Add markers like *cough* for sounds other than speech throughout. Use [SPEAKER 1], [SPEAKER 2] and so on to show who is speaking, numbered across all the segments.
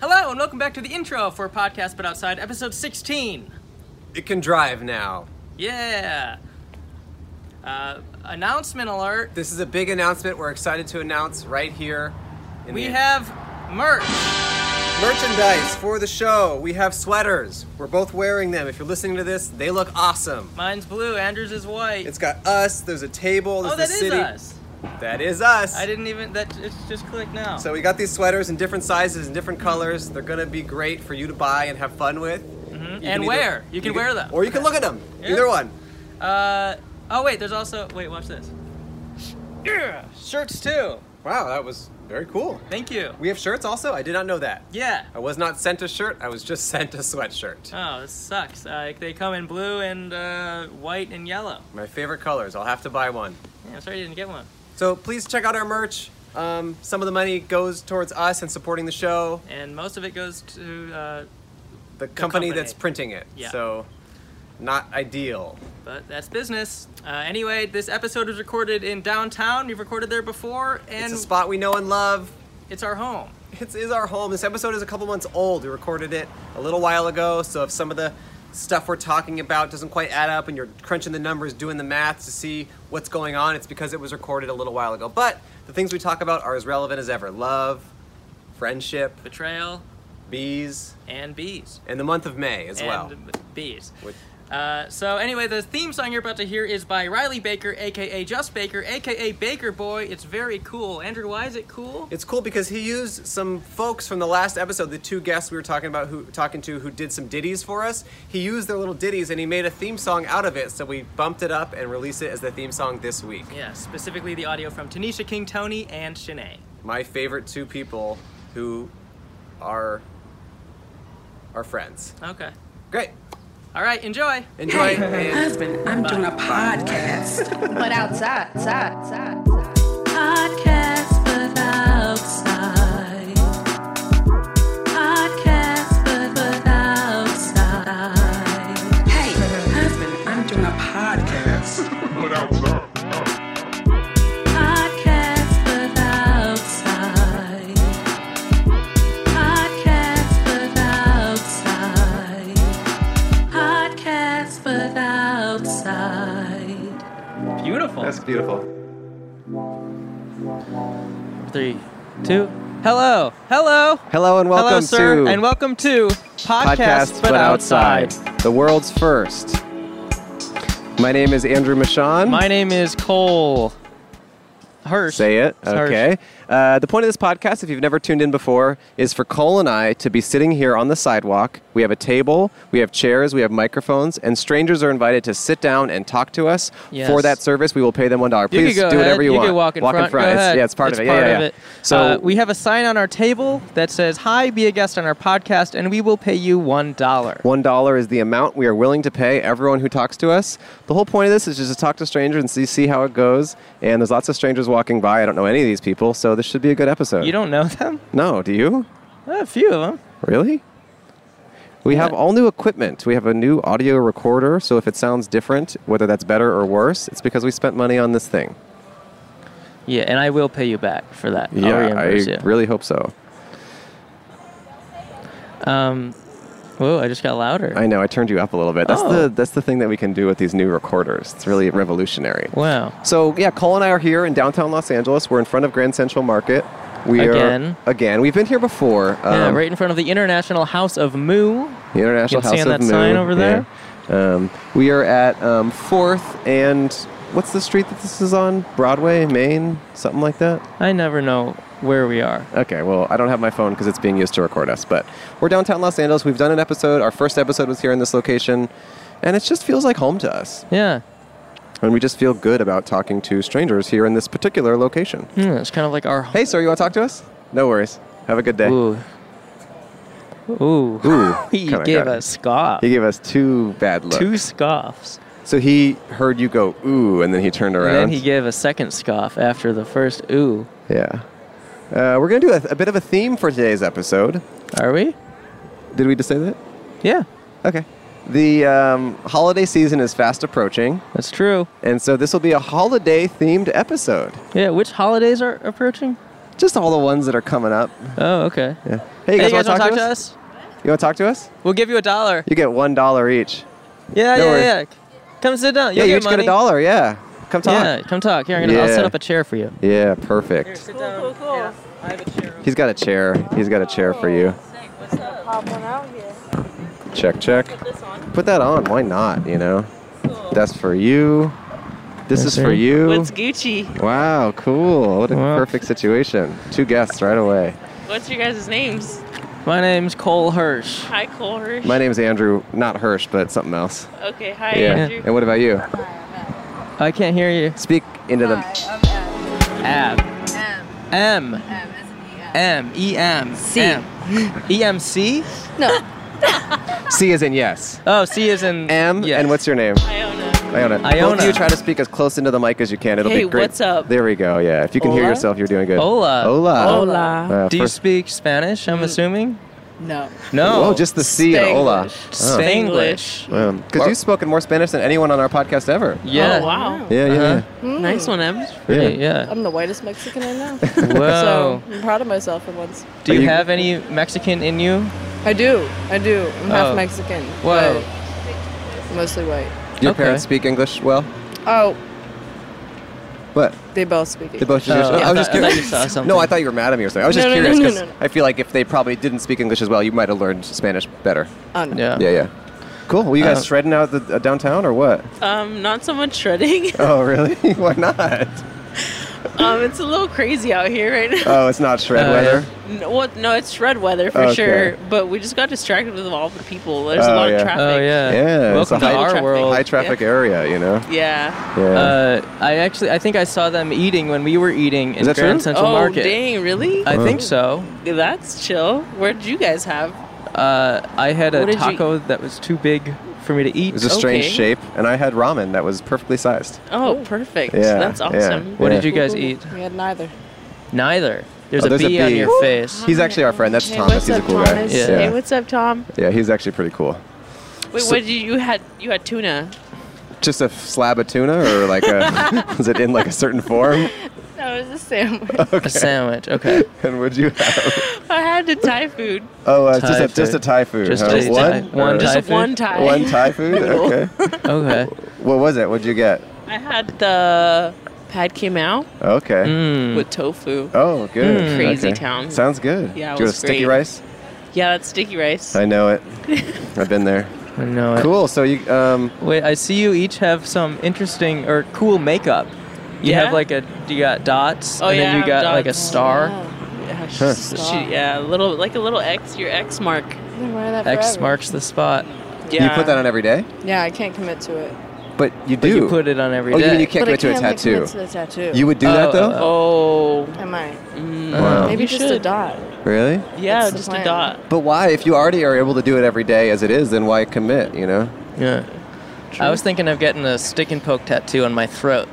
[SPEAKER 1] Hello, and welcome back to the intro for Podcast But Outside, episode 16.
[SPEAKER 2] It can drive now.
[SPEAKER 1] Yeah. Uh, announcement alert.
[SPEAKER 2] This is a big announcement we're excited to announce right here. in
[SPEAKER 1] We
[SPEAKER 2] the-
[SPEAKER 1] have merch.
[SPEAKER 2] merchandise for the show. We have sweaters. We're both wearing them. If you're listening to this, they look awesome.
[SPEAKER 1] Mine's blue, Andrew's is white.
[SPEAKER 2] It's got us, there's a table, there's
[SPEAKER 1] oh, that
[SPEAKER 2] the
[SPEAKER 1] is
[SPEAKER 2] city.
[SPEAKER 1] us.
[SPEAKER 2] That is us.
[SPEAKER 1] I didn't even, that it's just clicked now.
[SPEAKER 2] So we got these sweaters in different sizes and different colors. They're gonna be great for you to buy and have fun with. You can
[SPEAKER 1] Mm-hmm. And
[SPEAKER 2] either-
[SPEAKER 1] wear. You can wear them.
[SPEAKER 2] Or you can look at them.
[SPEAKER 1] Yeah.
[SPEAKER 2] Either one.
[SPEAKER 1] uh, oh, wait, there's also, wait, watch this. Yeah, shirts too.
[SPEAKER 2] Wow, that was very cool.
[SPEAKER 1] Thank you.
[SPEAKER 2] We have shirts also? I did not know that.
[SPEAKER 1] Yeah.
[SPEAKER 2] I was not sent a shirt, I was just *laughs* sent a sweatshirt.
[SPEAKER 1] Oh, this sucks. Uh, they come in blue and uh, white and yellow.
[SPEAKER 2] My favorite colors. I'll have to buy one.
[SPEAKER 1] Yeah, I'm sorry you didn't get one.
[SPEAKER 2] So please check out our merch. Um, some of the money goes towards us and supporting the show,
[SPEAKER 1] And most of it goes to, uh,
[SPEAKER 2] the, company,
[SPEAKER 1] company.
[SPEAKER 2] that's printing it.
[SPEAKER 1] Yeah.
[SPEAKER 2] So not ideal.
[SPEAKER 1] But that's business. Uh, anyway, this episode was recorded in downtown. We've recorded there before, and
[SPEAKER 2] it's a spot we know and love.
[SPEAKER 1] it's our home.
[SPEAKER 2] It's is our home. This episode is a couple months old. We recorded it a little while ago, so if some of the stuff we're talking about doesn't quite add up and you're crunching the numbers, doing the math to see what's going on, it's because it was recorded a little while ago. But the things we talk about are as relevant as ever. Love, friendship,
[SPEAKER 1] Betrayal
[SPEAKER 2] bees,
[SPEAKER 1] and bees.
[SPEAKER 2] and the month of May as
[SPEAKER 1] and
[SPEAKER 2] well.
[SPEAKER 1] b- bees.
[SPEAKER 2] With-
[SPEAKER 1] Uh, so anyway, the theme song you're about to hear is by Riley Baker, aka Just Baker, aka Baker Boy. It's very cool. Andrew, why is it cool?
[SPEAKER 2] It's cool because he used some folks from the last episode, the two guests we were talking about, who talking to, who did some ditties for us. He used their little ditties and he made a theme song out of it. So we bumped it up and released it as the theme song this week.
[SPEAKER 1] yeah, specifically the audio from Tanisha King Tony and Shanae.
[SPEAKER 2] My favorite two people who are are friends.
[SPEAKER 1] Okay.
[SPEAKER 2] Great,
[SPEAKER 1] All right, enjoy.
[SPEAKER 2] enjoy. and
[SPEAKER 3] husband, I'm doing a podcast.
[SPEAKER 4] *laughs* But outside, outside, outside.
[SPEAKER 3] podcast, but outside. Podcast, but, but outside. Hey, husband, I'm doing a podcast.
[SPEAKER 5] Put out some.
[SPEAKER 3] Podcast, but outside. Podcast, but outside. Podcast, but outside.
[SPEAKER 1] Beautiful.
[SPEAKER 2] beautiful.
[SPEAKER 1] Three, two. Hello, hello.
[SPEAKER 2] Hello and welcome
[SPEAKER 1] Hello, sir,
[SPEAKER 2] to
[SPEAKER 1] and welcome to podcast, but, outside.
[SPEAKER 2] the world's first. My name is Andrew Michon.
[SPEAKER 1] My name is Cole Hirsch.
[SPEAKER 2] Say it.
[SPEAKER 1] It's Hirsch.
[SPEAKER 2] Okay. Uh, the point of this podcast, if you've never tuned in before, is for Cole and I to be sitting here on the sidewalk. We have a table, we have chairs, we have microphones, and strangers are invited to sit down and talk to us.
[SPEAKER 1] Yes.
[SPEAKER 2] For that service, we will pay them one dollar.
[SPEAKER 1] You
[SPEAKER 2] Please
[SPEAKER 1] can go
[SPEAKER 2] do
[SPEAKER 1] ahead.
[SPEAKER 2] whatever you,
[SPEAKER 1] you
[SPEAKER 2] want.
[SPEAKER 1] Can walk in front. Go
[SPEAKER 2] It's-
[SPEAKER 1] ahead.
[SPEAKER 2] yeah, it's part of it.
[SPEAKER 1] part
[SPEAKER 2] yeah, yeah,
[SPEAKER 1] of
[SPEAKER 2] yeah.
[SPEAKER 1] it.
[SPEAKER 2] So
[SPEAKER 1] Uh, we have a sign on our table that says, "Hi, be a guest on our podcast, and we will pay you one dollar."
[SPEAKER 2] One dollar is the amount we are willing to pay everyone who talks to us. The whole point of this is just to talk to strangers and see see how it goes. And there's lots of strangers walking by. I don't know any of these people, so this should be a good episode.
[SPEAKER 1] You don't know them? *laughs*
[SPEAKER 2] No, do you?
[SPEAKER 1] A few of them.
[SPEAKER 2] Really? We have all new equipment. We have a new audio recorder, so if it sounds different, whether that's better or worse, it's because we spent money on this thing.
[SPEAKER 1] Yeah, and I will pay you back for that. I'll
[SPEAKER 2] I
[SPEAKER 1] reimburse you.
[SPEAKER 2] really hope so.
[SPEAKER 1] um, whoa, I just got louder.
[SPEAKER 2] I know I turned you up a little bit. That's
[SPEAKER 1] Oh.
[SPEAKER 2] the that's the thing that we can do with these new recorders. It's really revolutionary.
[SPEAKER 1] wow.
[SPEAKER 2] So yeah, Cole and I are here in downtown Los Angeles. We're in front of Grand Central Market. We
[SPEAKER 1] Again.
[SPEAKER 2] are again. We've been here before.
[SPEAKER 1] yeah,
[SPEAKER 2] um,
[SPEAKER 1] right in front of the International House of Moo.
[SPEAKER 2] The International
[SPEAKER 1] You can see
[SPEAKER 2] House
[SPEAKER 1] on
[SPEAKER 2] of
[SPEAKER 1] that
[SPEAKER 2] Moo,
[SPEAKER 1] sign over there?
[SPEAKER 2] yeah. Um, we are at um, Fourth and what's the street that this is on? Broadway, Maine, something like that.
[SPEAKER 1] I never know where we are.
[SPEAKER 2] Okay, well, I don't have my phone because it's being used to record us, but we're downtown Los Angeles. We've done an episode. Our first episode was here in this location, and it just feels like home to us.
[SPEAKER 1] Yeah.
[SPEAKER 2] And we just feel good about talking to strangers here in this particular location.
[SPEAKER 1] Hmm, it's kind of like our.
[SPEAKER 2] Hey, sir, you want to talk to us? No worries. Have a good day.
[SPEAKER 1] Ooh. Ooh. *laughs*
[SPEAKER 2] Ooh,
[SPEAKER 1] *laughs* He
[SPEAKER 2] kinda
[SPEAKER 1] gave
[SPEAKER 2] got it.
[SPEAKER 1] a scoff.
[SPEAKER 2] He gave us two bad looks.
[SPEAKER 1] Two scoffs.
[SPEAKER 2] So he heard you go ooh, and then he turned around.
[SPEAKER 1] And then he gave a second scoff after the first ooh.
[SPEAKER 2] Yeah. Uh, we're going to do a, a bit of a theme for today's episode.
[SPEAKER 1] Are we?
[SPEAKER 2] Did we just say that?
[SPEAKER 1] Yeah,
[SPEAKER 2] Okay. The um, holiday season is fast approaching,
[SPEAKER 1] that's true.
[SPEAKER 2] and so this will be a holiday themed episode.
[SPEAKER 1] Yeah, which holidays are approaching?
[SPEAKER 2] Just all the ones that are coming up.
[SPEAKER 1] Oh, okay.
[SPEAKER 2] Yeah. Hey,
[SPEAKER 1] Hey, you guys
[SPEAKER 2] wanna
[SPEAKER 1] want to talk to us?
[SPEAKER 2] You want to talk to us?
[SPEAKER 1] We'll give you a dollar.
[SPEAKER 2] You get one dollar each.
[SPEAKER 1] Yeah,
[SPEAKER 2] No
[SPEAKER 1] yeah,
[SPEAKER 2] worries.
[SPEAKER 1] yeah. Come sit down.
[SPEAKER 2] yeah,
[SPEAKER 1] You'll
[SPEAKER 2] you
[SPEAKER 1] get
[SPEAKER 2] each
[SPEAKER 1] money.
[SPEAKER 2] get a dollar. Oh, Yeah, come talk.
[SPEAKER 1] Yeah, come talk. Here, I'm gonna, I'll
[SPEAKER 2] Yeah.
[SPEAKER 1] set up a chair for you.
[SPEAKER 2] Yeah, perfect.
[SPEAKER 1] sit down. Cool, cool, I have a chair.
[SPEAKER 2] He's got a chair. He's got a chair for you.
[SPEAKER 6] pop one out here.
[SPEAKER 2] Check, check. Put that on. Why not? You know, that's for you. This is
[SPEAKER 1] Yes,
[SPEAKER 2] for
[SPEAKER 1] sir.
[SPEAKER 2] you.
[SPEAKER 5] What's Gucci?
[SPEAKER 2] Wow, cool. What a
[SPEAKER 1] Wow.
[SPEAKER 2] perfect situation. Two guests right away.
[SPEAKER 5] What's your guys' names?
[SPEAKER 1] My name's Cole Hirsch.
[SPEAKER 5] Hi, Cole Hirsch.
[SPEAKER 2] My name's Andrew, not Hirsch, but something else.
[SPEAKER 5] Okay, hi,
[SPEAKER 2] yeah.
[SPEAKER 5] Andrew.
[SPEAKER 2] And what about you?
[SPEAKER 1] I can't hear you.
[SPEAKER 2] Speak into the.
[SPEAKER 1] Ab. M. M. E. M.
[SPEAKER 7] C.
[SPEAKER 1] M. E. M. C.
[SPEAKER 7] No.
[SPEAKER 2] C is in yes.
[SPEAKER 1] Oh, C is in
[SPEAKER 2] M.
[SPEAKER 1] yes.
[SPEAKER 2] And what's your name?
[SPEAKER 5] Iona.
[SPEAKER 2] Iona. Both of
[SPEAKER 1] Iona.
[SPEAKER 2] you try to speak as close into the mic as you can. It'll
[SPEAKER 5] Hey,
[SPEAKER 2] be great.
[SPEAKER 5] what's up?
[SPEAKER 2] There we go. Yeah. If you can hear
[SPEAKER 6] Hola?
[SPEAKER 2] yourself, you're doing good.
[SPEAKER 1] Hola.
[SPEAKER 2] Hola.
[SPEAKER 6] Hola.
[SPEAKER 2] Uh,
[SPEAKER 1] Do you
[SPEAKER 2] first-
[SPEAKER 1] speak Spanish?
[SPEAKER 5] Mm.
[SPEAKER 1] I'm assuming.
[SPEAKER 6] No.
[SPEAKER 1] No.
[SPEAKER 2] Whoa, just the C and hola. Oh.
[SPEAKER 1] Spanglish.
[SPEAKER 2] Because you've spoken more Spanish than anyone on our podcast ever.
[SPEAKER 1] Yeah.
[SPEAKER 5] Oh, wow.
[SPEAKER 2] Yeah, yeah,
[SPEAKER 1] Uh-huh.
[SPEAKER 5] Nice one, Em.
[SPEAKER 2] yeah.
[SPEAKER 1] Pretty, yeah.
[SPEAKER 6] I'm the whitest Mexican I know.
[SPEAKER 1] *laughs* Whoa.
[SPEAKER 6] So I'm proud of myself for once.
[SPEAKER 1] Do
[SPEAKER 2] Are
[SPEAKER 1] you,
[SPEAKER 2] you-
[SPEAKER 1] have any Mexican in you?
[SPEAKER 6] I do. I do. I'm
[SPEAKER 1] Oh.
[SPEAKER 6] half Mexican.
[SPEAKER 1] Whoa.
[SPEAKER 6] but Mostly white.
[SPEAKER 2] Your
[SPEAKER 1] Okay.
[SPEAKER 2] parents speak English well?
[SPEAKER 6] Oh,
[SPEAKER 2] What?
[SPEAKER 6] they both speak.
[SPEAKER 2] They both
[SPEAKER 1] Oh,
[SPEAKER 2] just. I was
[SPEAKER 1] I
[SPEAKER 2] just
[SPEAKER 1] thought- I
[SPEAKER 2] curious.
[SPEAKER 1] thought you saw
[SPEAKER 2] *laughs*
[SPEAKER 1] something.
[SPEAKER 2] No, I thought you were mad at me or something. I was
[SPEAKER 6] No,
[SPEAKER 2] just
[SPEAKER 6] no, no,
[SPEAKER 2] curious
[SPEAKER 6] no,
[SPEAKER 2] 'cause
[SPEAKER 6] no, no.
[SPEAKER 2] I feel like if they probably didn't speak English as well, you might have learned Spanish better.
[SPEAKER 6] Oh, no.
[SPEAKER 1] Yeah.
[SPEAKER 2] Yeah, yeah. Cool. Well, you guys
[SPEAKER 1] Uh,
[SPEAKER 2] shredding out the uh, downtown or
[SPEAKER 1] *laughs*
[SPEAKER 2] what?
[SPEAKER 5] Um, not so much shredding.
[SPEAKER 2] *laughs* Oh, really? Why not?
[SPEAKER 5] *laughs* Um, it's a little crazy out here right now.
[SPEAKER 2] Oh, it's not shred
[SPEAKER 1] Oh,
[SPEAKER 2] weather.
[SPEAKER 5] No, well, no, it's shred weather for
[SPEAKER 2] Okay.
[SPEAKER 5] sure, but we just got distracted with all the people. There's
[SPEAKER 2] Oh,
[SPEAKER 5] a lot
[SPEAKER 2] yeah.
[SPEAKER 5] of traffic.
[SPEAKER 1] Oh
[SPEAKER 2] Yeah,
[SPEAKER 1] yeah.
[SPEAKER 2] it's a
[SPEAKER 1] Welcome to
[SPEAKER 2] high-
[SPEAKER 1] our
[SPEAKER 5] Traffic.
[SPEAKER 1] world.
[SPEAKER 2] High traffic area, you know.
[SPEAKER 5] Yeah.
[SPEAKER 2] Yeah.
[SPEAKER 1] Uh, I actually, I think I saw them eating when we were eating in
[SPEAKER 2] that
[SPEAKER 1] Grand
[SPEAKER 2] true? Oh.
[SPEAKER 1] Central
[SPEAKER 5] oh,
[SPEAKER 1] Market.
[SPEAKER 5] dang, really?
[SPEAKER 1] I think so.
[SPEAKER 5] That's chill. Where did you guys have?
[SPEAKER 1] Uh, I had a
[SPEAKER 5] What did you
[SPEAKER 1] taco that was too big for me to eat.
[SPEAKER 2] it was a strange
[SPEAKER 5] okay.
[SPEAKER 2] shape, and I had ramen that was perfectly sized.
[SPEAKER 5] Oh, perfect.
[SPEAKER 2] Yeah,
[SPEAKER 5] That's
[SPEAKER 2] yeah.
[SPEAKER 5] awesome.
[SPEAKER 1] what
[SPEAKER 2] Yeah.
[SPEAKER 1] did you guys
[SPEAKER 6] Ooh,
[SPEAKER 1] eat?
[SPEAKER 6] We had neither.
[SPEAKER 1] Neither. There's,
[SPEAKER 2] Oh,
[SPEAKER 1] a,
[SPEAKER 2] there's a
[SPEAKER 1] bee on
[SPEAKER 2] bee.
[SPEAKER 1] your face.
[SPEAKER 2] He's actually our friend. That's
[SPEAKER 5] Hey,
[SPEAKER 2] Thomas.
[SPEAKER 5] what's
[SPEAKER 2] He's a
[SPEAKER 5] up,
[SPEAKER 2] cool
[SPEAKER 5] Thomas?
[SPEAKER 2] guy.
[SPEAKER 1] Yeah.
[SPEAKER 5] Hey, what's up, Tom?
[SPEAKER 2] Yeah, he's actually pretty cool.
[SPEAKER 5] Wait,
[SPEAKER 2] So-
[SPEAKER 5] what did you, you had? You had tuna.
[SPEAKER 2] Just a slab of tuna, or like
[SPEAKER 1] *laughs*
[SPEAKER 2] a is it in like a certain form?
[SPEAKER 5] That was a sandwich.
[SPEAKER 2] *laughs*
[SPEAKER 1] A sandwich. Okay.
[SPEAKER 2] And would you have?
[SPEAKER 5] I had the Thai food.
[SPEAKER 2] Oh, uh, just
[SPEAKER 1] Thai
[SPEAKER 2] a just a
[SPEAKER 1] food.
[SPEAKER 2] Thai food.
[SPEAKER 1] Just
[SPEAKER 2] huh?
[SPEAKER 1] a
[SPEAKER 2] one,
[SPEAKER 1] Thai- one
[SPEAKER 2] Or-
[SPEAKER 1] Thai
[SPEAKER 5] Just
[SPEAKER 1] food?
[SPEAKER 5] one Thai.
[SPEAKER 2] one Thai
[SPEAKER 5] *laughs*
[SPEAKER 2] food. Okay.
[SPEAKER 1] Okay.
[SPEAKER 2] What was it? What'd you get?
[SPEAKER 5] I had the pad kim out
[SPEAKER 2] Okay.
[SPEAKER 1] Hmm.
[SPEAKER 5] with tofu.
[SPEAKER 2] Oh, good.
[SPEAKER 5] Crazy
[SPEAKER 2] Okay.
[SPEAKER 5] town.
[SPEAKER 2] Sounds good.
[SPEAKER 5] Yeah, it
[SPEAKER 2] Do you want
[SPEAKER 5] was
[SPEAKER 2] a sticky
[SPEAKER 5] great.
[SPEAKER 2] rice?
[SPEAKER 5] Yeah, that's sticky rice.
[SPEAKER 2] I know
[SPEAKER 5] *laughs*
[SPEAKER 2] it. I've been there.
[SPEAKER 1] I know it.
[SPEAKER 2] Cool. So you um,
[SPEAKER 1] Wait, I see you each have some interesting or cool makeup. You
[SPEAKER 5] Yeah?
[SPEAKER 1] have like a, you got dots,
[SPEAKER 5] Oh,
[SPEAKER 1] and
[SPEAKER 5] yeah,
[SPEAKER 1] then
[SPEAKER 5] I
[SPEAKER 1] you
[SPEAKER 5] have
[SPEAKER 1] got like a
[SPEAKER 5] dots.
[SPEAKER 1] star.
[SPEAKER 5] Yeah, she's- she, yeah, a little like a little X, your X mark.
[SPEAKER 6] I've been wearing that
[SPEAKER 1] X
[SPEAKER 6] forever.
[SPEAKER 1] marks the spot.
[SPEAKER 5] Yeah.
[SPEAKER 2] you put that on every day,
[SPEAKER 6] Yeah, I can't commit to it.
[SPEAKER 2] but you do.
[SPEAKER 1] But you put it on every
[SPEAKER 2] oh, you
[SPEAKER 1] day.
[SPEAKER 2] mean you can't
[SPEAKER 6] but I
[SPEAKER 2] commit to a
[SPEAKER 6] can like,
[SPEAKER 2] tattoo?
[SPEAKER 6] commit to the tattoo.
[SPEAKER 2] You would do
[SPEAKER 1] Oh,
[SPEAKER 2] that
[SPEAKER 1] oh,
[SPEAKER 2] though?
[SPEAKER 5] Oh,
[SPEAKER 6] I might.
[SPEAKER 2] Wow.
[SPEAKER 6] Maybe
[SPEAKER 5] Mm, You
[SPEAKER 6] just a
[SPEAKER 5] should.
[SPEAKER 6] dot.
[SPEAKER 2] Really?
[SPEAKER 5] yeah,
[SPEAKER 6] That's the
[SPEAKER 5] just
[SPEAKER 6] plan.
[SPEAKER 5] a dot.
[SPEAKER 2] But why? If you already are able to do it every day as it is, then why commit? You know?
[SPEAKER 1] Yeah. I was thinking of getting a stick and poke tattoo on my throat.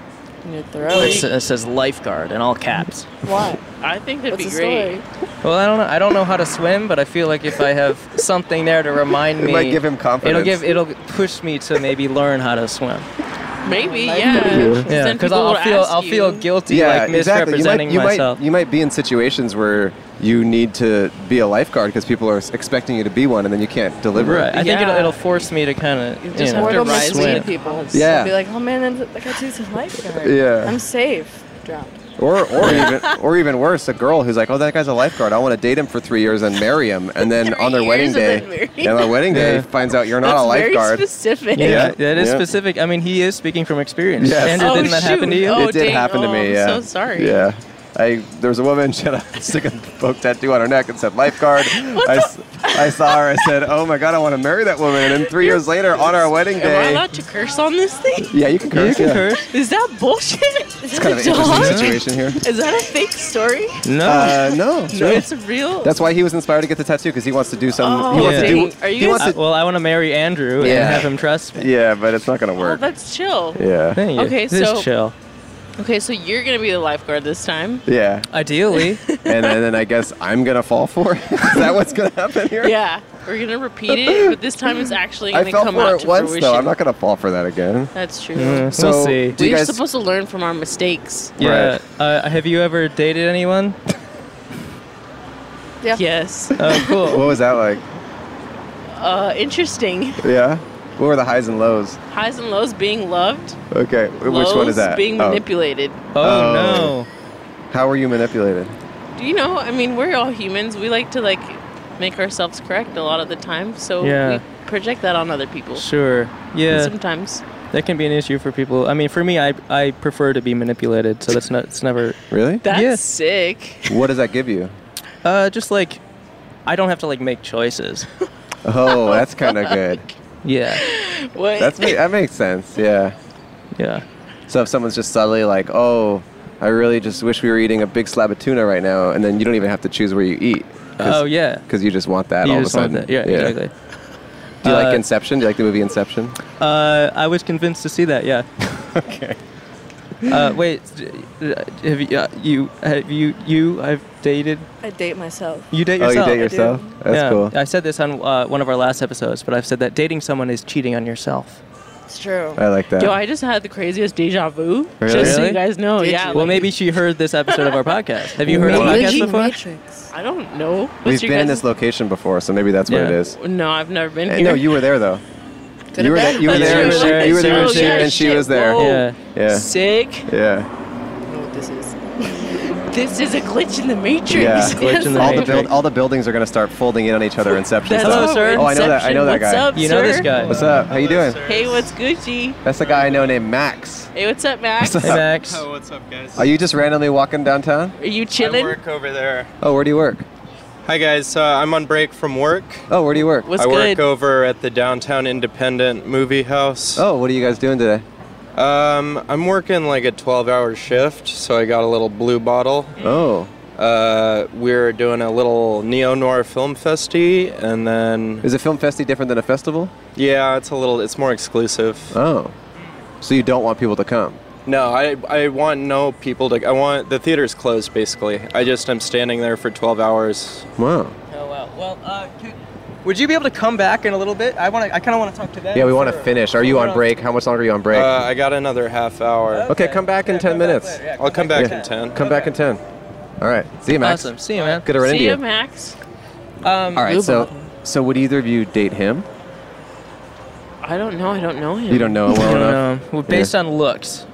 [SPEAKER 6] In your
[SPEAKER 1] It
[SPEAKER 6] throat.
[SPEAKER 1] sa- it says lifeguard in all caps.
[SPEAKER 6] Why?
[SPEAKER 5] I think that'd
[SPEAKER 6] What's the
[SPEAKER 5] be great.
[SPEAKER 6] story?
[SPEAKER 1] Well, I don't know. I don't know how to swim, but I feel like if I have *laughs* something there to remind
[SPEAKER 2] It
[SPEAKER 1] me,
[SPEAKER 2] might give him confidence.
[SPEAKER 1] It'll give. It'll push me to maybe learn how to swim.
[SPEAKER 5] Maybe,
[SPEAKER 6] Like
[SPEAKER 5] yeah.
[SPEAKER 1] Yeah, because
[SPEAKER 5] because
[SPEAKER 1] I'll
[SPEAKER 5] will
[SPEAKER 1] feel.
[SPEAKER 5] ask
[SPEAKER 1] I'll
[SPEAKER 5] you.
[SPEAKER 1] feel guilty like
[SPEAKER 2] exactly. You might,
[SPEAKER 1] misrepresenting
[SPEAKER 2] you
[SPEAKER 1] myself.
[SPEAKER 2] might you might be in situations where you need to be a lifeguard because people are s- expecting you to be one, and then you can't deliver.
[SPEAKER 1] right. I think it'll,
[SPEAKER 5] Yeah.
[SPEAKER 1] it'll force me to kind of.
[SPEAKER 5] You
[SPEAKER 1] You
[SPEAKER 5] just
[SPEAKER 1] know,
[SPEAKER 5] have to
[SPEAKER 6] Mortal
[SPEAKER 5] rise
[SPEAKER 6] mislead
[SPEAKER 5] with-
[SPEAKER 6] people.
[SPEAKER 2] Yeah.
[SPEAKER 6] They'll be like, oh man, I got to use a lifeguard.
[SPEAKER 2] Yeah.
[SPEAKER 6] I'm safe. Drowned.
[SPEAKER 2] Or
[SPEAKER 1] *laughs*
[SPEAKER 2] or even or even worse, a girl who's like, oh, that guy's a lifeguard. I want to date him for three years and marry him, and then on their
[SPEAKER 5] *laughs* Three
[SPEAKER 2] wedding
[SPEAKER 5] years and then
[SPEAKER 2] day,
[SPEAKER 5] marry
[SPEAKER 2] and on their
[SPEAKER 1] *laughs*
[SPEAKER 2] wedding day,
[SPEAKER 1] Yeah.
[SPEAKER 2] finds out you're not
[SPEAKER 5] That's
[SPEAKER 2] a lifeguard.
[SPEAKER 5] very specific.
[SPEAKER 1] Yeah,
[SPEAKER 2] Yeah.
[SPEAKER 1] that is
[SPEAKER 2] Yeah.
[SPEAKER 1] specific. I mean, he is speaking from experience.
[SPEAKER 2] Yes.
[SPEAKER 1] Andrew,
[SPEAKER 5] Oh,
[SPEAKER 1] didn't that happen to
[SPEAKER 5] shoot.
[SPEAKER 1] you?
[SPEAKER 5] Oh,
[SPEAKER 2] it did
[SPEAKER 5] dang.
[SPEAKER 2] happen to
[SPEAKER 5] Oh,
[SPEAKER 2] me.
[SPEAKER 5] I'm
[SPEAKER 2] yeah.
[SPEAKER 5] so sorry.
[SPEAKER 2] Yeah. I there was a woman *laughs* she had a stick and poke tattoo on her neck and said lifeguard. I, s- I saw her. I said, oh my god, I want to marry that woman. And then three years later, on our wedding
[SPEAKER 5] Am I
[SPEAKER 2] day,
[SPEAKER 5] allowed to curse on this thing?
[SPEAKER 1] *laughs*
[SPEAKER 2] yeah, you can curse.
[SPEAKER 1] You
[SPEAKER 2] yeah.
[SPEAKER 1] can curse.
[SPEAKER 5] Is that bullshit? Is
[SPEAKER 2] It's
[SPEAKER 5] that
[SPEAKER 2] kind of
[SPEAKER 5] a
[SPEAKER 2] an interesting
[SPEAKER 5] dog?
[SPEAKER 2] situation here.
[SPEAKER 5] Is that a fake story?
[SPEAKER 1] No.
[SPEAKER 2] Uh, no, it's
[SPEAKER 5] No,
[SPEAKER 2] real.
[SPEAKER 5] it's real.
[SPEAKER 2] That's why he was inspired to get the tattoo because he wants to do some. he
[SPEAKER 5] Oh,
[SPEAKER 2] wants
[SPEAKER 1] dang.
[SPEAKER 2] to do.
[SPEAKER 5] Are you
[SPEAKER 2] he wants
[SPEAKER 1] I-
[SPEAKER 2] to,
[SPEAKER 1] well, I want to marry Andrew and
[SPEAKER 2] Yeah.
[SPEAKER 1] have him trust me.
[SPEAKER 2] yeah, but it's not gonna
[SPEAKER 5] oh,
[SPEAKER 2] work.
[SPEAKER 5] that's chill.
[SPEAKER 2] Yeah.
[SPEAKER 1] Thank you.
[SPEAKER 5] Okay,
[SPEAKER 1] This is
[SPEAKER 5] so-
[SPEAKER 1] chill.
[SPEAKER 5] Okay, so you're gonna be the lifeguard this time.
[SPEAKER 2] Yeah.
[SPEAKER 1] Ideally,
[SPEAKER 2] And, and then I guess I'm gonna fall for it. *laughs* Is that what's gonna happen here?
[SPEAKER 5] Yeah, we're gonna repeat it, but this time it's actually gonna
[SPEAKER 2] I fell
[SPEAKER 5] come out
[SPEAKER 2] for it
[SPEAKER 5] to
[SPEAKER 2] once
[SPEAKER 5] fruition.
[SPEAKER 2] though. I'm not gonna fall for that again.
[SPEAKER 5] That's true.
[SPEAKER 1] we'll
[SPEAKER 2] So
[SPEAKER 1] see.
[SPEAKER 2] do you
[SPEAKER 5] We're
[SPEAKER 2] guys
[SPEAKER 5] supposed to learn from our mistakes.
[SPEAKER 1] Yeah.
[SPEAKER 2] Right.
[SPEAKER 1] Uh, have you ever dated anyone?
[SPEAKER 6] Yeah.
[SPEAKER 5] Yes.
[SPEAKER 1] *laughs* Oh, cool.
[SPEAKER 2] What was that like?
[SPEAKER 5] Uh, interesting.
[SPEAKER 2] Yeah. What were the highs and lows?
[SPEAKER 5] Highs and lows being loved.
[SPEAKER 2] Okay.
[SPEAKER 5] lows
[SPEAKER 2] Which one is that?
[SPEAKER 5] Being
[SPEAKER 2] Oh.
[SPEAKER 5] manipulated.
[SPEAKER 1] Oh,
[SPEAKER 2] Oh.
[SPEAKER 1] no.
[SPEAKER 2] How were you manipulated?
[SPEAKER 5] Do you know? I mean, we're all humans. We like to like make ourselves correct a lot of the time, so
[SPEAKER 1] Yeah.
[SPEAKER 5] we project that on other people.
[SPEAKER 1] Sure. Yeah.
[SPEAKER 5] Sometimes.
[SPEAKER 1] That can be an issue for people. I mean, for me, I I prefer to be manipulated, so that's not it's never.
[SPEAKER 2] Really?
[SPEAKER 5] That's
[SPEAKER 1] Yeah.
[SPEAKER 5] sick.
[SPEAKER 2] what does that give you?
[SPEAKER 1] Uh, just like, I don't have to like make choices.
[SPEAKER 2] Oh, that's kind of good.
[SPEAKER 1] Yeah,
[SPEAKER 5] What?
[SPEAKER 2] That's ma- that makes sense. Yeah.
[SPEAKER 1] yeah,
[SPEAKER 2] So if someone's just subtly like, "Oh, I really just wish we were eating a big slab of tuna right now," and then you don't even have to choose where you eat.
[SPEAKER 1] Oh, yeah.
[SPEAKER 2] Because you just want that
[SPEAKER 1] you
[SPEAKER 2] all
[SPEAKER 1] just
[SPEAKER 2] of a
[SPEAKER 1] want
[SPEAKER 2] sudden.
[SPEAKER 1] that. Yeah, exactly.
[SPEAKER 2] Do you
[SPEAKER 1] Uh,
[SPEAKER 2] like Inception? Do you like the movie Inception?
[SPEAKER 1] Uh, I was convinced to see
[SPEAKER 2] *laughs*
[SPEAKER 1] that. Yeah. okay. Uh, wait, d- d- have you, uh, you have you you I've dated
[SPEAKER 6] I date myself.
[SPEAKER 1] you date
[SPEAKER 2] oh, you
[SPEAKER 1] yourself.
[SPEAKER 2] date yourself? That's
[SPEAKER 1] yeah,
[SPEAKER 2] cool.
[SPEAKER 1] I said this on uh, one of our last episodes, but I've said that dating someone is cheating on yourself.
[SPEAKER 6] It's true.
[SPEAKER 2] I like that.
[SPEAKER 5] Yo, I just had the craziest deja vu.
[SPEAKER 2] Really?
[SPEAKER 5] Just so
[SPEAKER 1] Really?
[SPEAKER 5] you guys know. yeah.
[SPEAKER 1] well,
[SPEAKER 5] like-
[SPEAKER 1] maybe she heard this episode of our podcast. Have you heard our
[SPEAKER 6] Luigi
[SPEAKER 1] podcast before?
[SPEAKER 6] Matrix.
[SPEAKER 5] I don't know. What's
[SPEAKER 2] We've
[SPEAKER 5] your
[SPEAKER 2] been in
[SPEAKER 5] guys-
[SPEAKER 2] this location before, so maybe that's what it
[SPEAKER 1] Yeah.
[SPEAKER 2] is.
[SPEAKER 5] *laughs* No, I've never been
[SPEAKER 2] And,
[SPEAKER 5] here.
[SPEAKER 2] no, you were there though. You were,
[SPEAKER 6] been.
[SPEAKER 2] there- you were
[SPEAKER 1] That's
[SPEAKER 2] there.
[SPEAKER 1] true.
[SPEAKER 2] and
[SPEAKER 1] She was
[SPEAKER 2] she- You were there. and
[SPEAKER 1] there.
[SPEAKER 2] she-
[SPEAKER 1] Oh, yeah,
[SPEAKER 2] And she
[SPEAKER 5] shit.
[SPEAKER 2] was there.
[SPEAKER 5] Whoa.
[SPEAKER 1] Yeah.
[SPEAKER 2] Yeah.
[SPEAKER 5] Sick.
[SPEAKER 2] Yeah.
[SPEAKER 6] I don't know what this is.
[SPEAKER 5] This is a glitch in the matrix.
[SPEAKER 2] Yeah.
[SPEAKER 1] Glitch in the
[SPEAKER 2] All the
[SPEAKER 1] matrix.
[SPEAKER 2] build, all the buildings are gonna start folding in on each other. Inception.
[SPEAKER 5] That's
[SPEAKER 2] style.
[SPEAKER 1] Hello,
[SPEAKER 5] all
[SPEAKER 1] sir.
[SPEAKER 5] we're
[SPEAKER 2] Oh, I know that. I know that
[SPEAKER 5] Inception.
[SPEAKER 2] guy.
[SPEAKER 5] What's up,
[SPEAKER 1] You know
[SPEAKER 5] sir?
[SPEAKER 1] this guy.
[SPEAKER 2] What's up? How you doing?
[SPEAKER 5] Hey, what's Gucci?
[SPEAKER 2] That's the guy I know named Max.
[SPEAKER 5] Hey, what's up, Max?
[SPEAKER 2] What's
[SPEAKER 1] Hey,
[SPEAKER 2] up?
[SPEAKER 1] Max.
[SPEAKER 8] Oh, what's up, guys?
[SPEAKER 2] Are you just randomly walking downtown?
[SPEAKER 5] Are you
[SPEAKER 8] I
[SPEAKER 5] chilling?
[SPEAKER 8] work over there.
[SPEAKER 2] Oh, where do you work?
[SPEAKER 8] Hi, guys. Uh, I'm on break from work.
[SPEAKER 2] Oh, where do you work?
[SPEAKER 5] What's
[SPEAKER 8] I
[SPEAKER 5] good?
[SPEAKER 8] work over at the Downtown Independent Movie House.
[SPEAKER 2] Oh, what are you guys doing today?
[SPEAKER 8] Um, I'm working like a 12-hour shift, so I got a little blue bottle.
[SPEAKER 2] Oh,
[SPEAKER 8] Uh, we're doing a little neo noir film festy, and then
[SPEAKER 2] is a film festi different than a festival?
[SPEAKER 8] yeah, it's a little, it's more exclusive.
[SPEAKER 2] Oh, so you don't want people to come?
[SPEAKER 8] No, I I want no people to. I want the theater's closed basically. I just am standing there for 12 hours.
[SPEAKER 2] Wow.
[SPEAKER 1] Oh wow. Well, uh, could, would you be able to come back in a little bit? I want to. I kind of want to talk to them.
[SPEAKER 2] Yeah, we want to
[SPEAKER 1] first.
[SPEAKER 2] finish. Are you
[SPEAKER 1] Hold
[SPEAKER 2] on break? How much longer are you on break?
[SPEAKER 8] Uh, I got another half hour.
[SPEAKER 2] Okay, come back in 10
[SPEAKER 1] come back
[SPEAKER 2] minutes.
[SPEAKER 1] later. Yeah,
[SPEAKER 8] I'll come back
[SPEAKER 2] Yeah.
[SPEAKER 8] in 10.
[SPEAKER 2] Come back in ten. All right. See you, Max.
[SPEAKER 1] Awesome. See you, man.
[SPEAKER 2] Good to run into
[SPEAKER 5] See ya,
[SPEAKER 2] you.
[SPEAKER 5] Max.
[SPEAKER 1] Um,
[SPEAKER 2] All right. So, so would either of you date him?
[SPEAKER 5] I don't know. I don't know him.
[SPEAKER 2] You don't
[SPEAKER 1] *laughs*
[SPEAKER 2] know him well
[SPEAKER 1] I don't
[SPEAKER 2] enough.
[SPEAKER 1] know. Well, based on looks,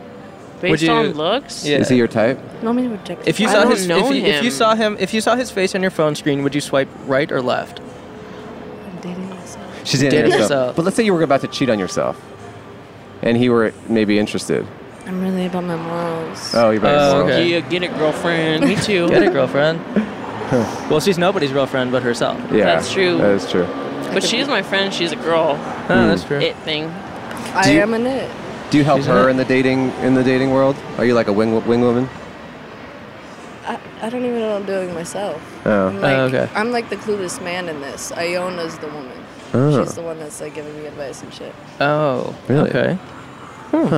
[SPEAKER 5] Based
[SPEAKER 1] Would you-
[SPEAKER 5] on looks?
[SPEAKER 1] Yeah.
[SPEAKER 2] Is he your type?
[SPEAKER 6] You want me to reject
[SPEAKER 1] if you
[SPEAKER 5] I
[SPEAKER 1] saw
[SPEAKER 5] don't
[SPEAKER 1] his,
[SPEAKER 5] know
[SPEAKER 1] if you, if you
[SPEAKER 5] him.
[SPEAKER 1] saw him, if you saw his face on your phone screen, would you swipe right or left?
[SPEAKER 6] I'm dating myself.
[SPEAKER 2] She's dating
[SPEAKER 1] Dating
[SPEAKER 2] herself.
[SPEAKER 1] herself.
[SPEAKER 2] But let's say you were about to cheat on yourself, and he were maybe interested.
[SPEAKER 6] I'm really about my morals.
[SPEAKER 2] Oh, you're very
[SPEAKER 1] Oh,
[SPEAKER 2] moral.
[SPEAKER 1] okay.
[SPEAKER 5] Yeah, get it, girlfriend. Me too.
[SPEAKER 1] Get it, girlfriend. *laughs* well, she's nobody's girlfriend but herself.
[SPEAKER 2] Yeah,
[SPEAKER 5] That's true.
[SPEAKER 2] That is true.
[SPEAKER 5] But she's my friend. She's a girl.
[SPEAKER 1] Oh, that's true.
[SPEAKER 5] It thing.
[SPEAKER 6] I
[SPEAKER 2] you-
[SPEAKER 6] am an it.
[SPEAKER 2] Do you help
[SPEAKER 1] She's
[SPEAKER 2] her
[SPEAKER 1] not-
[SPEAKER 2] in the dating in the dating world? Are you like a wing wing woman?
[SPEAKER 6] I, I don't even know what I'm doing myself.
[SPEAKER 2] Oh,
[SPEAKER 6] I'm like,
[SPEAKER 1] okay.
[SPEAKER 6] I'm like the clueless man in this. Iona's the woman.
[SPEAKER 2] Oh.
[SPEAKER 6] She's the one that's like giving me advice and shit.
[SPEAKER 1] Oh,
[SPEAKER 2] Really? Hmm.
[SPEAKER 1] Okay.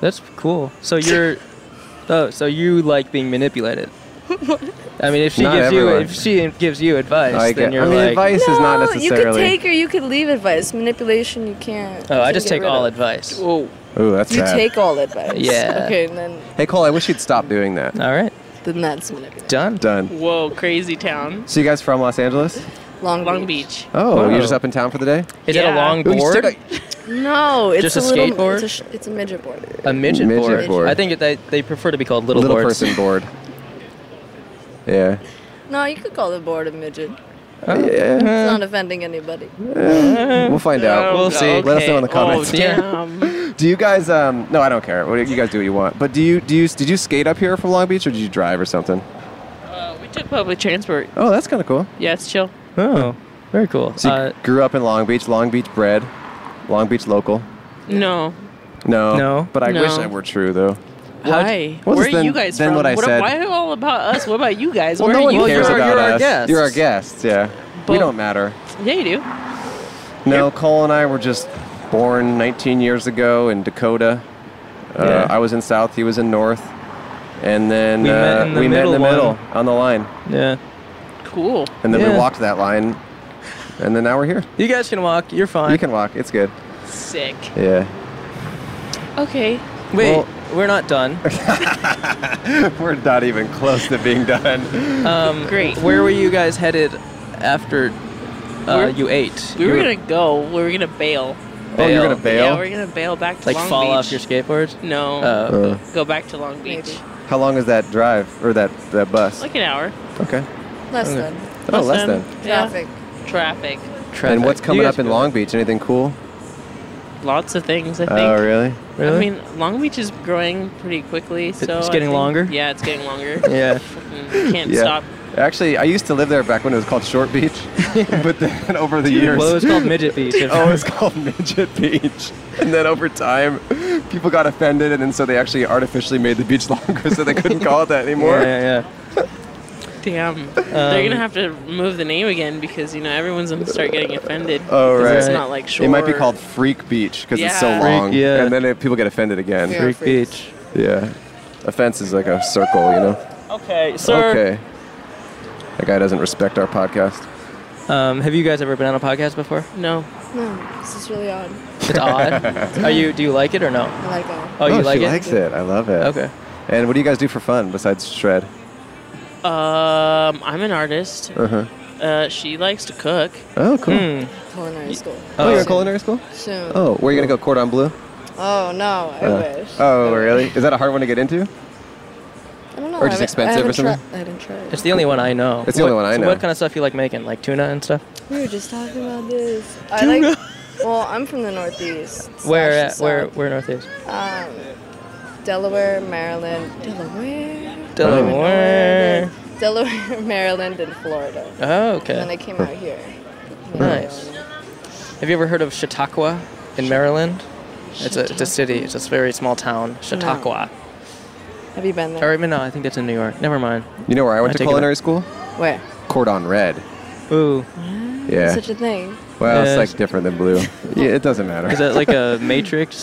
[SPEAKER 1] That's cool.
[SPEAKER 2] *laughs*
[SPEAKER 1] So you're, oh, so you like
[SPEAKER 5] *laughs*
[SPEAKER 1] being manipulated. I mean, if she
[SPEAKER 2] Not
[SPEAKER 1] gives
[SPEAKER 2] everyone.
[SPEAKER 1] you if she gives you advice,
[SPEAKER 2] I,
[SPEAKER 1] then
[SPEAKER 2] get,
[SPEAKER 1] you're
[SPEAKER 2] I mean,
[SPEAKER 1] like,
[SPEAKER 2] advice is not
[SPEAKER 6] No, you could
[SPEAKER 2] necessarily.
[SPEAKER 6] take or you could leave advice. Manipulation, you can't.
[SPEAKER 1] oh,
[SPEAKER 6] you
[SPEAKER 1] I
[SPEAKER 6] can't
[SPEAKER 1] just
[SPEAKER 6] get
[SPEAKER 1] take
[SPEAKER 6] rid
[SPEAKER 1] all
[SPEAKER 6] of.
[SPEAKER 1] advice.
[SPEAKER 5] Whoa.
[SPEAKER 2] Ooh, that's
[SPEAKER 6] You
[SPEAKER 2] sad.
[SPEAKER 6] take all advice. *laughs*
[SPEAKER 1] Yeah.
[SPEAKER 6] Okay, and then
[SPEAKER 2] hey, Cole, I wish you'd stop doing that.
[SPEAKER 1] All right,
[SPEAKER 6] then that's manipulation.
[SPEAKER 1] done.
[SPEAKER 2] Done.
[SPEAKER 5] Whoa. Crazy town.
[SPEAKER 2] So you guys from Los Angeles?
[SPEAKER 6] Long,
[SPEAKER 5] Long
[SPEAKER 6] Beach.
[SPEAKER 5] Beach.
[SPEAKER 2] Oh,
[SPEAKER 1] Wow.
[SPEAKER 2] you're just up in town for the day?
[SPEAKER 1] Is it a
[SPEAKER 5] Yeah.
[SPEAKER 1] long
[SPEAKER 2] Ooh, you still
[SPEAKER 1] board?
[SPEAKER 2] got-
[SPEAKER 6] No, it's
[SPEAKER 1] Just
[SPEAKER 6] a,
[SPEAKER 1] a
[SPEAKER 6] little,
[SPEAKER 1] skateboard?
[SPEAKER 6] It's a, sh- it's a midget board.
[SPEAKER 1] A midget,
[SPEAKER 2] Midget
[SPEAKER 1] board.
[SPEAKER 2] board.
[SPEAKER 1] I think they, they prefer to be called little,
[SPEAKER 2] little
[SPEAKER 1] boards.
[SPEAKER 2] person
[SPEAKER 1] *laughs*
[SPEAKER 2] board. Yeah.
[SPEAKER 6] No, you could call the board a midget.
[SPEAKER 2] Hmm.
[SPEAKER 1] Oh.
[SPEAKER 2] yeah.
[SPEAKER 6] It's not offending anybody.
[SPEAKER 2] Eh, We'll find out.
[SPEAKER 1] We'll see.
[SPEAKER 2] Let us know in the
[SPEAKER 5] Okay.
[SPEAKER 2] comments.
[SPEAKER 5] Oh,
[SPEAKER 1] Yeah.
[SPEAKER 5] damn.
[SPEAKER 2] *laughs* Do you guys? Um, no, I don't care. What, you guys do what you want. But do you? Do you? Did you skate up here from Long Beach, or did you drive or something?
[SPEAKER 5] Uh, we took public transport.
[SPEAKER 2] Oh, that's kind of cool.
[SPEAKER 5] Yeah, it's chill.
[SPEAKER 1] Oh, very cool.
[SPEAKER 2] So you
[SPEAKER 1] uh,
[SPEAKER 2] grew up in Long Beach. Long Beach bred. Long Beach local.
[SPEAKER 5] No.
[SPEAKER 2] No.
[SPEAKER 1] No.
[SPEAKER 2] But I
[SPEAKER 5] No.
[SPEAKER 2] wish I were true though.
[SPEAKER 5] Why?
[SPEAKER 2] Well,
[SPEAKER 5] Where are
[SPEAKER 2] then-
[SPEAKER 5] you guys
[SPEAKER 2] then
[SPEAKER 5] from?
[SPEAKER 2] what I said-
[SPEAKER 5] Why all about us? What about you guys?
[SPEAKER 2] Well,
[SPEAKER 5] Where
[SPEAKER 2] no
[SPEAKER 5] are
[SPEAKER 2] one
[SPEAKER 5] you
[SPEAKER 2] cares
[SPEAKER 1] you're-
[SPEAKER 2] about
[SPEAKER 1] you're our
[SPEAKER 2] us.
[SPEAKER 1] guests.
[SPEAKER 2] You're our guests. Yeah. we
[SPEAKER 5] But-
[SPEAKER 2] don't matter.
[SPEAKER 5] Yeah, you do.
[SPEAKER 2] No, Cole and I were just born 19 years ago in Dakota. Uh,
[SPEAKER 1] Yeah.
[SPEAKER 2] I was in South, he was in North, and then
[SPEAKER 1] We met
[SPEAKER 2] uh,
[SPEAKER 1] in the
[SPEAKER 2] we met in the
[SPEAKER 1] middle one.
[SPEAKER 2] middle on the line,
[SPEAKER 1] yeah.
[SPEAKER 5] Cool.
[SPEAKER 2] and then we
[SPEAKER 1] Yeah.
[SPEAKER 2] walked that line, and then now we're here.
[SPEAKER 1] You guys can walk. You're fine.
[SPEAKER 2] You can walk. It's good.
[SPEAKER 5] Sick.
[SPEAKER 2] Yeah.
[SPEAKER 5] Okay.
[SPEAKER 1] Wait,
[SPEAKER 2] Well-
[SPEAKER 1] we're not done.
[SPEAKER 2] *laughs*
[SPEAKER 1] *laughs*
[SPEAKER 2] We're not even close to being done.
[SPEAKER 5] Great.
[SPEAKER 1] Um, Where were you guys headed after
[SPEAKER 5] We're-
[SPEAKER 1] uh, you ate?
[SPEAKER 5] we
[SPEAKER 1] You
[SPEAKER 5] were gonna go. We were gonna bail.
[SPEAKER 2] Oh, you're gonna
[SPEAKER 5] Yeah,
[SPEAKER 2] bail?
[SPEAKER 5] we're gonna bail back to
[SPEAKER 1] like
[SPEAKER 5] Long
[SPEAKER 1] fall
[SPEAKER 5] Beach.
[SPEAKER 1] off your skateboard.
[SPEAKER 5] No,
[SPEAKER 1] Uh,
[SPEAKER 2] Uh,
[SPEAKER 5] go back to Long Beach.
[SPEAKER 6] Maybe.
[SPEAKER 2] how long is that drive or that that bus?
[SPEAKER 5] Like an hour.
[SPEAKER 2] okay.
[SPEAKER 6] Less
[SPEAKER 2] Okay.
[SPEAKER 6] than
[SPEAKER 2] Oh, less than.
[SPEAKER 5] yeah.
[SPEAKER 6] traffic.
[SPEAKER 5] Traffic.
[SPEAKER 2] And
[SPEAKER 1] traffic.
[SPEAKER 2] what's
[SPEAKER 1] You
[SPEAKER 2] coming
[SPEAKER 1] guys
[SPEAKER 2] up in
[SPEAKER 1] go-
[SPEAKER 2] Long Beach? Anything cool?
[SPEAKER 5] Lots of things. I think.
[SPEAKER 2] Oh, really?
[SPEAKER 1] Really?
[SPEAKER 5] I mean, Long Beach is growing pretty quickly. So
[SPEAKER 1] It's
[SPEAKER 5] I
[SPEAKER 1] getting
[SPEAKER 5] think-
[SPEAKER 1] longer?
[SPEAKER 5] Yeah, it's getting longer. *laughs*
[SPEAKER 1] Yeah.
[SPEAKER 5] Fucking Can't
[SPEAKER 2] Yeah.
[SPEAKER 5] stop.
[SPEAKER 2] Actually, I used to live there back when it was called Short
[SPEAKER 5] *laughs*
[SPEAKER 2] Beach, *laughs* but then over the years,
[SPEAKER 1] Well, it was
[SPEAKER 2] *laughs*
[SPEAKER 1] called Midget Beach. if-
[SPEAKER 2] oh,
[SPEAKER 1] *laughs*
[SPEAKER 2] it's called Midget Beach. And then over time, people got offended, and then so they actually artificially made the beach *laughs* longer, so they couldn't call it that anymore.
[SPEAKER 1] yeah, yeah,
[SPEAKER 5] Damn. They're gonna have to move the name again because you know everyone's gonna start getting offended.
[SPEAKER 2] Oh,
[SPEAKER 5] 'Cause It's
[SPEAKER 1] right.
[SPEAKER 5] not like shore.
[SPEAKER 2] It might be called Freak Beach because it's so
[SPEAKER 5] Yeah.
[SPEAKER 1] Freak,
[SPEAKER 2] long,
[SPEAKER 1] yeah.
[SPEAKER 2] and then it, people get offended again.
[SPEAKER 1] yeah.
[SPEAKER 6] Yeah.
[SPEAKER 1] Freak
[SPEAKER 6] freaks.
[SPEAKER 1] Beach.
[SPEAKER 2] Yeah, offense is like a circle, you know.
[SPEAKER 5] Okay, sir.
[SPEAKER 2] Okay, that guy doesn't respect our podcast.
[SPEAKER 1] Um, have you guys ever been on a podcast before?
[SPEAKER 5] No.
[SPEAKER 6] No, this is really odd.
[SPEAKER 1] It's odd. Are you? Do you like it or no?
[SPEAKER 6] I like it.
[SPEAKER 1] Oh, you
[SPEAKER 2] she
[SPEAKER 1] like it?
[SPEAKER 2] likes it. I love it.
[SPEAKER 1] Okay.
[SPEAKER 2] And what do you guys do for fun besides shred?
[SPEAKER 5] Um, I'm an artist.
[SPEAKER 2] Uh huh.
[SPEAKER 5] Uh, she likes to cook.
[SPEAKER 2] Oh, cool.
[SPEAKER 1] Hmm.
[SPEAKER 6] Culinary school.
[SPEAKER 2] Oh, you're in
[SPEAKER 6] Soon.
[SPEAKER 2] culinary school?
[SPEAKER 6] Soon.
[SPEAKER 2] Oh, where are you gonna go? Cordon bleu?
[SPEAKER 6] Oh, no, I wish.
[SPEAKER 2] Oh, really? Is that a hard one to get into?
[SPEAKER 6] I don't know.
[SPEAKER 2] Or
[SPEAKER 6] I haven't-
[SPEAKER 2] just
[SPEAKER 6] I
[SPEAKER 2] expensive or
[SPEAKER 6] haven't tri-
[SPEAKER 2] something?
[SPEAKER 6] I didn't try it.
[SPEAKER 1] It's the only one I know.
[SPEAKER 2] It's the only
[SPEAKER 1] What-
[SPEAKER 2] one I
[SPEAKER 1] so
[SPEAKER 2] know.
[SPEAKER 1] What kind of stuff you like making? Like tuna and stuff.
[SPEAKER 6] We were just talking about this. I like. Well, I'm from the Northeast.
[SPEAKER 1] *laughs* where?
[SPEAKER 6] slash
[SPEAKER 1] At,
[SPEAKER 6] the
[SPEAKER 1] where?
[SPEAKER 6] South. Um,
[SPEAKER 1] Where northeast?
[SPEAKER 6] Delaware, Maryland, Delaware,
[SPEAKER 1] Delaware.
[SPEAKER 6] Delaware, *laughs* Maryland, and Florida.
[SPEAKER 1] Oh,
[SPEAKER 6] And then I
[SPEAKER 1] okay.
[SPEAKER 6] came out here.
[SPEAKER 1] Nice. Have you ever heard of Chautauqua in Maryland? It's a, it's a city. It's a very small town. Chautauqua.
[SPEAKER 6] Have you been
[SPEAKER 1] Or
[SPEAKER 6] there?
[SPEAKER 1] even no, I think that's in New York. Never mind.
[SPEAKER 2] You know where I went
[SPEAKER 1] I
[SPEAKER 2] to
[SPEAKER 1] take it
[SPEAKER 2] culinary
[SPEAKER 1] back.
[SPEAKER 2] school?
[SPEAKER 6] Where?
[SPEAKER 2] Cordon red.
[SPEAKER 1] Ooh,
[SPEAKER 2] Yeah.
[SPEAKER 6] Such a thing.
[SPEAKER 2] well, it's
[SPEAKER 1] Yeah,
[SPEAKER 2] like
[SPEAKER 1] it's-
[SPEAKER 2] different than
[SPEAKER 1] *laughs*
[SPEAKER 2] blue. yeah, it doesn't matter.
[SPEAKER 1] is that like a Matrix?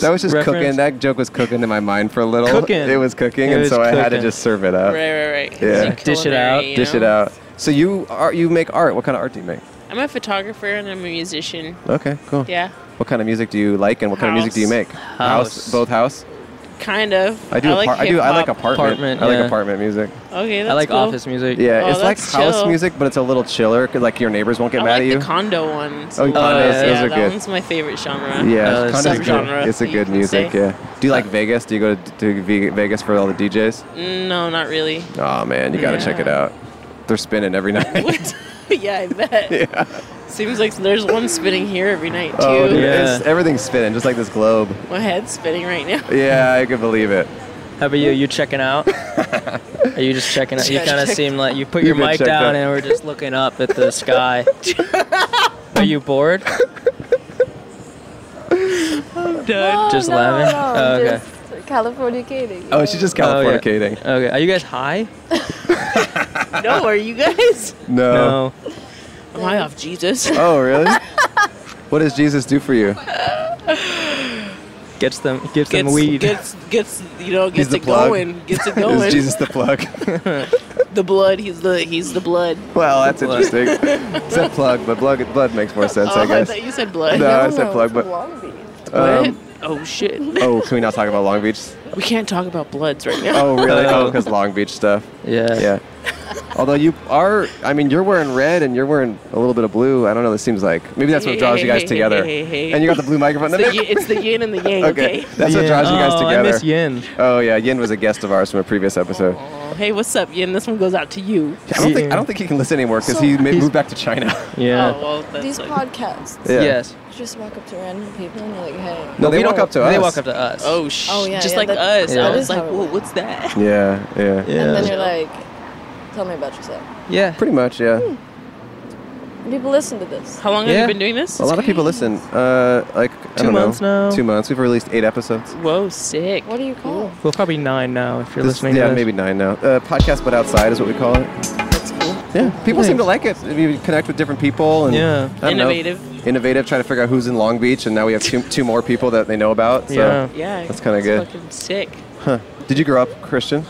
[SPEAKER 2] *laughs* that was just
[SPEAKER 1] reference?
[SPEAKER 2] cooking. That joke was cooking in my mind for a little.
[SPEAKER 1] Cooking.
[SPEAKER 2] It was cooking,
[SPEAKER 1] It
[SPEAKER 2] and
[SPEAKER 1] was
[SPEAKER 2] so I had to
[SPEAKER 1] cooking.
[SPEAKER 2] just serve it up,
[SPEAKER 5] Right, right, right.
[SPEAKER 2] Yeah.
[SPEAKER 5] Like
[SPEAKER 1] Dish it
[SPEAKER 5] culinary,
[SPEAKER 1] out.
[SPEAKER 5] you
[SPEAKER 2] dish it
[SPEAKER 5] know?
[SPEAKER 2] out. So you are you make art? What kind of art do you make?
[SPEAKER 5] I'm a photographer and I'm a musician.
[SPEAKER 2] Okay, cool.
[SPEAKER 5] Yeah,
[SPEAKER 2] What kind of music do you like, and what kind of music do you
[SPEAKER 5] House.
[SPEAKER 2] make?
[SPEAKER 1] House.
[SPEAKER 2] both house.
[SPEAKER 5] kind of.
[SPEAKER 2] I do.
[SPEAKER 5] like
[SPEAKER 2] apar- I do. I like
[SPEAKER 5] hip-hop.
[SPEAKER 2] apartment.
[SPEAKER 1] Apartment,
[SPEAKER 2] I like
[SPEAKER 1] yeah.
[SPEAKER 2] apartment music.
[SPEAKER 5] Okay, that's
[SPEAKER 1] I like
[SPEAKER 5] cool.
[SPEAKER 1] office music.
[SPEAKER 2] Yeah,
[SPEAKER 5] Oh,
[SPEAKER 2] it's like
[SPEAKER 5] that's
[SPEAKER 2] house
[SPEAKER 5] chill.
[SPEAKER 2] music, but it's a little chiller. 'cause, Like your neighbors won't get
[SPEAKER 5] I
[SPEAKER 2] mad
[SPEAKER 5] like
[SPEAKER 2] at you.
[SPEAKER 5] the condo ones.
[SPEAKER 2] Oh,
[SPEAKER 5] a lot.
[SPEAKER 1] condos,
[SPEAKER 5] yeah,
[SPEAKER 1] those
[SPEAKER 2] are
[SPEAKER 5] that
[SPEAKER 2] good.
[SPEAKER 5] one's my favorite genre.
[SPEAKER 2] yeah,
[SPEAKER 1] Uh,
[SPEAKER 2] it's, kinda
[SPEAKER 5] subgenre,
[SPEAKER 2] good. it's a
[SPEAKER 5] you
[SPEAKER 2] good
[SPEAKER 5] can
[SPEAKER 2] music.
[SPEAKER 5] say.
[SPEAKER 2] Yeah. Do you like
[SPEAKER 5] Uh,
[SPEAKER 2] Vegas? Do you go to, to Ve- Vegas for all the DJs?
[SPEAKER 5] Mm, No, not really.
[SPEAKER 2] Oh man, you gotta check it out. They're spinning every *laughs* night.
[SPEAKER 5] What? *laughs* yeah,
[SPEAKER 2] *laughs*
[SPEAKER 5] I bet. Seems like there's one spinning here every night too.
[SPEAKER 2] oh, dude,
[SPEAKER 1] Yeah.
[SPEAKER 2] it's, everything's spinning, just like this globe.
[SPEAKER 5] My head's spinning right now. *laughs*
[SPEAKER 2] Yeah, I could believe it.
[SPEAKER 1] How about you? You checking out? Are you just checking
[SPEAKER 5] *laughs*
[SPEAKER 1] out? You kind of seem like you put your
[SPEAKER 2] You've been
[SPEAKER 1] mic
[SPEAKER 2] checked
[SPEAKER 1] down
[SPEAKER 2] out.
[SPEAKER 1] and we're just looking up at
[SPEAKER 2] *laughs*
[SPEAKER 1] the sky. Are you bored?
[SPEAKER 6] Oh,
[SPEAKER 1] Just
[SPEAKER 6] no,
[SPEAKER 1] laughing?
[SPEAKER 6] no,
[SPEAKER 1] Oh, okay.
[SPEAKER 6] Just California kidding.
[SPEAKER 2] Oh, she's just
[SPEAKER 1] Oh, yeah.
[SPEAKER 2] Californicating.
[SPEAKER 1] Okay. Are you guys high?
[SPEAKER 5] no, are
[SPEAKER 6] *laughs*
[SPEAKER 5] you guys?
[SPEAKER 2] No.
[SPEAKER 1] No.
[SPEAKER 5] Am I off Jesus?
[SPEAKER 2] Oh
[SPEAKER 5] *laughs*
[SPEAKER 2] really? *laughs* what does Jesus do for you?
[SPEAKER 1] Gets them. Gives
[SPEAKER 5] Gets,
[SPEAKER 1] them weed.
[SPEAKER 5] gets gets you know
[SPEAKER 2] He's
[SPEAKER 5] gets
[SPEAKER 2] the
[SPEAKER 5] it
[SPEAKER 2] plug.
[SPEAKER 5] going, gets
[SPEAKER 2] *laughs*
[SPEAKER 5] it
[SPEAKER 2] Is
[SPEAKER 5] going.
[SPEAKER 2] Jesus the plug?
[SPEAKER 5] *laughs*
[SPEAKER 2] *laughs*
[SPEAKER 5] The blood, he's the he's the blood.
[SPEAKER 2] well, that's
[SPEAKER 1] Plug.
[SPEAKER 2] interesting. it's a plug, but blood, blood makes more sense,
[SPEAKER 5] oh,
[SPEAKER 2] I guess.
[SPEAKER 5] thought you said blood.
[SPEAKER 2] No,
[SPEAKER 6] I
[SPEAKER 2] I
[SPEAKER 6] don't
[SPEAKER 2] said
[SPEAKER 6] know,
[SPEAKER 2] plug,
[SPEAKER 6] it's a
[SPEAKER 5] *laughs*
[SPEAKER 2] but
[SPEAKER 6] wallaby.
[SPEAKER 5] What?
[SPEAKER 2] um,
[SPEAKER 5] oh shit.
[SPEAKER 2] oh, can we not talk about Long
[SPEAKER 5] *laughs*
[SPEAKER 2] Beach?
[SPEAKER 5] We can't talk about bloods right now.
[SPEAKER 2] Oh,
[SPEAKER 1] *laughs*
[SPEAKER 2] really?
[SPEAKER 1] Oh.
[SPEAKER 2] Oh, because Long Beach stuff.
[SPEAKER 1] yeah.
[SPEAKER 2] Yeah. Although you are, I mean, you're wearing red and you're wearing a little bit of blue. I don't know. This seems like maybe that's what
[SPEAKER 5] Hey,
[SPEAKER 2] draws you guys
[SPEAKER 5] hey,
[SPEAKER 2] together.
[SPEAKER 5] hey, hey, hey.
[SPEAKER 2] And you got the blue
[SPEAKER 5] *laughs*
[SPEAKER 2] microphone. *laughs*
[SPEAKER 5] It's the, y- it's the yin and the yang. Okay.
[SPEAKER 2] okay, that's what draws you guys
[SPEAKER 1] oh,
[SPEAKER 2] together.
[SPEAKER 1] I miss Yin.
[SPEAKER 2] Oh yeah, Yin was a guest of ours from a previous episode.
[SPEAKER 5] Oh, hey, what's up, yin? This one goes out to you.
[SPEAKER 2] I don't think I don't think he can listen anymore because he ma-
[SPEAKER 1] He's-
[SPEAKER 2] moved back to China.
[SPEAKER 1] *laughs* Yeah.
[SPEAKER 5] Oh well, that's
[SPEAKER 6] These
[SPEAKER 5] like,
[SPEAKER 6] podcasts.
[SPEAKER 2] Yeah.
[SPEAKER 1] Yes.
[SPEAKER 6] You just walk up to random people and you're like, hey.
[SPEAKER 2] No, they
[SPEAKER 1] We
[SPEAKER 2] walk
[SPEAKER 1] don't-
[SPEAKER 2] up to us.
[SPEAKER 1] They walk up to us.
[SPEAKER 5] oh sh,
[SPEAKER 6] Oh, yeah,
[SPEAKER 5] just
[SPEAKER 6] yeah,
[SPEAKER 5] like
[SPEAKER 6] that-
[SPEAKER 5] us.
[SPEAKER 1] yeah.
[SPEAKER 5] I was
[SPEAKER 6] That is
[SPEAKER 5] like, *laughs*
[SPEAKER 6] how it
[SPEAKER 5] whoa,
[SPEAKER 6] works.
[SPEAKER 5] what's that?
[SPEAKER 2] Yeah, yeah,
[SPEAKER 6] And then
[SPEAKER 1] Yeah.
[SPEAKER 6] you're like, tell me about yourself.
[SPEAKER 1] Yeah.
[SPEAKER 2] Pretty much, yeah.
[SPEAKER 6] People listen to this.
[SPEAKER 5] How long have
[SPEAKER 1] Yeah.
[SPEAKER 5] "Hmm, you been doing this?
[SPEAKER 2] A lot of people listen. Uh, like I
[SPEAKER 1] Two
[SPEAKER 2] don't know,
[SPEAKER 1] months now.
[SPEAKER 2] Two months. We've released eight episodes.
[SPEAKER 5] Whoa, sick.
[SPEAKER 6] What do you call it?
[SPEAKER 1] Well, probably nine now if you're
[SPEAKER 2] This-
[SPEAKER 1] listening.
[SPEAKER 2] yeah,
[SPEAKER 1] to this.
[SPEAKER 2] maybe nine now. Uh, podcast, but outside is what we call it.
[SPEAKER 5] That's cool.
[SPEAKER 2] Yeah, people seem
[SPEAKER 1] Thanks.
[SPEAKER 2] to like it. You connect with different people and
[SPEAKER 1] Yeah.
[SPEAKER 2] I don't know.
[SPEAKER 5] Innovative.
[SPEAKER 2] innovative. Trying to figure out who's in Long Beach, and now we have two, two more people that they know about. So.
[SPEAKER 1] Yeah.
[SPEAKER 5] Yeah,
[SPEAKER 2] That's kinda good.
[SPEAKER 5] Fucking sick.
[SPEAKER 2] Huh. Did you grow up Christian?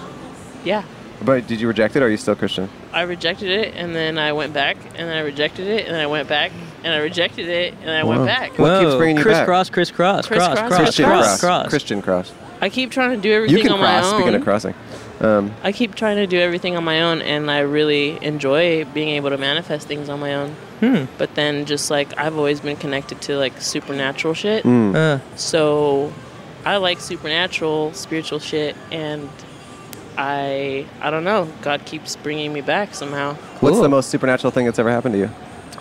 [SPEAKER 5] Yeah,
[SPEAKER 2] But did you reject it? or Are you still Christian?
[SPEAKER 5] I rejected it and then I went back and I rejected it and I went back and I rejected it and I
[SPEAKER 2] Wow.
[SPEAKER 5] went back.
[SPEAKER 2] What
[SPEAKER 1] Whoa.
[SPEAKER 2] keeps bringing you back?
[SPEAKER 1] Crisscross, crisscross,
[SPEAKER 5] Crisscross,
[SPEAKER 1] cross, cross,
[SPEAKER 2] Christian
[SPEAKER 5] crisscross.
[SPEAKER 1] cross, cross.
[SPEAKER 2] Christian cross.
[SPEAKER 5] I keep trying to do everything
[SPEAKER 2] You can
[SPEAKER 5] on my
[SPEAKER 2] cross.
[SPEAKER 5] own.
[SPEAKER 2] Speaking of crossing, um,
[SPEAKER 5] I keep trying to do everything on my own, and I really enjoy being able to manifest things on my own. But then, just like I've always been connected to like supernatural shit,
[SPEAKER 2] Hmm.
[SPEAKER 1] Uh,
[SPEAKER 5] so I like supernatural, spiritual shit, and I I don't know. God keeps bringing me back somehow.
[SPEAKER 2] what's the
[SPEAKER 1] Cool.
[SPEAKER 2] most supernatural thing that's ever happened to you?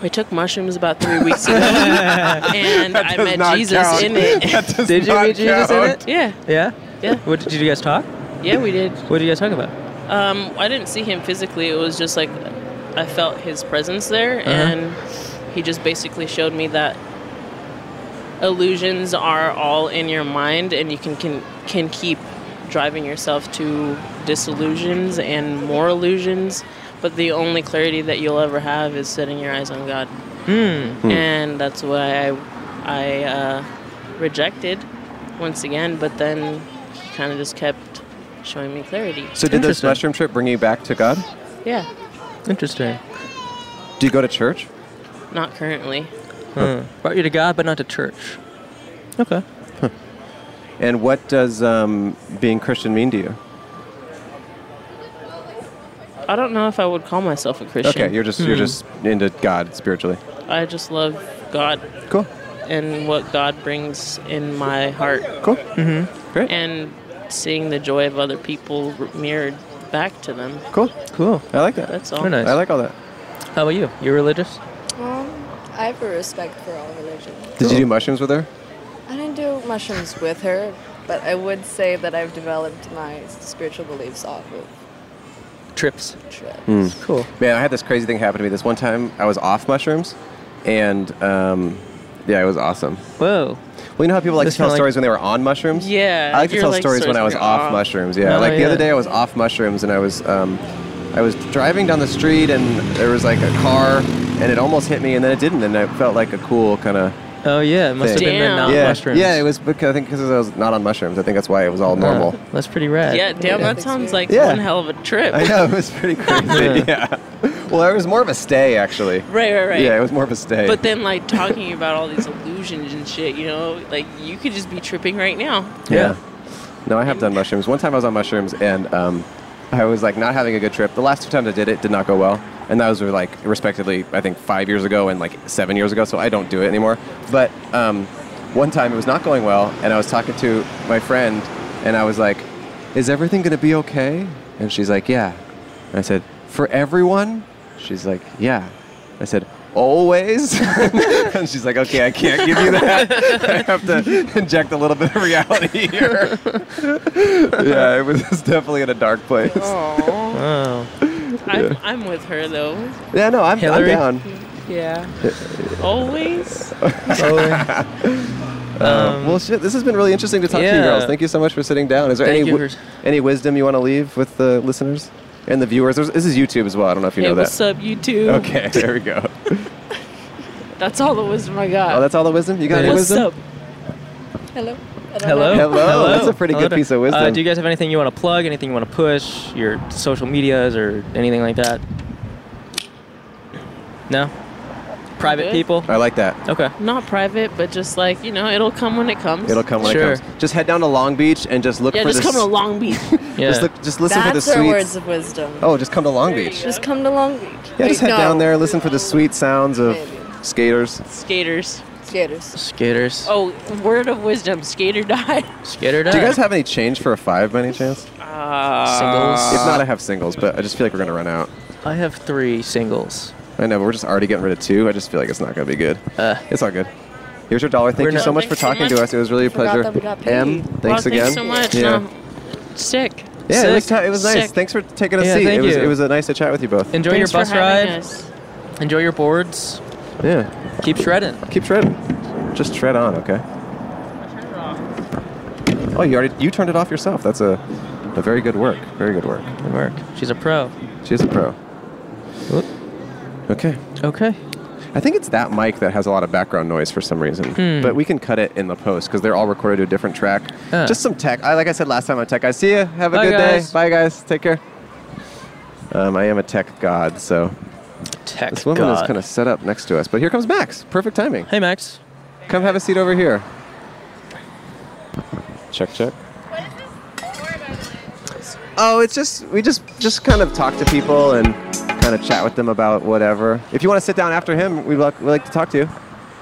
[SPEAKER 5] I took mushrooms about three weeks ago, and I met Jesus in
[SPEAKER 2] *laughs*
[SPEAKER 1] *laughs*
[SPEAKER 5] it.
[SPEAKER 1] did you meet Jesus in it?
[SPEAKER 5] yeah,
[SPEAKER 1] Yeah.
[SPEAKER 5] Yeah.
[SPEAKER 1] What did you guys talk?
[SPEAKER 5] yeah, we did.
[SPEAKER 1] What did you guys talk about?
[SPEAKER 5] Um, I didn't see him physically. It was just like I felt his presence there, and he just basically showed me that illusions are all in your mind, and you can can can keep driving yourself to disillusions and more illusions. But the only clarity that you'll ever have is setting your eyes on God,
[SPEAKER 1] Hmm.
[SPEAKER 2] Hmm.
[SPEAKER 5] and that's why I I uh, rejected once again. But then he kind of just kept showing me clarity.
[SPEAKER 2] So did this
[SPEAKER 1] Interesting.
[SPEAKER 2] mushroom trip bring you back to God?
[SPEAKER 5] Yeah.
[SPEAKER 1] Interesting.
[SPEAKER 2] Do you go to church?
[SPEAKER 5] Not currently.
[SPEAKER 1] Huh. Brought you to God, but not to church. Okay.
[SPEAKER 2] And what does um, being Christian mean to you?
[SPEAKER 5] I don't know if I would call myself a Christian. Hmm.
[SPEAKER 2] Okay, you're just
[SPEAKER 1] Hmm.
[SPEAKER 2] you're just into God spiritually.
[SPEAKER 5] I just love God
[SPEAKER 2] Cool,
[SPEAKER 5] and what God brings in my heart
[SPEAKER 2] cool. Mm-hmm. Great,
[SPEAKER 5] and seeing the joy of other people r- mirrored back to them.
[SPEAKER 2] cool.
[SPEAKER 1] Cool.
[SPEAKER 2] I like that.
[SPEAKER 5] That's all.
[SPEAKER 1] Very nice.
[SPEAKER 2] I like all that.
[SPEAKER 1] How about you? You religious?
[SPEAKER 6] Um, I have a respect for all religions.
[SPEAKER 2] Did you do mushrooms with her?
[SPEAKER 6] I didn't do mushrooms with her, but I would say that I've developed my spiritual beliefs off of
[SPEAKER 1] Trips.
[SPEAKER 6] trip.
[SPEAKER 1] Cool.
[SPEAKER 2] Hmm. Man, I had this crazy thing happen to me. This one time, I was off mushrooms, and um, yeah, it was awesome.
[SPEAKER 1] Whoa.
[SPEAKER 2] Well, you know how people like
[SPEAKER 1] This
[SPEAKER 2] to tell
[SPEAKER 1] kinda like-
[SPEAKER 2] stories when they were on mushrooms?
[SPEAKER 5] Yeah,
[SPEAKER 2] I like to
[SPEAKER 5] you're
[SPEAKER 2] tell
[SPEAKER 5] like
[SPEAKER 2] stories when I was
[SPEAKER 5] stories when
[SPEAKER 2] off
[SPEAKER 5] you're off.
[SPEAKER 2] mushrooms. Yeah,
[SPEAKER 1] Oh,
[SPEAKER 2] like the
[SPEAKER 1] yeah.
[SPEAKER 2] other day I was off mushrooms and I was um, I was driving down the street and there was like a car and it almost hit me and then it didn't and I felt like a cool kind of
[SPEAKER 1] Oh yeah, it must have been the
[SPEAKER 5] Damn.
[SPEAKER 1] not
[SPEAKER 2] yeah
[SPEAKER 1] mushrooms.
[SPEAKER 2] yeah it was because I think because I was not on mushrooms I think that's why it was all
[SPEAKER 1] Huh.
[SPEAKER 2] normal.
[SPEAKER 1] That's pretty rad.
[SPEAKER 5] Yeah, damn, that
[SPEAKER 6] Yeah.
[SPEAKER 5] sounds like
[SPEAKER 2] Yeah.
[SPEAKER 5] one hell of a trip.
[SPEAKER 2] I know it was pretty crazy. yeah. Well, it was more of a stay actually.
[SPEAKER 5] Right, right, right.
[SPEAKER 2] Yeah, it was more of a stay.
[SPEAKER 5] But then, like, talking about all these illusions and shit, you know, like, you could just be tripping right
[SPEAKER 2] *laughs*
[SPEAKER 5] now.
[SPEAKER 2] Yeah. No, I have done mushrooms. One time I was on mushrooms and um, I was like not having a good trip. The last two times I did it, it did not go well. And that was like respectively, I think five years ago and like seven years ago. So I don't do it anymore. But um, one time it was not going well, and I was talking to my friend, and I was like, "Is everything gonna be okay?" And she's like, "Yeah." And I said, "For everyone?" She's like, "Yeah." I said, "Always." *laughs* and she's like, "Okay, I can't give you that. *laughs* I have to inject a little bit of reality here." *laughs* yeah, it was it's definitely in a dark place.
[SPEAKER 5] Aww.
[SPEAKER 1] Wow.
[SPEAKER 5] I'm, I'm with her, though.
[SPEAKER 2] Yeah, no, I'm, I'm
[SPEAKER 1] Hillary?
[SPEAKER 2] down.
[SPEAKER 5] Yeah.
[SPEAKER 2] *laughs*
[SPEAKER 5] Always.
[SPEAKER 1] Oh,
[SPEAKER 2] Um, well, shit, this has been really interesting to talk to you
[SPEAKER 1] yeah.
[SPEAKER 2] girls. Thank you so much for sitting down. Is there
[SPEAKER 1] Thank
[SPEAKER 2] any
[SPEAKER 1] you
[SPEAKER 2] wi-
[SPEAKER 1] for-
[SPEAKER 2] any wisdom you want to leave with the listeners and the viewers? There's, this is YouTube as well. I don't know if you
[SPEAKER 5] hey,
[SPEAKER 2] know
[SPEAKER 5] what's
[SPEAKER 2] that.
[SPEAKER 5] up, YouTube?
[SPEAKER 2] Okay, *laughs* there we go.
[SPEAKER 5] That's all the wisdom I got.
[SPEAKER 2] Oh, that's all the wisdom? You got any
[SPEAKER 1] What's
[SPEAKER 2] wisdom?
[SPEAKER 6] Hello. I don't
[SPEAKER 1] hello?
[SPEAKER 6] Know.
[SPEAKER 2] Hello. That's a pretty good
[SPEAKER 1] to-
[SPEAKER 2] piece of wisdom.
[SPEAKER 1] Uh, do you guys have anything you want to plug? Anything you want to push? Your social medias or anything like that? No. Private
[SPEAKER 5] Good.
[SPEAKER 1] people.
[SPEAKER 2] I like that.
[SPEAKER 1] Okay.
[SPEAKER 5] Not private, but just like, you know, it'll come when it comes.
[SPEAKER 2] It'll come when
[SPEAKER 1] Sure.
[SPEAKER 2] it comes. Just head down to Long Beach and just look
[SPEAKER 5] Yeah,
[SPEAKER 2] for
[SPEAKER 5] just
[SPEAKER 2] this.
[SPEAKER 5] come to Long Beach.
[SPEAKER 1] Yeah.
[SPEAKER 2] Just, look, just *laughs* listen
[SPEAKER 6] That's
[SPEAKER 2] for the
[SPEAKER 6] our
[SPEAKER 2] sweet.
[SPEAKER 6] words of wisdom.
[SPEAKER 2] Oh, just come to Long Beach.
[SPEAKER 6] Just come to Long Beach.
[SPEAKER 2] Yeah, just head
[SPEAKER 6] Wait, no.
[SPEAKER 2] down there, listen for the sweet sounds of
[SPEAKER 6] Maybe.
[SPEAKER 2] skaters.
[SPEAKER 5] Skaters.
[SPEAKER 6] Skaters.
[SPEAKER 1] Skaters.
[SPEAKER 5] Oh, word of wisdom.
[SPEAKER 2] *laughs*
[SPEAKER 5] Skater died.
[SPEAKER 1] Skater.
[SPEAKER 2] Do you guys have any change for a five by any chance? Uh,
[SPEAKER 1] singles?
[SPEAKER 2] if not, I have singles, but I just feel like we're going to run out.
[SPEAKER 1] I have three singles.
[SPEAKER 2] I know, but we're just already getting rid of two. I just feel like it's not going to be good.
[SPEAKER 1] Uh.
[SPEAKER 2] it's all good. Here's your dollar. Thank
[SPEAKER 1] We're
[SPEAKER 2] you
[SPEAKER 1] not-
[SPEAKER 2] so much for
[SPEAKER 5] Thanks so
[SPEAKER 2] talking
[SPEAKER 5] much.
[SPEAKER 2] to us. It was really a
[SPEAKER 6] Forgot
[SPEAKER 2] pleasure.
[SPEAKER 6] that we got paid.
[SPEAKER 2] M, thanks
[SPEAKER 5] Wow,
[SPEAKER 2] again.
[SPEAKER 5] Thanks so much.
[SPEAKER 2] Yeah,
[SPEAKER 5] No, sick.
[SPEAKER 2] yeah it, was
[SPEAKER 1] Sick.
[SPEAKER 2] ti- it was nice.
[SPEAKER 5] Sick.
[SPEAKER 2] Thanks for taking a
[SPEAKER 1] Yeah,
[SPEAKER 2] seat.
[SPEAKER 1] thank
[SPEAKER 2] it was
[SPEAKER 1] you.
[SPEAKER 2] it was uh, nice to chat with you both.
[SPEAKER 1] Enjoy
[SPEAKER 5] Thanks
[SPEAKER 1] your
[SPEAKER 5] for
[SPEAKER 1] bus ride.
[SPEAKER 5] having us.
[SPEAKER 1] Enjoy your boards.
[SPEAKER 2] Yeah,
[SPEAKER 1] Keep shredding.
[SPEAKER 2] keep shredding. Just shred on, okay? Oh, you already you turned it off yourself. That's a a very good work. Very good work.
[SPEAKER 1] Good work. She's a pro.
[SPEAKER 2] She's a pro.
[SPEAKER 1] Oop.
[SPEAKER 2] Okay.
[SPEAKER 1] Okay.
[SPEAKER 2] I think it's that mic that has a lot of background noise for some reason,
[SPEAKER 1] Hmm.
[SPEAKER 2] but we can cut it in the post because they're all recorded to a different track.
[SPEAKER 1] Ah.
[SPEAKER 2] Just some tech. I, like I said last time on Tech Guys. See you. Have a
[SPEAKER 1] Bye,
[SPEAKER 2] good
[SPEAKER 1] guys.
[SPEAKER 2] day. Bye, guys. Take care. Um, I am a tech god, so
[SPEAKER 1] Tech
[SPEAKER 2] this woman is
[SPEAKER 1] god.
[SPEAKER 2] kind of set up next to us. But here comes Max. Perfect timing.
[SPEAKER 1] Hey Max.
[SPEAKER 2] Come have a seat over here. Check, check. Oh, it's just we just just kind of talk to people and kind of chat with them about whatever. If you want to sit down after him, we'd like, we'd like to talk to you.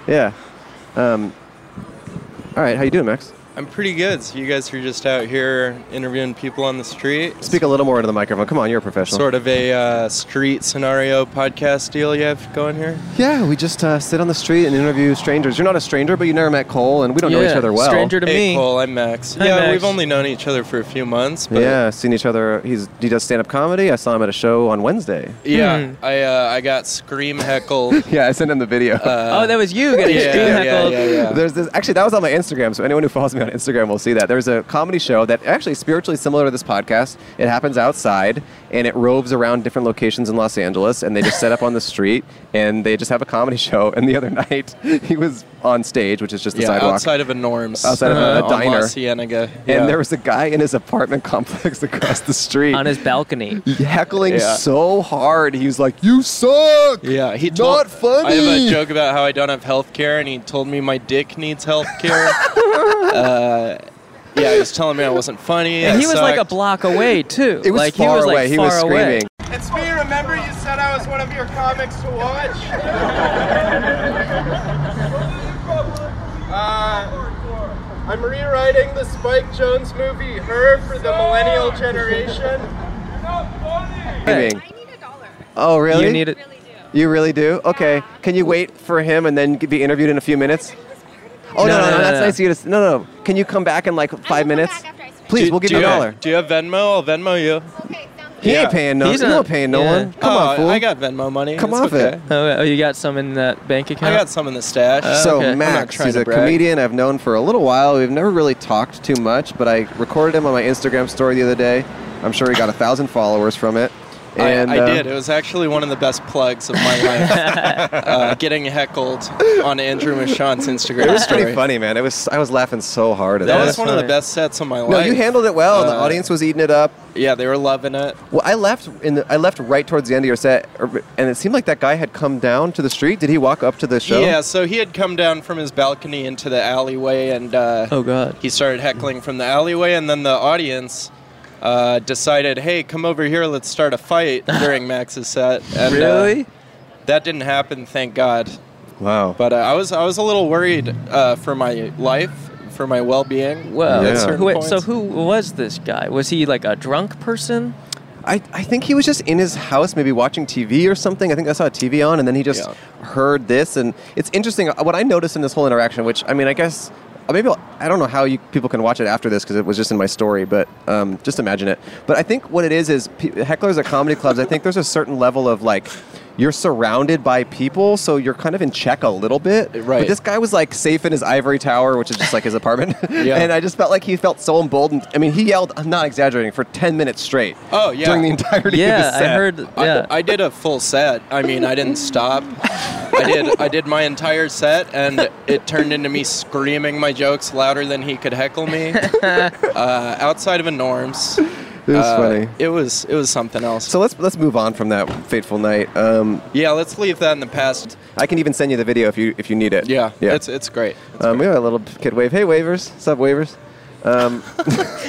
[SPEAKER 2] Yeah. Um, all right. How you doing, Max?
[SPEAKER 8] I'm pretty good. So you guys are just out here interviewing people on the street.
[SPEAKER 2] Speak a little more into the microphone. Come on, you're a professional.
[SPEAKER 8] Sort of a uh, street scenario podcast deal you have going here.
[SPEAKER 2] Yeah, we just uh, sit on the street and interview strangers. You're not a stranger, but you never met Cole, and we don't know each
[SPEAKER 1] Yeah,
[SPEAKER 2] other well.
[SPEAKER 1] stranger to
[SPEAKER 8] hey
[SPEAKER 1] me.
[SPEAKER 8] Cole, I'm Max.
[SPEAKER 1] Hi,
[SPEAKER 8] yeah,
[SPEAKER 1] Max.
[SPEAKER 8] we've only known each other for a few months. But
[SPEAKER 2] Yeah, seen each other. He's he does stand up comedy. I saw him at a show on Wednesday.
[SPEAKER 1] Hmm.
[SPEAKER 8] Yeah, I uh, I got
[SPEAKER 2] *laughs*
[SPEAKER 8] scream heckled.
[SPEAKER 2] Yeah, I sent him the video.
[SPEAKER 1] oh, that was you getting
[SPEAKER 8] Uh, yeah,
[SPEAKER 1] screen
[SPEAKER 8] yeah,
[SPEAKER 1] heckled.
[SPEAKER 8] yeah, yeah.
[SPEAKER 2] There's this, actually that was on my Instagram, so anyone who follows me on Instagram will see that. There's a comedy show that actually is spiritually similar to this podcast. It happens outside and it roves around different locations in Los Angeles and they just set up on the street and they just have a comedy *laughs* show. And the other night he was on stage, which is just the
[SPEAKER 8] yeah,
[SPEAKER 2] sidewalk.
[SPEAKER 8] outside of a Norm's. Uh,
[SPEAKER 2] Outside of a- a
[SPEAKER 8] on La
[SPEAKER 2] diner.
[SPEAKER 8] Cienega. Yeah.
[SPEAKER 2] And there was a guy in his apartment complex *laughs* across the street
[SPEAKER 1] On his balcony.
[SPEAKER 2] heckling
[SPEAKER 8] Yeah.
[SPEAKER 2] so hard. He was like, "You suck."
[SPEAKER 8] Yeah, he
[SPEAKER 2] Not
[SPEAKER 8] told, I have
[SPEAKER 2] funny.
[SPEAKER 8] a joke about how I don't have health care, and he told me my dick needs health
[SPEAKER 2] *laughs*
[SPEAKER 8] care. uh, yeah, he was telling me I wasn't funny.
[SPEAKER 1] And
[SPEAKER 8] I
[SPEAKER 1] he was like a
[SPEAKER 8] sucked.
[SPEAKER 1] block away too.
[SPEAKER 2] It was
[SPEAKER 1] like,
[SPEAKER 2] far
[SPEAKER 1] he was,
[SPEAKER 2] away.
[SPEAKER 1] Like,
[SPEAKER 2] he
[SPEAKER 1] far
[SPEAKER 2] was
[SPEAKER 1] away.
[SPEAKER 2] screaming.
[SPEAKER 9] It's me. Remember, you said I was one of your comics to watch.
[SPEAKER 2] *laughs*
[SPEAKER 9] Uh, I'm rewriting the Spike Jones movie Her for the millennial
[SPEAKER 2] *laughs*
[SPEAKER 9] generation.
[SPEAKER 2] screaming.
[SPEAKER 10] I need a dollar.
[SPEAKER 2] Oh, really?
[SPEAKER 1] You need it.
[SPEAKER 10] Really do.
[SPEAKER 2] You really do? Okay. Can you wait for him and then be interviewed in a few minutes? Oh no, no,
[SPEAKER 1] No,
[SPEAKER 2] no,
[SPEAKER 1] no, no,
[SPEAKER 2] that's
[SPEAKER 1] no.
[SPEAKER 2] nice of you to. s- No, no. Can you come back in like
[SPEAKER 10] I will
[SPEAKER 2] five
[SPEAKER 10] come
[SPEAKER 2] minutes?
[SPEAKER 10] back after I switch.
[SPEAKER 2] Please,
[SPEAKER 8] Do-
[SPEAKER 2] we'll give
[SPEAKER 8] do
[SPEAKER 2] you a dollar.
[SPEAKER 8] Do you have Venmo? I'll Venmo you.
[SPEAKER 10] Okay, sounds good.
[SPEAKER 2] He
[SPEAKER 8] Yeah.
[SPEAKER 2] ain't paying no.
[SPEAKER 1] He's
[SPEAKER 2] you
[SPEAKER 1] not-
[SPEAKER 2] don't paying no
[SPEAKER 1] yeah.
[SPEAKER 2] one. Come
[SPEAKER 8] oh,
[SPEAKER 2] on, fool.
[SPEAKER 8] I got Venmo money.
[SPEAKER 2] Come
[SPEAKER 8] It's
[SPEAKER 2] off
[SPEAKER 8] okay.
[SPEAKER 2] it.
[SPEAKER 1] Oh, oh, you got some in that bank account.
[SPEAKER 8] I got some in the stash.
[SPEAKER 2] so
[SPEAKER 1] okay. I'm not
[SPEAKER 2] Max,
[SPEAKER 8] trying
[SPEAKER 2] he's
[SPEAKER 8] to
[SPEAKER 2] a
[SPEAKER 8] brag.
[SPEAKER 2] comedian I've known for a little while. We've never really talked too much, but I recorded him on my Instagram story the other day. I'm sure he got a thousand followers from it.
[SPEAKER 8] I,
[SPEAKER 2] And
[SPEAKER 8] Oh, I
[SPEAKER 2] uh,
[SPEAKER 8] did. It was actually one of the best plugs of my life. uh, getting heckled on Andrew Michon's Instagram.
[SPEAKER 2] It was
[SPEAKER 8] story.
[SPEAKER 2] pretty funny, man. It was. I was laughing so hard at
[SPEAKER 8] That
[SPEAKER 2] that.
[SPEAKER 8] was one of the
[SPEAKER 1] funny.
[SPEAKER 8] best sets of my life.
[SPEAKER 2] no, you handled it well. the
[SPEAKER 8] Uh,
[SPEAKER 2] audience was eating it up.
[SPEAKER 8] Yeah, they were loving it.
[SPEAKER 2] Well, I left in the, I left right towards the end of your set, or- and it seemed like that guy had come down to the street. Did he walk up to the show?
[SPEAKER 8] Yeah, so he had come down from his balcony into the alleyway, and uh,
[SPEAKER 1] Oh god.
[SPEAKER 8] he started heckling from the alleyway, and then the audience uh, decided, "Hey, come over here, let's start a fight"
[SPEAKER 1] *laughs*
[SPEAKER 8] during Max's set. And, uh,
[SPEAKER 1] Really?
[SPEAKER 8] that didn't happen, thank God.
[SPEAKER 2] Wow.
[SPEAKER 8] But uh, I was I was a little worried uh, for my life, for my well-being.
[SPEAKER 1] Well,
[SPEAKER 2] Yeah.
[SPEAKER 1] so,
[SPEAKER 8] certain
[SPEAKER 1] who, so
[SPEAKER 8] points.
[SPEAKER 1] who was this guy? Was he like a drunk person?
[SPEAKER 2] I, I think he was just in his house, maybe watching TV or something. I think I saw a TV on, and then he just
[SPEAKER 8] Yeah.
[SPEAKER 2] heard this. And it's interesting uh, what I noticed in this whole interaction. Which I mean, I guess uh, maybe I'll, I don't know how you people can watch it after this because it was just in my story. But um, just imagine it. But I think what it is is pe- hecklers at comedy clubs. I think there's a certain level of like. You're surrounded by people, so you're kind of in check a little bit. But
[SPEAKER 8] Right.
[SPEAKER 2] this guy was like safe in his ivory tower, which is just like his apartment.
[SPEAKER 8] *laughs* Yeah.
[SPEAKER 2] *laughs* and I just felt like he felt so emboldened. I mean, he yelled, I'm not exaggerating, for 10 minutes straight.
[SPEAKER 8] Oh, yeah.
[SPEAKER 2] During the entirety of
[SPEAKER 1] Yeah,
[SPEAKER 2] the set.
[SPEAKER 1] I heard. Yeah.
[SPEAKER 8] I, I did a full set. I mean, I didn't stop. I did I did my entire set, and it turned into me screaming my jokes louder than he could heckle
[SPEAKER 1] *laughs*
[SPEAKER 8] me. uh, outside of a norms, Uh, it
[SPEAKER 2] It was funny.
[SPEAKER 8] It was it was something else.
[SPEAKER 2] So let's let's move on from that fateful night. Um,
[SPEAKER 8] yeah, let's leave that in the past.
[SPEAKER 2] I can even send you the video if you if you need it.
[SPEAKER 8] Yeah,
[SPEAKER 2] yeah.
[SPEAKER 8] it's it's great.
[SPEAKER 2] um, we have a little kid wave. Hey, waivers. What's up, waivers?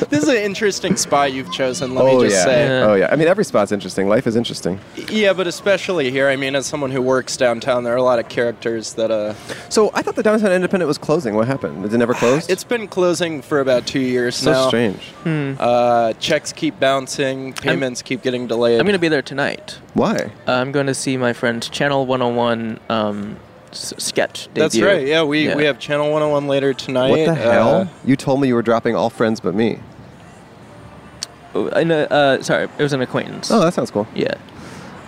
[SPEAKER 8] This is an interesting spot you've chosen. Let
[SPEAKER 2] oh
[SPEAKER 8] me just
[SPEAKER 2] yeah.
[SPEAKER 8] say.
[SPEAKER 2] Oh yeah. I mean, every spot's interesting. Life is interesting.
[SPEAKER 8] Yeah, but especially here. I mean, as someone who works downtown, there are a lot of characters that uh,
[SPEAKER 2] So I thought the downtown independent was closing. What happened? Is it
[SPEAKER 8] *sighs*
[SPEAKER 2] never closed?
[SPEAKER 8] it's been closing for about two years
[SPEAKER 2] so
[SPEAKER 8] now.
[SPEAKER 2] strange.
[SPEAKER 1] Hmm.
[SPEAKER 8] Uh, checks keep bouncing, payments keep getting delayed.
[SPEAKER 1] I'm gonna be there tonight.
[SPEAKER 2] Why?
[SPEAKER 1] I'm going to see my friend Channel 101 um, s- sketch debut.
[SPEAKER 8] That's right. Yeah, we we have Channel 101 later tonight.
[SPEAKER 2] What the
[SPEAKER 8] Uh,
[SPEAKER 2] hell? you told me you were dropping all friends but me.
[SPEAKER 1] Oh, I know, uh, sorry, it was an acquaintance.
[SPEAKER 2] Oh, that sounds cool. Um,
[SPEAKER 1] yeah.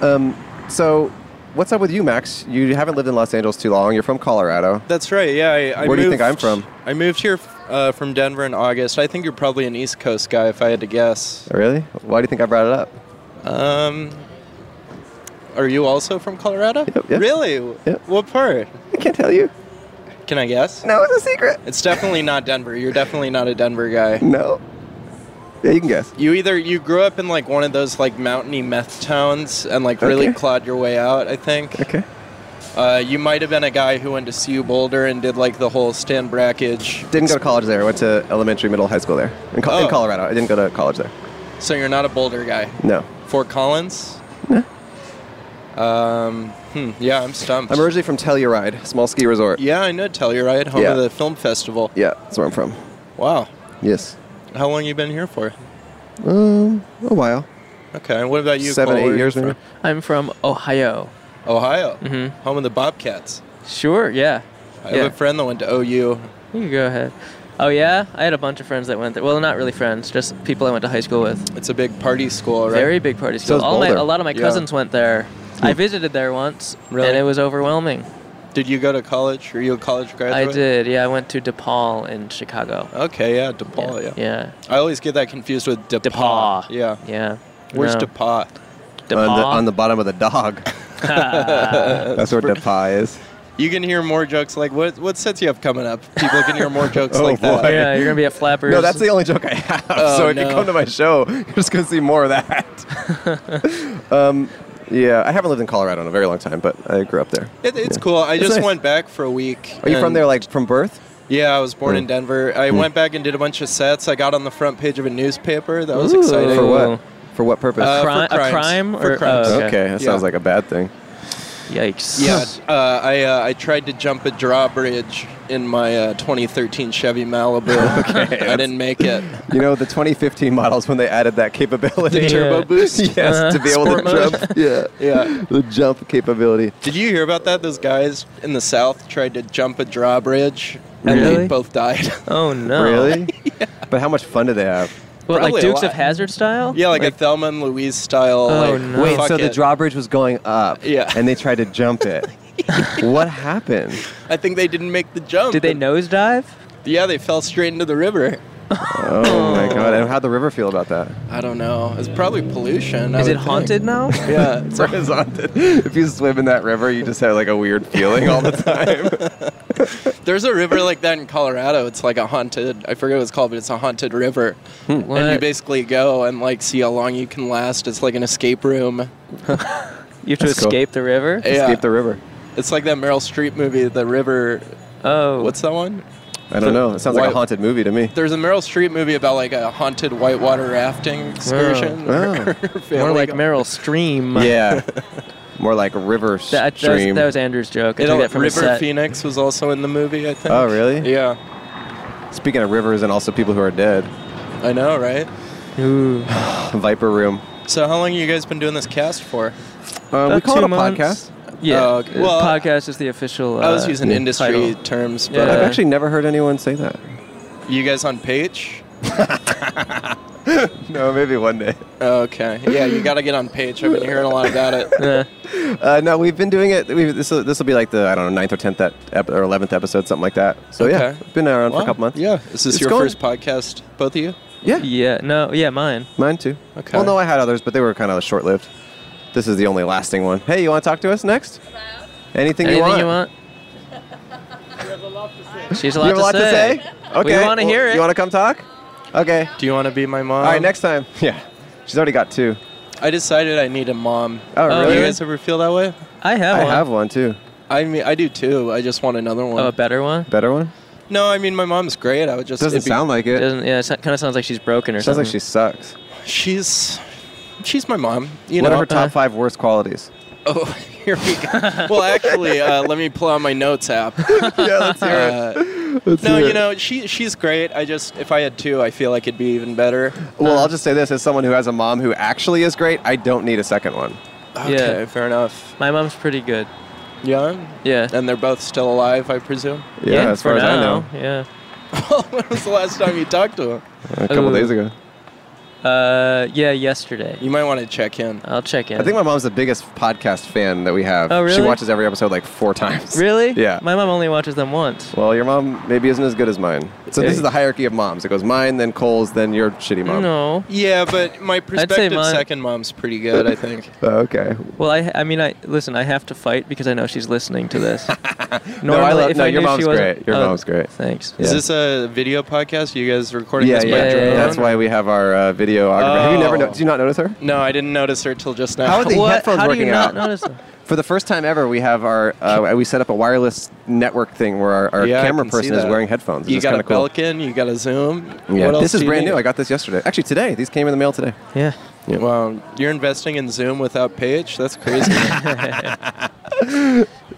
[SPEAKER 2] So, what's up with you, Max? You haven't lived in Los Angeles too long. You're from Colorado.
[SPEAKER 8] that's right. Yeah, I, I
[SPEAKER 2] Where do you think
[SPEAKER 8] moved-
[SPEAKER 2] I'm from?
[SPEAKER 8] I moved here uh, from Denver in August. I think you're probably an East Coast guy, if I had to guess.
[SPEAKER 2] Really? Why do you think I brought it up?
[SPEAKER 8] Um, are you also from Colorado?
[SPEAKER 2] Yep, yep.
[SPEAKER 8] Really?
[SPEAKER 2] Yep.
[SPEAKER 8] What part?
[SPEAKER 2] I can't tell you.
[SPEAKER 8] Can I guess?
[SPEAKER 2] No, it's a secret.
[SPEAKER 8] It's definitely not Denver. You're definitely not a Denver guy.
[SPEAKER 2] No. Yeah, you can guess.
[SPEAKER 8] You either you grew up in like one of those like mountainy meth towns and like really
[SPEAKER 2] Okay.
[SPEAKER 8] clawed your way out. I think.
[SPEAKER 2] Okay.
[SPEAKER 8] Uh, you might have been a guy who went to CU Boulder and did like the whole Stan Brackage
[SPEAKER 2] Didn't go to college there. I went to elementary, middle, high school there in, Col- in
[SPEAKER 8] Oh.
[SPEAKER 2] Colorado. I didn't go to college there.
[SPEAKER 8] So you're not a Boulder guy.
[SPEAKER 2] No.
[SPEAKER 8] Fort Collins. Um. Hmm, yeah, I'm stumped.
[SPEAKER 2] I'm originally from Telluride, small ski resort.
[SPEAKER 8] yeah, I know Telluride, home
[SPEAKER 2] Yeah.
[SPEAKER 8] of the film festival.
[SPEAKER 2] Yeah, that's where I'm from.
[SPEAKER 8] Wow.
[SPEAKER 2] Yes.
[SPEAKER 8] How long you been here for?
[SPEAKER 2] Um, a while.
[SPEAKER 8] Okay. What about you?
[SPEAKER 2] Seven,
[SPEAKER 8] Cole? Where
[SPEAKER 2] eight
[SPEAKER 8] you
[SPEAKER 2] years
[SPEAKER 8] from?
[SPEAKER 2] maybe.
[SPEAKER 1] I'm from Ohio.
[SPEAKER 8] Ohio. Home of the Bobcats.
[SPEAKER 1] Mm-hmm. Sure, yeah.
[SPEAKER 8] I
[SPEAKER 1] Yeah.
[SPEAKER 8] have a friend that went to OU.
[SPEAKER 1] You can go ahead. Oh yeah, I had a bunch of friends that went there. Well, not really friends, just people I went to high school with.
[SPEAKER 8] It's a big party school, right?
[SPEAKER 1] Very big party
[SPEAKER 2] Oh, So Hmm.
[SPEAKER 1] school.
[SPEAKER 2] is
[SPEAKER 1] All my,
[SPEAKER 2] Boulder.
[SPEAKER 1] a lot of my
[SPEAKER 8] Yeah.
[SPEAKER 1] cousins went there. I visited there once,
[SPEAKER 8] Really?
[SPEAKER 1] and it was overwhelming.
[SPEAKER 8] Did you go to college? Were you a college
[SPEAKER 1] I
[SPEAKER 8] graduate?
[SPEAKER 1] did, yeah. I went to DePaul in Chicago.
[SPEAKER 8] Okay, yeah, DePaul, yeah.
[SPEAKER 1] yeah.
[SPEAKER 8] I always get that confused with DePaul.
[SPEAKER 1] DePaul.
[SPEAKER 8] Yeah.
[SPEAKER 1] Yeah.
[SPEAKER 8] Where's
[SPEAKER 1] No.
[SPEAKER 8] DePaul?
[SPEAKER 1] DePaul?
[SPEAKER 2] On the,
[SPEAKER 1] *laughs*
[SPEAKER 2] on the *laughs* bottom of the dog. That's where DePa is.
[SPEAKER 8] You can hear more jokes like what what sets you up coming up? People
[SPEAKER 2] *laughs*
[SPEAKER 8] can hear more jokes
[SPEAKER 2] Oh,
[SPEAKER 8] like that. Oh,
[SPEAKER 2] boy.
[SPEAKER 1] yeah, you're gonna be at Flappers.
[SPEAKER 2] No, that's the only joke I have. so if you
[SPEAKER 8] no.
[SPEAKER 2] come to my show, you're just gonna see more of that. um, yeah, I haven't lived in Colorado in a very long time, but I grew up there.
[SPEAKER 8] *laughs* It, it's
[SPEAKER 2] Yeah.
[SPEAKER 8] cool. I
[SPEAKER 2] It's
[SPEAKER 8] just
[SPEAKER 2] nice.
[SPEAKER 8] went back for a week.
[SPEAKER 2] Are you from
[SPEAKER 8] and-
[SPEAKER 2] there, like Mm. from birth?
[SPEAKER 8] Yeah, I was born in Denver. I went back and did a bunch of sets. I got on the front page of a newspaper. That was
[SPEAKER 1] Ooh.
[SPEAKER 8] exciting.
[SPEAKER 2] For
[SPEAKER 1] Ooh.
[SPEAKER 2] what? For what purpose?
[SPEAKER 8] Uh, for
[SPEAKER 1] Crime- a
[SPEAKER 8] crimes.
[SPEAKER 1] crime
[SPEAKER 8] For
[SPEAKER 1] or-
[SPEAKER 8] crimes.
[SPEAKER 1] oh,
[SPEAKER 2] okay.
[SPEAKER 1] okay.
[SPEAKER 2] that
[SPEAKER 8] Yeah.
[SPEAKER 2] sounds like a bad thing.
[SPEAKER 1] Yikes.
[SPEAKER 8] Yeah, uh, I uh, I tried to jump a drawbridge in my uh, 2013 Chevy
[SPEAKER 2] *laughs*
[SPEAKER 8] Malibu. okay, I didn't make it.
[SPEAKER 2] *laughs* You know, the 2015 models when they added that capability. *laughs*
[SPEAKER 1] The turbo Yeah.
[SPEAKER 2] boost. yes, to be able to
[SPEAKER 1] Sport mode.
[SPEAKER 2] jump. Yeah,
[SPEAKER 8] Uh-huh. *laughs* Yeah.
[SPEAKER 2] the jump capability.
[SPEAKER 8] Did you hear about that? Those guys in the South tried to jump a drawbridge and
[SPEAKER 1] Really?
[SPEAKER 8] they both died. *laughs*
[SPEAKER 1] Oh no.
[SPEAKER 2] Really?
[SPEAKER 1] *laughs*
[SPEAKER 2] But how much fun do they have?
[SPEAKER 1] What,
[SPEAKER 8] Probably
[SPEAKER 1] like
[SPEAKER 8] a
[SPEAKER 1] Dukes of
[SPEAKER 8] lot.
[SPEAKER 1] Hazard style?
[SPEAKER 8] yeah, like, a Thelma and Louise style.
[SPEAKER 1] Oh,
[SPEAKER 8] like,
[SPEAKER 1] no.
[SPEAKER 2] Wait,
[SPEAKER 8] fuck
[SPEAKER 2] so the
[SPEAKER 8] it.
[SPEAKER 2] drawbridge was going up,
[SPEAKER 8] Yeah.
[SPEAKER 2] and they tried to jump *laughs* it. what happened?
[SPEAKER 8] I think they didn't make the jump.
[SPEAKER 1] Did they nosedive?
[SPEAKER 8] Yeah, they fell straight into the river.
[SPEAKER 2] Oh, my god! And how'd the river feel about that?
[SPEAKER 8] I don't know. It's probably pollution. I
[SPEAKER 1] Is
[SPEAKER 8] would
[SPEAKER 1] it haunted now?
[SPEAKER 8] Think. Yeah.
[SPEAKER 2] *laughs*
[SPEAKER 1] *laughs*
[SPEAKER 2] It's horizontal. If you swim in that river, you just have like a weird feeling all the *laughs* time.
[SPEAKER 8] There's a river like that in Colorado. It's like a haunted. I forget what it's called, but it's a haunted river. And you
[SPEAKER 1] Hmm. What?
[SPEAKER 8] basically go and like see how long you can last. It's like an escape room.
[SPEAKER 1] You have to
[SPEAKER 2] That's cool.
[SPEAKER 1] escape the river?
[SPEAKER 8] Yeah.
[SPEAKER 2] Escape the river.
[SPEAKER 8] It's like that Meryl Streep movie, The River.
[SPEAKER 1] Oh.
[SPEAKER 8] What's that one?
[SPEAKER 2] I don't know. It sounds like
[SPEAKER 8] Why-
[SPEAKER 2] a haunted movie to me.
[SPEAKER 8] There's a Meryl Streep movie about like a haunted whitewater rafting excursion. *laughs*
[SPEAKER 2] Oh. *laughs*
[SPEAKER 8] Her
[SPEAKER 1] more
[SPEAKER 8] family
[SPEAKER 1] like
[SPEAKER 8] go-
[SPEAKER 1] Meryl Stream. *laughs*
[SPEAKER 2] Yeah. More like river
[SPEAKER 1] That, that, was,
[SPEAKER 2] stream.
[SPEAKER 1] that was Andrew's joke. I
[SPEAKER 8] You
[SPEAKER 1] took
[SPEAKER 8] know,
[SPEAKER 1] that from his
[SPEAKER 8] River
[SPEAKER 1] set.
[SPEAKER 8] Phoenix was also in the movie, I think.
[SPEAKER 2] oh, really?
[SPEAKER 8] Yeah,
[SPEAKER 2] Speaking of rivers and also people who are dead,
[SPEAKER 8] I know, right?
[SPEAKER 1] Ooh.
[SPEAKER 2] *sighs* Viper Room.
[SPEAKER 8] So, how long you guys been doing this cast for?
[SPEAKER 2] Uh, we
[SPEAKER 1] About
[SPEAKER 2] call it
[SPEAKER 1] two
[SPEAKER 2] a
[SPEAKER 1] months.
[SPEAKER 2] podcast.
[SPEAKER 1] Yeah.
[SPEAKER 8] Oh, okay.
[SPEAKER 1] uh,
[SPEAKER 8] Well,
[SPEAKER 1] podcast is the official. Uh,
[SPEAKER 8] I was using
[SPEAKER 2] yeah.
[SPEAKER 8] industry
[SPEAKER 1] title.
[SPEAKER 8] terms, but uh,
[SPEAKER 1] Yeah.
[SPEAKER 2] I've actually never heard anyone say that.
[SPEAKER 8] you guys on page?
[SPEAKER 2] *laughs* No, maybe one day.
[SPEAKER 8] Okay, yeah, you got to get on page. I've been hearing a lot about it.
[SPEAKER 1] Yeah.
[SPEAKER 2] Uh, no, we've been doing it. We've, this will, this will be like the I don't know ninth or tenth ep- ep- or eleventh episode, something like that. *laughs* So yeah,
[SPEAKER 8] Okay.
[SPEAKER 2] been around for
[SPEAKER 8] Wow.
[SPEAKER 2] a couple months.
[SPEAKER 8] Yeah, is this
[SPEAKER 2] It's
[SPEAKER 8] your
[SPEAKER 2] going-
[SPEAKER 8] first podcast, both of you?
[SPEAKER 2] yeah,
[SPEAKER 1] yeah. No. Yeah. Mine.
[SPEAKER 2] mine too.
[SPEAKER 8] Okay.
[SPEAKER 2] Well, no, I had others, but they were kind of short lived. This is the only lasting one. Hey, you want to talk to us next? Hello. Anything,
[SPEAKER 1] Anything
[SPEAKER 2] you want?
[SPEAKER 1] you want? She's a
[SPEAKER 2] You
[SPEAKER 1] lot
[SPEAKER 2] have a lot to say. Okay.
[SPEAKER 1] wanna hear it.
[SPEAKER 2] You want to come talk? Okay.
[SPEAKER 8] Do you want to be my mom?
[SPEAKER 2] All right, next time. *laughs* Yeah. She's already got two.
[SPEAKER 8] I decided I need a mom. Uh,
[SPEAKER 2] Oh,
[SPEAKER 1] Oh,
[SPEAKER 2] really?
[SPEAKER 8] You guys ever feel that way?
[SPEAKER 1] I have
[SPEAKER 2] I
[SPEAKER 1] one.
[SPEAKER 2] have one too.
[SPEAKER 8] I mean, I do too. I just want another one.
[SPEAKER 1] Oh, a better one.
[SPEAKER 2] Better one?
[SPEAKER 8] no, I mean, my mom's great. I would just
[SPEAKER 2] Doesn't
[SPEAKER 8] it'd be-
[SPEAKER 2] sound like it.
[SPEAKER 1] Doesn't. Yeah. It kind of sounds like she's broken or
[SPEAKER 2] Sounds
[SPEAKER 1] something.
[SPEAKER 2] like she sucks.
[SPEAKER 8] She's she's my mom. You
[SPEAKER 2] what
[SPEAKER 8] know
[SPEAKER 2] are her top
[SPEAKER 1] uh,
[SPEAKER 2] five worst qualities?
[SPEAKER 8] *laughs* Oh, here we go. well, actually, uh, let me pull out my notes
[SPEAKER 2] *laughs*
[SPEAKER 8] app.
[SPEAKER 2] yeah, let's hear
[SPEAKER 8] Uh, no, you know she she's great. I just if I had two, I feel like it'd be even better. Uh,
[SPEAKER 2] Well, I'll just say this: as someone who has a mom who actually is great, I don't need a second one.
[SPEAKER 8] Okay, fair enough.
[SPEAKER 1] My mom's pretty good.
[SPEAKER 8] Yeah,
[SPEAKER 1] Yeah.
[SPEAKER 8] and they're both still alive, I presume. *laughs*
[SPEAKER 2] Yeah, as
[SPEAKER 1] for
[SPEAKER 2] far as
[SPEAKER 1] now,
[SPEAKER 2] I know,
[SPEAKER 1] Yeah.
[SPEAKER 8] when was the last time you talked to him?
[SPEAKER 2] a couple
[SPEAKER 1] Ooh.
[SPEAKER 2] days ago.
[SPEAKER 1] Uh, yeah, yesterday.
[SPEAKER 8] You might want to check in.
[SPEAKER 1] I'll check in.
[SPEAKER 2] I think my mom's the biggest podcast fan that we have.
[SPEAKER 1] Oh,
[SPEAKER 2] She
[SPEAKER 1] really?
[SPEAKER 2] watches every episode like four times.
[SPEAKER 1] really?
[SPEAKER 2] *laughs* Yeah.
[SPEAKER 1] My mom only watches them once.
[SPEAKER 2] well, your mom maybe isn't as good as mine. So
[SPEAKER 1] Yeah.
[SPEAKER 2] this is the hierarchy of moms. It goes mine, then Cole's, then your shitty
[SPEAKER 8] Mm.
[SPEAKER 2] mom.
[SPEAKER 1] No.
[SPEAKER 8] Yeah, but my prospective
[SPEAKER 1] mine-
[SPEAKER 8] second mom's pretty good, I think.
[SPEAKER 2] Oh, okay.
[SPEAKER 1] Well, I, I mean, I listen. I have to fight because I know she's listening to
[SPEAKER 8] *laughs*
[SPEAKER 1] this.
[SPEAKER 2] *laughs*
[SPEAKER 1] Normally,
[SPEAKER 2] No, I love,
[SPEAKER 1] if
[SPEAKER 2] no,
[SPEAKER 1] I
[SPEAKER 2] your
[SPEAKER 1] knew she
[SPEAKER 2] mom's
[SPEAKER 1] wasn't-
[SPEAKER 2] great. Your
[SPEAKER 1] oh,
[SPEAKER 2] mom's great.
[SPEAKER 1] Thanks.
[SPEAKER 2] Yeah.
[SPEAKER 8] Is this a video podcast? You guys recording
[SPEAKER 2] Yeah,
[SPEAKER 8] this
[SPEAKER 2] yeah,
[SPEAKER 8] by
[SPEAKER 1] yeah,
[SPEAKER 8] drone?
[SPEAKER 1] yeah.
[SPEAKER 2] That's why we have our uh, videographer. Have you never
[SPEAKER 8] Oh.
[SPEAKER 2] noticed? Did you not notice her?
[SPEAKER 8] No, I didn't notice her till just now. *laughs*
[SPEAKER 2] How would The they-
[SPEAKER 1] what?
[SPEAKER 2] headphones
[SPEAKER 1] How do you
[SPEAKER 2] working
[SPEAKER 1] not
[SPEAKER 2] out.
[SPEAKER 1] notice? that?
[SPEAKER 2] for the first time ever, we have our uh, we set up a wireless network thing where our, our
[SPEAKER 8] Yeah, I
[SPEAKER 2] camera
[SPEAKER 8] can see
[SPEAKER 2] person is
[SPEAKER 8] that.
[SPEAKER 2] wearing headphones.
[SPEAKER 8] You
[SPEAKER 2] It's
[SPEAKER 8] got
[SPEAKER 2] kind
[SPEAKER 8] a
[SPEAKER 2] of cool.
[SPEAKER 8] Belkin, you got a Zoom.
[SPEAKER 2] Yeah,
[SPEAKER 8] What else
[SPEAKER 2] this is
[SPEAKER 8] do you
[SPEAKER 2] brand
[SPEAKER 8] need?
[SPEAKER 2] new. I got this yesterday. Actually, today. These came in the mail today.
[SPEAKER 1] Yeah.
[SPEAKER 8] Wow, you're investing in Zoom without Paige? That's
[SPEAKER 2] *laughs*
[SPEAKER 8] crazy. *laughs*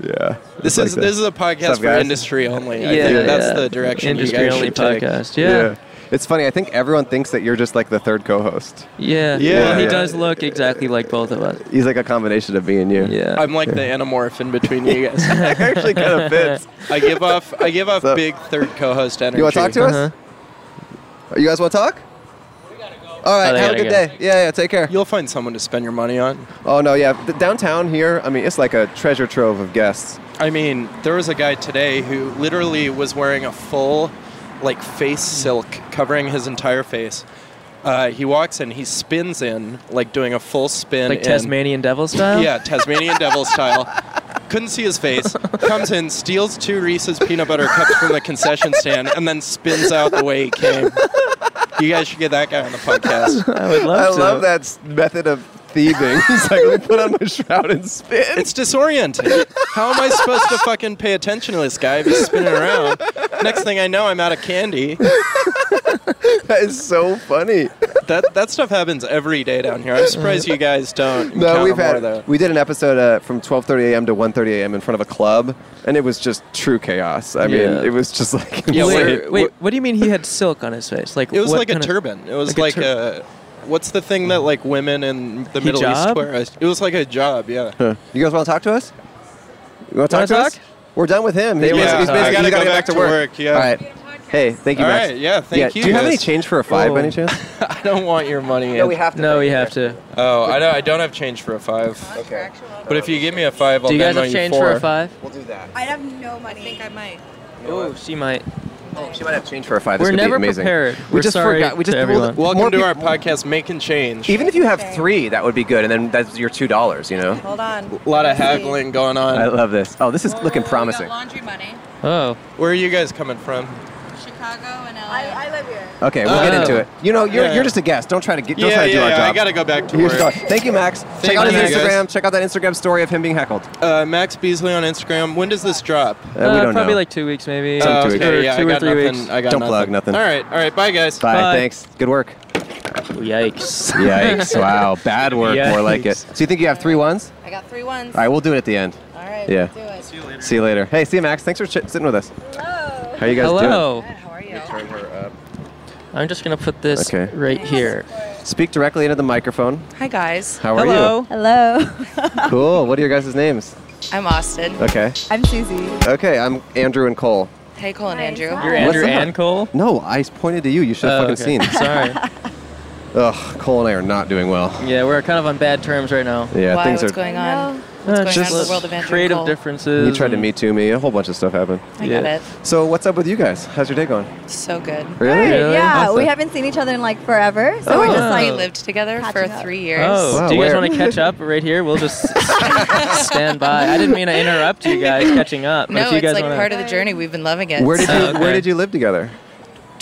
[SPEAKER 2] Yeah.
[SPEAKER 8] this is this is a podcast
[SPEAKER 2] What's up,
[SPEAKER 8] for
[SPEAKER 2] guys?
[SPEAKER 8] industry only. I
[SPEAKER 1] Yeah,
[SPEAKER 8] think that's
[SPEAKER 1] yeah.
[SPEAKER 8] the direction
[SPEAKER 1] Industry
[SPEAKER 8] you guys
[SPEAKER 1] only
[SPEAKER 8] should take.
[SPEAKER 1] podcast. Yeah.
[SPEAKER 2] It's funny. I think everyone thinks that you're just like the third co-host.
[SPEAKER 1] Yeah.
[SPEAKER 8] Yeah.
[SPEAKER 1] Well, he
[SPEAKER 8] Yeah.
[SPEAKER 1] does look exactly like both of us.
[SPEAKER 2] He's like a combination of me and you.
[SPEAKER 1] Yeah.
[SPEAKER 8] I'm like the anamorph in between
[SPEAKER 2] *laughs*
[SPEAKER 8] you guys.
[SPEAKER 2] That actually kind of fits.
[SPEAKER 8] I give off I give off
[SPEAKER 2] So-
[SPEAKER 8] big third co-host energy.
[SPEAKER 2] You want to talk to
[SPEAKER 1] Uh-huh.
[SPEAKER 2] us? Uh-huh. You guys want to talk? All
[SPEAKER 1] Oh,
[SPEAKER 2] right.
[SPEAKER 1] they
[SPEAKER 2] have a
[SPEAKER 1] gotta
[SPEAKER 2] good
[SPEAKER 1] go.
[SPEAKER 2] day. Yeah. Yeah. Take care.
[SPEAKER 8] You'll find someone to spend your money on.
[SPEAKER 2] Oh no. Yeah. The downtown here. I mean, it's like a treasure trove of guests.
[SPEAKER 8] I mean, there was a guy today who literally was wearing a full, like, face
[SPEAKER 1] Mm.
[SPEAKER 8] silk covering his entire face. Uh, he walks in, he spins in, like, doing a full spin.
[SPEAKER 1] like
[SPEAKER 8] in.
[SPEAKER 1] Tasmanian devil style.
[SPEAKER 8] Yeah, Tasmanian devil style. Couldn't see his face. Comes in, steals two Reese's peanut butter cups from the concession stand, and then spins out the way he came. You guys should get that guy on the podcast.
[SPEAKER 1] *laughs* I would love
[SPEAKER 2] I
[SPEAKER 1] to.
[SPEAKER 2] love that s- method of thieving. *laughs* He's like, let me put on my shroud and spin.
[SPEAKER 8] It's disorienting. How am I supposed to fucking pay attention to this guy if he's spinning around? Next thing I know, I'm out of candy.
[SPEAKER 2] That is so funny.
[SPEAKER 8] That that stuff happens every day down here. I'm surprised you guys don't.
[SPEAKER 2] No,
[SPEAKER 8] encounter
[SPEAKER 2] we've
[SPEAKER 8] more,
[SPEAKER 2] had.
[SPEAKER 8] though.
[SPEAKER 2] We did an episode uh, from 12:30 a.m. to 1:30 a.m. in front of a club, and it was just true chaos. I
[SPEAKER 1] Yeah.
[SPEAKER 2] mean, it was just like *laughs*
[SPEAKER 8] *laughs* Yeah,
[SPEAKER 1] wait,
[SPEAKER 8] wait,
[SPEAKER 1] wait, what do you mean he had silk on his face? Like
[SPEAKER 8] It was
[SPEAKER 1] what
[SPEAKER 8] like a
[SPEAKER 1] kind of-
[SPEAKER 8] turban. It was
[SPEAKER 1] like
[SPEAKER 8] like
[SPEAKER 1] a
[SPEAKER 8] a. What's the thing that like women in the Middle East
[SPEAKER 1] Hijab?
[SPEAKER 8] wear? It was like a job, yeah.
[SPEAKER 2] You guys want to talk to us? You want to talk
[SPEAKER 1] Wanna
[SPEAKER 2] to
[SPEAKER 1] talk?
[SPEAKER 2] us? We're done with him. He
[SPEAKER 8] Yeah,
[SPEAKER 2] was- he's
[SPEAKER 8] I
[SPEAKER 2] basically
[SPEAKER 8] gotta
[SPEAKER 2] he's gotta
[SPEAKER 8] go back to work, yeah.
[SPEAKER 2] All right. Hey, thank you,
[SPEAKER 8] All
[SPEAKER 2] Max.
[SPEAKER 8] right, yeah, thank you,
[SPEAKER 2] Do you have
[SPEAKER 8] guys.
[SPEAKER 2] any change for a five, by any chance?
[SPEAKER 8] *laughs* I don't want your money. Anthony.
[SPEAKER 2] have
[SPEAKER 1] No, we have to.
[SPEAKER 8] Oh, I don't, I don't have change for a five.
[SPEAKER 2] Okay,
[SPEAKER 8] But if you give me a five, I'll
[SPEAKER 1] Do you guys
[SPEAKER 8] Venmo
[SPEAKER 1] have change
[SPEAKER 8] four.
[SPEAKER 1] for a five?
[SPEAKER 2] we'll do that.
[SPEAKER 10] I have no money. I think I might.
[SPEAKER 1] Oh, she might.
[SPEAKER 2] Oh, She might have change for a five. This
[SPEAKER 1] We're
[SPEAKER 2] could be
[SPEAKER 1] never
[SPEAKER 2] amazing.
[SPEAKER 1] prepared.
[SPEAKER 2] We
[SPEAKER 1] We're
[SPEAKER 2] just
[SPEAKER 1] sorry
[SPEAKER 2] forgot. We
[SPEAKER 1] to
[SPEAKER 2] just
[SPEAKER 1] everyone.
[SPEAKER 8] Welcome
[SPEAKER 2] more
[SPEAKER 8] to
[SPEAKER 2] peop-
[SPEAKER 8] our podcast, Making Change.
[SPEAKER 2] Even if you have three, that would be good, and then that's your two dollars. You know.
[SPEAKER 10] Hold on.
[SPEAKER 8] a lot of haggling going on.
[SPEAKER 2] I love this. Oh, this is looking promising.
[SPEAKER 10] laundry money.
[SPEAKER 1] Oh,
[SPEAKER 8] Where are you guys coming from?
[SPEAKER 10] Chicago and LA. I, I live here.
[SPEAKER 2] Okay, we'll
[SPEAKER 1] Oh.
[SPEAKER 2] get into it. You know, you're,
[SPEAKER 8] Yeah.
[SPEAKER 2] you're just a guest. Don't try to get. Don't
[SPEAKER 8] yeah,
[SPEAKER 2] try to do
[SPEAKER 8] yeah,
[SPEAKER 2] our
[SPEAKER 8] yeah,
[SPEAKER 2] job.
[SPEAKER 8] I gotta go back to
[SPEAKER 2] Here's
[SPEAKER 8] work.
[SPEAKER 2] the- Thank you, Max.
[SPEAKER 8] Thank
[SPEAKER 2] Check out
[SPEAKER 8] you,
[SPEAKER 2] his
[SPEAKER 8] Max.
[SPEAKER 2] Instagram. Check out that Instagram story of him being heckled.
[SPEAKER 8] Uh, Max Beasley on Instagram. When does this drop?
[SPEAKER 2] Uh,
[SPEAKER 1] uh,
[SPEAKER 2] we don't
[SPEAKER 1] probably
[SPEAKER 2] know.
[SPEAKER 1] like two weeks maybe.
[SPEAKER 2] Some
[SPEAKER 8] Oh,
[SPEAKER 2] two weeks.
[SPEAKER 8] okay,
[SPEAKER 1] Or
[SPEAKER 8] yeah,
[SPEAKER 1] two
[SPEAKER 8] I
[SPEAKER 1] or
[SPEAKER 8] got
[SPEAKER 1] three
[SPEAKER 8] nothing.
[SPEAKER 1] weeks.
[SPEAKER 8] I got
[SPEAKER 2] Don't plug nothing.
[SPEAKER 8] All right, all right, bye guys.
[SPEAKER 2] Bye.
[SPEAKER 1] Bye.
[SPEAKER 2] Thanks. Good work.
[SPEAKER 1] Yikes.
[SPEAKER 2] Yikes. wow. Bad work. More like it.
[SPEAKER 1] Yikes.
[SPEAKER 2] So you think you have three ones?
[SPEAKER 10] I got three ones.
[SPEAKER 2] All right, we'll do it at the end.
[SPEAKER 10] All right.
[SPEAKER 2] Yeah.
[SPEAKER 10] Do it.
[SPEAKER 2] See you later. Hey, see you, Max. Thanks for ch- sitting with us.
[SPEAKER 10] Hello.
[SPEAKER 2] How you guys
[SPEAKER 1] Hello.
[SPEAKER 10] How are you?
[SPEAKER 2] doing?
[SPEAKER 8] uh,
[SPEAKER 2] Hello.
[SPEAKER 1] I'm just gonna put this
[SPEAKER 2] Okay.
[SPEAKER 1] right here.
[SPEAKER 2] Speak directly into the microphone.
[SPEAKER 10] Hi guys.
[SPEAKER 2] How are
[SPEAKER 1] Hello.
[SPEAKER 10] Hello. *laughs*
[SPEAKER 2] you? Cool. What are your guys' names?
[SPEAKER 10] I'm Austin.
[SPEAKER 2] Okay.
[SPEAKER 11] I'm Susie.
[SPEAKER 2] Okay, I'm Andrew and Cole.
[SPEAKER 10] Hey Cole and Andrew.
[SPEAKER 1] You're
[SPEAKER 2] What's
[SPEAKER 1] Andrew
[SPEAKER 2] up?
[SPEAKER 1] and Cole.
[SPEAKER 2] No, I pointed to you. You should have
[SPEAKER 1] Oh,
[SPEAKER 2] fucking
[SPEAKER 1] okay.
[SPEAKER 2] seen.
[SPEAKER 1] *laughs* Sorry.
[SPEAKER 2] Ugh, Cole and I are not doing well.
[SPEAKER 1] Yeah, we're kind of on bad terms right now.
[SPEAKER 2] Yeah,
[SPEAKER 10] Why?
[SPEAKER 2] things
[SPEAKER 10] What's
[SPEAKER 2] are.
[SPEAKER 10] going on?
[SPEAKER 1] Uh,
[SPEAKER 10] Oh. going on in the world of Andrew and
[SPEAKER 1] creative
[SPEAKER 10] Cole?
[SPEAKER 1] differences.
[SPEAKER 2] You tried to
[SPEAKER 1] and-
[SPEAKER 2] me too me. A whole bunch of stuff happened.
[SPEAKER 10] Mm. I
[SPEAKER 1] Yeah.
[SPEAKER 10] got
[SPEAKER 2] So what's up with you guys? How's your day going?
[SPEAKER 10] it. So good.
[SPEAKER 2] Really?
[SPEAKER 1] Really?
[SPEAKER 11] Yeah,
[SPEAKER 2] Awesome.
[SPEAKER 11] we haven't seen each other in like forever, so we're
[SPEAKER 1] Oh.
[SPEAKER 11] just
[SPEAKER 10] We
[SPEAKER 11] like
[SPEAKER 10] lived together for
[SPEAKER 11] Catching up.
[SPEAKER 10] three years.
[SPEAKER 1] Oh,
[SPEAKER 2] Wow,
[SPEAKER 1] do you guys
[SPEAKER 2] where-
[SPEAKER 1] want to catch up right here?
[SPEAKER 8] *laughs*
[SPEAKER 1] We'll just s- stand by. I didn't mean to interrupt you guys catching up. but
[SPEAKER 10] No,
[SPEAKER 1] if you
[SPEAKER 10] it's
[SPEAKER 1] guys
[SPEAKER 10] like
[SPEAKER 1] wanna-
[SPEAKER 10] part of the journey. We've been loving it.
[SPEAKER 2] Where did you
[SPEAKER 1] Oh, okay.
[SPEAKER 10] *laughs*
[SPEAKER 2] Where did you live together?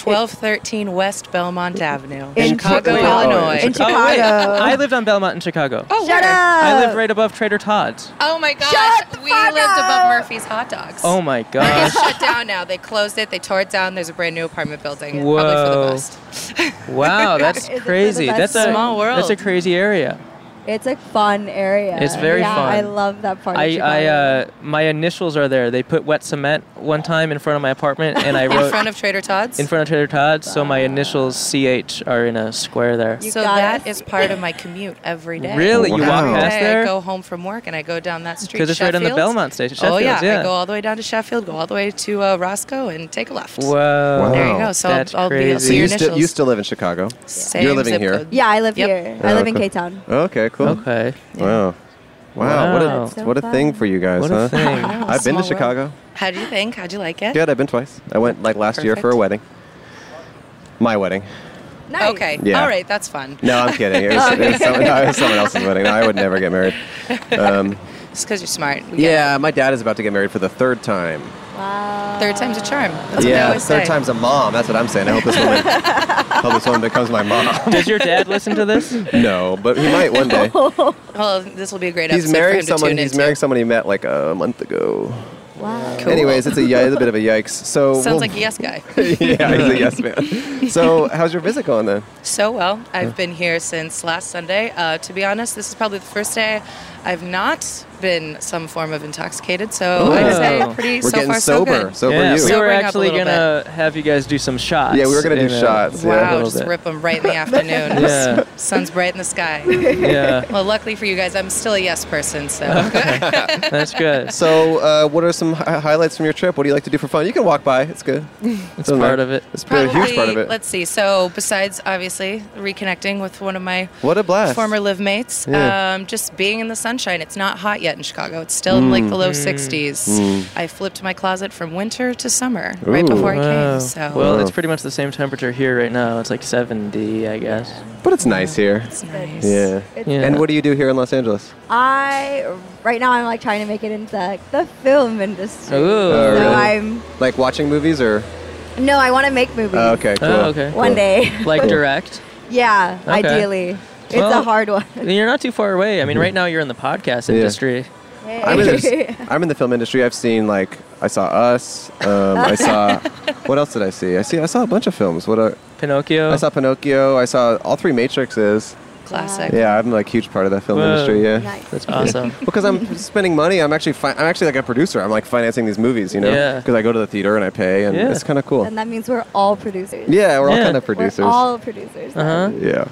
[SPEAKER 10] 1213 West Belmont Avenue,
[SPEAKER 11] In
[SPEAKER 10] Chicago,
[SPEAKER 2] Chicago.
[SPEAKER 10] Illinois.
[SPEAKER 2] Oh,
[SPEAKER 11] in
[SPEAKER 2] in
[SPEAKER 1] Oh, wait.
[SPEAKER 11] Chicago.
[SPEAKER 1] I lived on Belmont in Chicago.
[SPEAKER 10] oh,
[SPEAKER 11] Shut
[SPEAKER 10] where?
[SPEAKER 11] up!
[SPEAKER 1] I lived right above Trader Todd's.
[SPEAKER 10] Oh my gosh,
[SPEAKER 11] Shut the
[SPEAKER 10] we
[SPEAKER 11] fuck
[SPEAKER 10] lived
[SPEAKER 11] up.
[SPEAKER 10] above Murphy's Hot Dogs.
[SPEAKER 1] Oh
[SPEAKER 10] *laughs*
[SPEAKER 1] my
[SPEAKER 10] It's
[SPEAKER 1] gosh.
[SPEAKER 10] shut down now. They closed it. They tore it down. There's a brand new apartment building. Probably for
[SPEAKER 1] Whoa.
[SPEAKER 10] the best. *laughs*
[SPEAKER 1] wow, that's
[SPEAKER 11] Is it for the
[SPEAKER 1] crazy.
[SPEAKER 11] best?
[SPEAKER 1] That's a
[SPEAKER 10] Small world.
[SPEAKER 1] That's a crazy area.
[SPEAKER 11] It's a fun area.
[SPEAKER 1] It's very
[SPEAKER 11] yeah,
[SPEAKER 1] fun.
[SPEAKER 11] I love that part. of
[SPEAKER 1] I, I
[SPEAKER 11] Chicago.
[SPEAKER 1] uh, my initials are there. They put wet cement one time in front of my apartment, and I
[SPEAKER 10] *laughs*
[SPEAKER 1] wrote
[SPEAKER 10] In front of Trader Todd's.
[SPEAKER 1] in front of Trader Todd's. So my initials CH are in a square there.
[SPEAKER 11] You
[SPEAKER 10] so
[SPEAKER 11] got
[SPEAKER 10] that
[SPEAKER 11] us.
[SPEAKER 10] is part
[SPEAKER 11] *laughs*
[SPEAKER 10] of my commute every day.
[SPEAKER 1] Really, you walk
[SPEAKER 2] Wow.
[SPEAKER 10] Every
[SPEAKER 1] past
[SPEAKER 10] day I
[SPEAKER 1] there
[SPEAKER 10] go home from work and I go down that street.
[SPEAKER 1] because it's right on the
[SPEAKER 10] Sheffield.
[SPEAKER 1] Belmont station.
[SPEAKER 10] oh yeah.
[SPEAKER 1] Sheffield's, yeah.
[SPEAKER 10] I go all the way down to Sheffield, go all the way to uh, Roscoe, and take a left.
[SPEAKER 1] Whoa.
[SPEAKER 10] There
[SPEAKER 2] Wow.
[SPEAKER 10] you go. So
[SPEAKER 1] That's
[SPEAKER 10] I'll, I'll be. I'll
[SPEAKER 1] crazy.
[SPEAKER 2] So
[SPEAKER 10] see your
[SPEAKER 2] you
[SPEAKER 10] initials.
[SPEAKER 2] still you still live in Chicago?
[SPEAKER 10] Same
[SPEAKER 2] You're living
[SPEAKER 10] zip
[SPEAKER 2] here.
[SPEAKER 10] Code.
[SPEAKER 11] yeah, I live
[SPEAKER 10] Yep.
[SPEAKER 11] here. I
[SPEAKER 2] Oh,
[SPEAKER 11] live in
[SPEAKER 2] cool.
[SPEAKER 11] K Town.
[SPEAKER 2] Okay, cool.
[SPEAKER 1] Okay.
[SPEAKER 2] Wow. Wow,
[SPEAKER 1] Wow.
[SPEAKER 2] what
[SPEAKER 11] So
[SPEAKER 2] a what a
[SPEAKER 11] fun.
[SPEAKER 2] thing for you guys,
[SPEAKER 1] What a
[SPEAKER 10] *laughs*
[SPEAKER 2] huh?
[SPEAKER 11] *laughs*
[SPEAKER 1] thing.
[SPEAKER 10] know,
[SPEAKER 2] I've been
[SPEAKER 10] small
[SPEAKER 2] to
[SPEAKER 10] world.
[SPEAKER 2] Chicago.
[SPEAKER 10] How do you think? How'd you like it?
[SPEAKER 2] Good, I've been twice. I went like last year for a
[SPEAKER 10] Perfect.
[SPEAKER 2] wedding. My wedding.
[SPEAKER 11] Nice.
[SPEAKER 10] Okay.
[SPEAKER 2] Yeah.
[SPEAKER 10] All right. That's fun.
[SPEAKER 2] No, I'm kidding. It was,
[SPEAKER 10] *laughs*
[SPEAKER 2] it was someone, no, it was someone else's wedding. No, I would never get married. Um,
[SPEAKER 10] It's because you're smart. We get it.
[SPEAKER 2] yeah, my dad is about to get married for the third time.
[SPEAKER 11] Wow.
[SPEAKER 10] third time's a charm. That's what I
[SPEAKER 2] yeah,
[SPEAKER 10] always
[SPEAKER 2] third
[SPEAKER 10] say.
[SPEAKER 2] time's a mom. That's what I'm saying. I hope this
[SPEAKER 10] *laughs*
[SPEAKER 2] woman, hope this woman becomes my mom.
[SPEAKER 1] Does your dad listen
[SPEAKER 10] *laughs*
[SPEAKER 1] to this?
[SPEAKER 2] No, but he might
[SPEAKER 11] *laughs*
[SPEAKER 2] one day.
[SPEAKER 10] well, this will be a great
[SPEAKER 2] He's
[SPEAKER 10] episode
[SPEAKER 2] marrying
[SPEAKER 10] for him
[SPEAKER 2] someone.
[SPEAKER 10] to tune
[SPEAKER 2] He's marrying someone he met like a month ago.
[SPEAKER 10] Wow.
[SPEAKER 2] Anyways, it's a, y- it's a bit of a yikes. So
[SPEAKER 10] Sounds
[SPEAKER 2] we'll- *laughs*
[SPEAKER 10] like a yes guy.
[SPEAKER 2] yeah, he's a yes man. So how's your visit going then?
[SPEAKER 10] *laughs* So well. I've been here since last Sunday. Uh, to be honest, this is probably the first day I've not been some form of intoxicated. So
[SPEAKER 1] Oh.
[SPEAKER 10] I'd Oh, say pretty so far so good.
[SPEAKER 1] yeah, We were
[SPEAKER 10] Sobering up a
[SPEAKER 1] actually
[SPEAKER 10] little
[SPEAKER 1] gonna have you guys do some shots.
[SPEAKER 2] Yeah, we were gonna do
[SPEAKER 1] in a-
[SPEAKER 2] shots,
[SPEAKER 1] in a
[SPEAKER 10] Wow,
[SPEAKER 1] little
[SPEAKER 10] just
[SPEAKER 1] bit.
[SPEAKER 10] rip them right in the afternoon.
[SPEAKER 1] Yeah.
[SPEAKER 10] Sun's bright in the sky.
[SPEAKER 1] Yeah.
[SPEAKER 10] Well, luckily for you guys, I'm still a yes person, so.
[SPEAKER 1] That's good.
[SPEAKER 2] So, uh, what are some hi- highlights from your trip? What do you like to do for fun? You can walk by. It's good. It's
[SPEAKER 1] part of it.
[SPEAKER 2] It's a huge part of
[SPEAKER 10] Probably-
[SPEAKER 2] it.
[SPEAKER 10] Let's see. So, besides obviously reconnecting with one of my
[SPEAKER 2] What a blast.
[SPEAKER 10] former live mates,
[SPEAKER 2] Yeah.
[SPEAKER 10] um, just being in the sunshine. It's not hot yet in Chicago. It's still in like the low
[SPEAKER 2] Mm.
[SPEAKER 10] 60s.
[SPEAKER 1] Mm.
[SPEAKER 10] I flipped my closet from winter to summer right
[SPEAKER 1] Ooh.
[SPEAKER 10] before I
[SPEAKER 1] Wow.
[SPEAKER 10] came. So,
[SPEAKER 1] Well, it's pretty much the same temperature here right now. It's like 70, I guess.
[SPEAKER 2] But it's nice here.
[SPEAKER 10] It's nice.
[SPEAKER 2] Yeah. And what do you do here in Los Angeles?
[SPEAKER 11] I right now I'm like trying to make it into like the film industry.
[SPEAKER 2] Oh,
[SPEAKER 11] so
[SPEAKER 2] really?
[SPEAKER 11] I'm
[SPEAKER 2] like watching movies or?
[SPEAKER 11] no, I want to make movies.
[SPEAKER 2] Oh, okay, cool.
[SPEAKER 1] Oh, okay.
[SPEAKER 11] One day.
[SPEAKER 1] *laughs* Like direct?
[SPEAKER 11] Yeah,
[SPEAKER 1] Okay.
[SPEAKER 11] ideally. It's
[SPEAKER 1] Well,
[SPEAKER 11] a hard one.
[SPEAKER 1] You're not too far away. I mean, right now you're in the
[SPEAKER 2] *laughs*
[SPEAKER 1] podcast
[SPEAKER 2] Mm-hmm. Yeah.
[SPEAKER 1] industry.
[SPEAKER 2] I'm in,
[SPEAKER 11] *laughs*
[SPEAKER 2] the, I'm in the film industry. I've seen like I saw Us. Um, I
[SPEAKER 11] *laughs*
[SPEAKER 2] saw what else did I see? I see I saw a bunch of films. What are,
[SPEAKER 1] Pinocchio.
[SPEAKER 2] I saw Pinocchio. I saw all three Matrixes.
[SPEAKER 10] Classic.
[SPEAKER 2] Yeah, I'm like huge part of that film
[SPEAKER 1] Whoa.
[SPEAKER 2] industry. Yeah,
[SPEAKER 1] Nice. That's awesome.
[SPEAKER 2] *laughs* because I'm spending money. I'm actually fi- I'm actually like a producer. I'm like financing these movies. You know,
[SPEAKER 1] Yeah.
[SPEAKER 2] Because I go to the theater and I pay, and
[SPEAKER 1] Yeah.
[SPEAKER 2] it's kind of cool.
[SPEAKER 11] And that means we're all producers.
[SPEAKER 2] Yeah, we're all Yeah. kind of producers.
[SPEAKER 11] We're all producers.
[SPEAKER 1] Uh huh.
[SPEAKER 2] Yeah.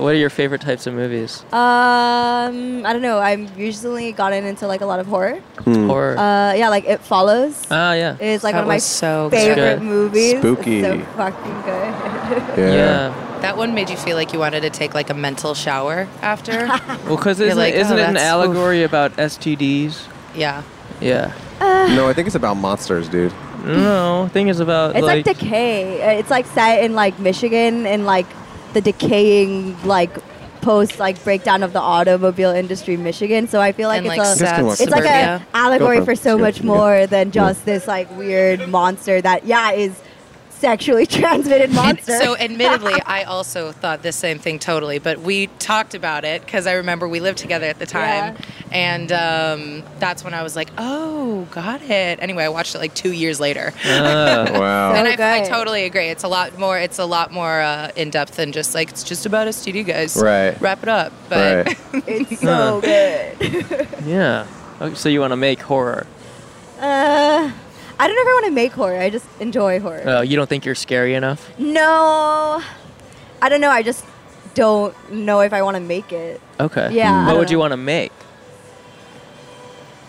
[SPEAKER 1] What are your favorite types of movies?
[SPEAKER 11] Um, I don't know. I'm usually gotten into like a lot of horror.
[SPEAKER 2] Hmm.
[SPEAKER 1] Horror.
[SPEAKER 11] Uh, yeah, like It Follows. *sighs*
[SPEAKER 1] Ah, yeah.
[SPEAKER 11] Is like
[SPEAKER 10] That
[SPEAKER 11] one of my
[SPEAKER 10] was so good.
[SPEAKER 11] favorite
[SPEAKER 10] Good.
[SPEAKER 11] movies. It's
[SPEAKER 2] Spooky.
[SPEAKER 11] so fucking good.
[SPEAKER 2] Yeah.
[SPEAKER 10] That one made you feel like you wanted to take like a mental shower after.
[SPEAKER 1] *laughs* Well, because
[SPEAKER 10] You're
[SPEAKER 1] isn't,
[SPEAKER 10] like,
[SPEAKER 1] it, isn't
[SPEAKER 10] "Oh,
[SPEAKER 1] it an
[SPEAKER 10] that's-
[SPEAKER 1] allegory about STDs?
[SPEAKER 10] yeah.
[SPEAKER 1] Yeah.
[SPEAKER 11] Uh,
[SPEAKER 1] Uh,
[SPEAKER 2] no, I think it's about monsters, dude.
[SPEAKER 1] No, thing is about
[SPEAKER 11] It's like, decay. Uh, It's like set in like Michigan and like the decaying like post like breakdown of the automobile industry in Michigan. So I feel like
[SPEAKER 10] And,
[SPEAKER 11] it's
[SPEAKER 10] like,
[SPEAKER 11] a
[SPEAKER 10] This can work.
[SPEAKER 11] it's like
[SPEAKER 10] suburbia.
[SPEAKER 11] an allegory
[SPEAKER 10] Go for
[SPEAKER 11] for
[SPEAKER 10] it.
[SPEAKER 11] so
[SPEAKER 10] It's
[SPEAKER 11] much
[SPEAKER 10] good.
[SPEAKER 11] more than just this like weird monster that yeah is sexually *laughs* transmitted
[SPEAKER 10] And
[SPEAKER 11] monster.
[SPEAKER 10] so, admittedly, I also thought the same thing totally, but we talked about it because I remember we lived together at the time, and um, that's when I was like, "Oh, got it." Anyway, I watched it like two years later,
[SPEAKER 2] Ah,
[SPEAKER 10] *laughs*
[SPEAKER 2] wow.
[SPEAKER 10] and I, I totally agree. It's a lot more. It's a lot more uh, in depth than just like it's just about STD, guys.
[SPEAKER 1] Right.
[SPEAKER 10] Wrap it up. But
[SPEAKER 1] *laughs*
[SPEAKER 10] *laughs*
[SPEAKER 1] Right.
[SPEAKER 11] it's
[SPEAKER 1] Huh.
[SPEAKER 11] so good.
[SPEAKER 1] yeah. Okay, so you want to make horror?
[SPEAKER 11] Uh, I don't ever want to make horror. I just enjoy horror.
[SPEAKER 1] Oh, you don't think you're scary enough?
[SPEAKER 11] No, I don't know. I just don't know if I want to make it.
[SPEAKER 1] Okay.
[SPEAKER 11] Yeah, I
[SPEAKER 2] Hmm.
[SPEAKER 1] What
[SPEAKER 11] don't
[SPEAKER 1] would you
[SPEAKER 11] know.
[SPEAKER 1] want to make?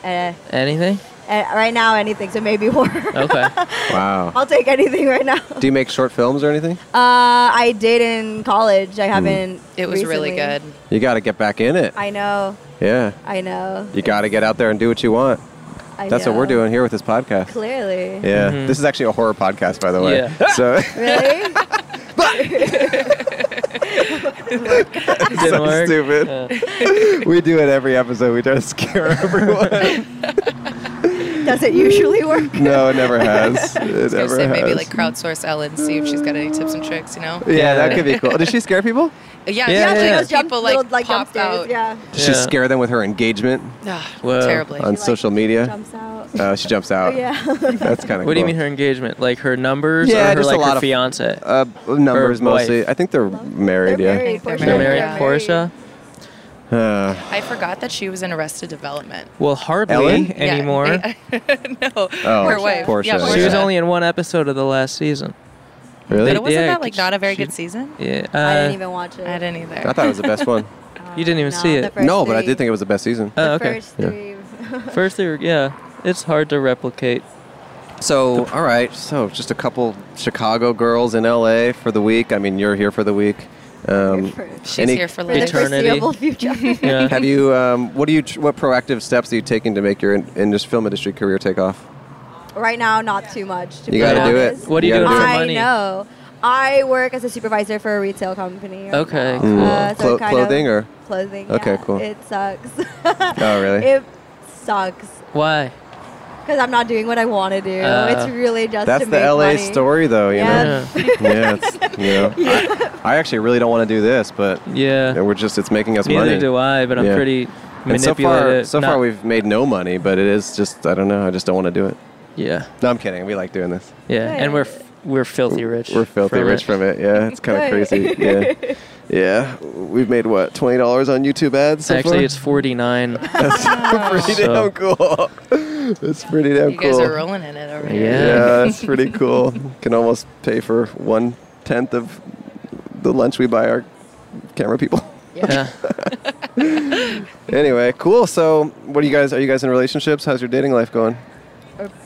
[SPEAKER 11] Uh,
[SPEAKER 1] Anything?
[SPEAKER 11] uh, right now, anything. So maybe *laughs* horror.
[SPEAKER 1] Okay.
[SPEAKER 2] *laughs* wow.
[SPEAKER 11] I'll take anything right now. *laughs*
[SPEAKER 2] Do you make short films or anything?
[SPEAKER 11] Uh, I did in college. I
[SPEAKER 1] Mm.
[SPEAKER 11] haven't.
[SPEAKER 10] It was really
[SPEAKER 11] recently.
[SPEAKER 10] good.
[SPEAKER 2] You got to get back in it.
[SPEAKER 11] I know.
[SPEAKER 2] Yeah.
[SPEAKER 11] I know.
[SPEAKER 2] You got to get out there and do what you want.
[SPEAKER 11] I
[SPEAKER 2] That's what we're
[SPEAKER 11] know.
[SPEAKER 2] doing here with this podcast.
[SPEAKER 11] Clearly.
[SPEAKER 2] Yeah. This *laughs* is actually a horror podcast, by the way.
[SPEAKER 1] Mm-hmm. Yeah. *laughs*
[SPEAKER 2] So
[SPEAKER 11] *laughs* Really? *laughs* Oh
[SPEAKER 2] *laughs* so stupid. *laughs* we do it every episode. We try to scare everyone. *laughs*
[SPEAKER 11] Does it usually work?
[SPEAKER 2] no, it never has.
[SPEAKER 10] *laughs*
[SPEAKER 2] It
[SPEAKER 10] I was gonna
[SPEAKER 2] never
[SPEAKER 10] say maybe
[SPEAKER 2] has.
[SPEAKER 10] like crowdsource Ellen, see if she's got any tips and tricks. You know?
[SPEAKER 2] yeah, that could be cool. Does she scare people?
[SPEAKER 10] *laughs* Yeah,
[SPEAKER 2] Yeah,
[SPEAKER 10] yeah,
[SPEAKER 2] yeah.
[SPEAKER 10] Those people like, pop out.
[SPEAKER 11] Yeah.
[SPEAKER 2] Does she scare them with her engagement?
[SPEAKER 1] Whoa. terribly.
[SPEAKER 2] On
[SPEAKER 1] She,
[SPEAKER 2] social media?
[SPEAKER 11] Jumps out.
[SPEAKER 2] Uh, she jumps out.
[SPEAKER 11] Yeah. *laughs*
[SPEAKER 2] That's kind of
[SPEAKER 1] What do you
[SPEAKER 2] cool.
[SPEAKER 1] mean her engagement? Like her numbers?
[SPEAKER 2] Yeah,
[SPEAKER 1] or her,
[SPEAKER 2] just a
[SPEAKER 1] like,
[SPEAKER 2] lot
[SPEAKER 1] her
[SPEAKER 2] of-
[SPEAKER 1] fiance.
[SPEAKER 2] Uh, numbers
[SPEAKER 1] Her
[SPEAKER 2] mostly.
[SPEAKER 1] wife.
[SPEAKER 2] I think they're married. yeah.
[SPEAKER 11] married,
[SPEAKER 10] They're
[SPEAKER 1] They're
[SPEAKER 10] married.
[SPEAKER 1] married,
[SPEAKER 10] Yeah.
[SPEAKER 1] Portia.
[SPEAKER 2] Uh,
[SPEAKER 10] I forgot that she was in Arrested Development.
[SPEAKER 1] Well, hardly
[SPEAKER 2] Ellen? Oh, Yeah.
[SPEAKER 1] anymore.
[SPEAKER 10] no, uh, her wife.
[SPEAKER 1] Portia.
[SPEAKER 10] Yeah,
[SPEAKER 1] She was only in one episode of the last season.
[SPEAKER 2] Really?
[SPEAKER 10] But wasn't
[SPEAKER 1] yeah,
[SPEAKER 10] that like not a very good season?
[SPEAKER 1] Yeah.
[SPEAKER 11] I
[SPEAKER 1] uh,
[SPEAKER 11] didn't even watch it.
[SPEAKER 10] I didn't either.
[SPEAKER 2] I thought it was
[SPEAKER 10] *laughs*
[SPEAKER 2] the best one.
[SPEAKER 1] you didn't even see it.
[SPEAKER 2] No, but I did think it was the best season.
[SPEAKER 1] Oh, okay.
[SPEAKER 11] First three.
[SPEAKER 1] *laughs* First they were, yeah. It's hard to replicate.
[SPEAKER 2] So, all right. So, just a couple Chicago girls in LA for the week. I mean, you're here for the week. Um,
[SPEAKER 10] She's
[SPEAKER 2] any-
[SPEAKER 10] here for
[SPEAKER 11] For the
[SPEAKER 10] life.
[SPEAKER 11] foreseeable future.
[SPEAKER 2] *laughs* Have you? Um, what do you? What proactive steps are you taking to make your in, indus- film industry career take off?
[SPEAKER 11] Right now, not too much. To
[SPEAKER 2] You
[SPEAKER 11] be
[SPEAKER 2] gotta do
[SPEAKER 11] honest.
[SPEAKER 2] it. What are you You gotta doing do for it.
[SPEAKER 11] I
[SPEAKER 2] money?
[SPEAKER 11] know. I work as a supervisor for a retail company.
[SPEAKER 1] Okay,
[SPEAKER 11] now.
[SPEAKER 1] cool.
[SPEAKER 11] Uh, so
[SPEAKER 2] Mm. Clo-
[SPEAKER 11] kind
[SPEAKER 2] clothing
[SPEAKER 11] of
[SPEAKER 2] or?
[SPEAKER 11] clothing.
[SPEAKER 2] Okay, *laughs*
[SPEAKER 11] yeah.
[SPEAKER 2] cool.
[SPEAKER 11] It sucks.
[SPEAKER 2] Oh, really?
[SPEAKER 11] it sucks.
[SPEAKER 1] Why?
[SPEAKER 11] because I'm not doing what I want to do.
[SPEAKER 2] Uh,
[SPEAKER 11] it's really just
[SPEAKER 2] That's
[SPEAKER 11] to
[SPEAKER 2] the
[SPEAKER 11] make
[SPEAKER 2] LA
[SPEAKER 11] money.
[SPEAKER 2] story, though.
[SPEAKER 11] *laughs*
[SPEAKER 2] You
[SPEAKER 11] Yeah.
[SPEAKER 2] know. Yeah. it's,
[SPEAKER 11] *laughs*
[SPEAKER 2] you know I, I actually really don't want to do this, but yeah, we're just it's making us
[SPEAKER 1] Neither
[SPEAKER 2] money.
[SPEAKER 1] do I, but I'm pretty
[SPEAKER 2] And so far,
[SPEAKER 1] manipulative,
[SPEAKER 2] so far
[SPEAKER 1] not-
[SPEAKER 2] we've made no money, but it is just I don't know. I just don't want to do it.
[SPEAKER 1] Yeah.
[SPEAKER 2] No, I'm kidding. We like doing this.
[SPEAKER 1] Yeah, and we're f- we're filthy rich.
[SPEAKER 2] We're filthy
[SPEAKER 1] from
[SPEAKER 2] rich
[SPEAKER 1] it.
[SPEAKER 2] from it. Yeah, it's kind of
[SPEAKER 1] Right.
[SPEAKER 2] crazy.
[SPEAKER 11] *laughs*
[SPEAKER 2] Yeah. Yeah, we've made what twenty dollars on YouTube ads. So
[SPEAKER 1] Actually,
[SPEAKER 2] far?
[SPEAKER 1] it's
[SPEAKER 2] *laughs*
[SPEAKER 1] 49.
[SPEAKER 2] That's pretty damn cool. That's pretty damn
[SPEAKER 10] You
[SPEAKER 2] cool.
[SPEAKER 10] guys are rolling in it over
[SPEAKER 2] yeah.
[SPEAKER 10] here.
[SPEAKER 2] that's pretty cool. Can almost pay for one tenth of the lunch we buy our camera people.
[SPEAKER 1] Yeah.
[SPEAKER 2] *laughs* anyway, cool. So, what are you guys? Are you guys in relationships? How's your dating life going?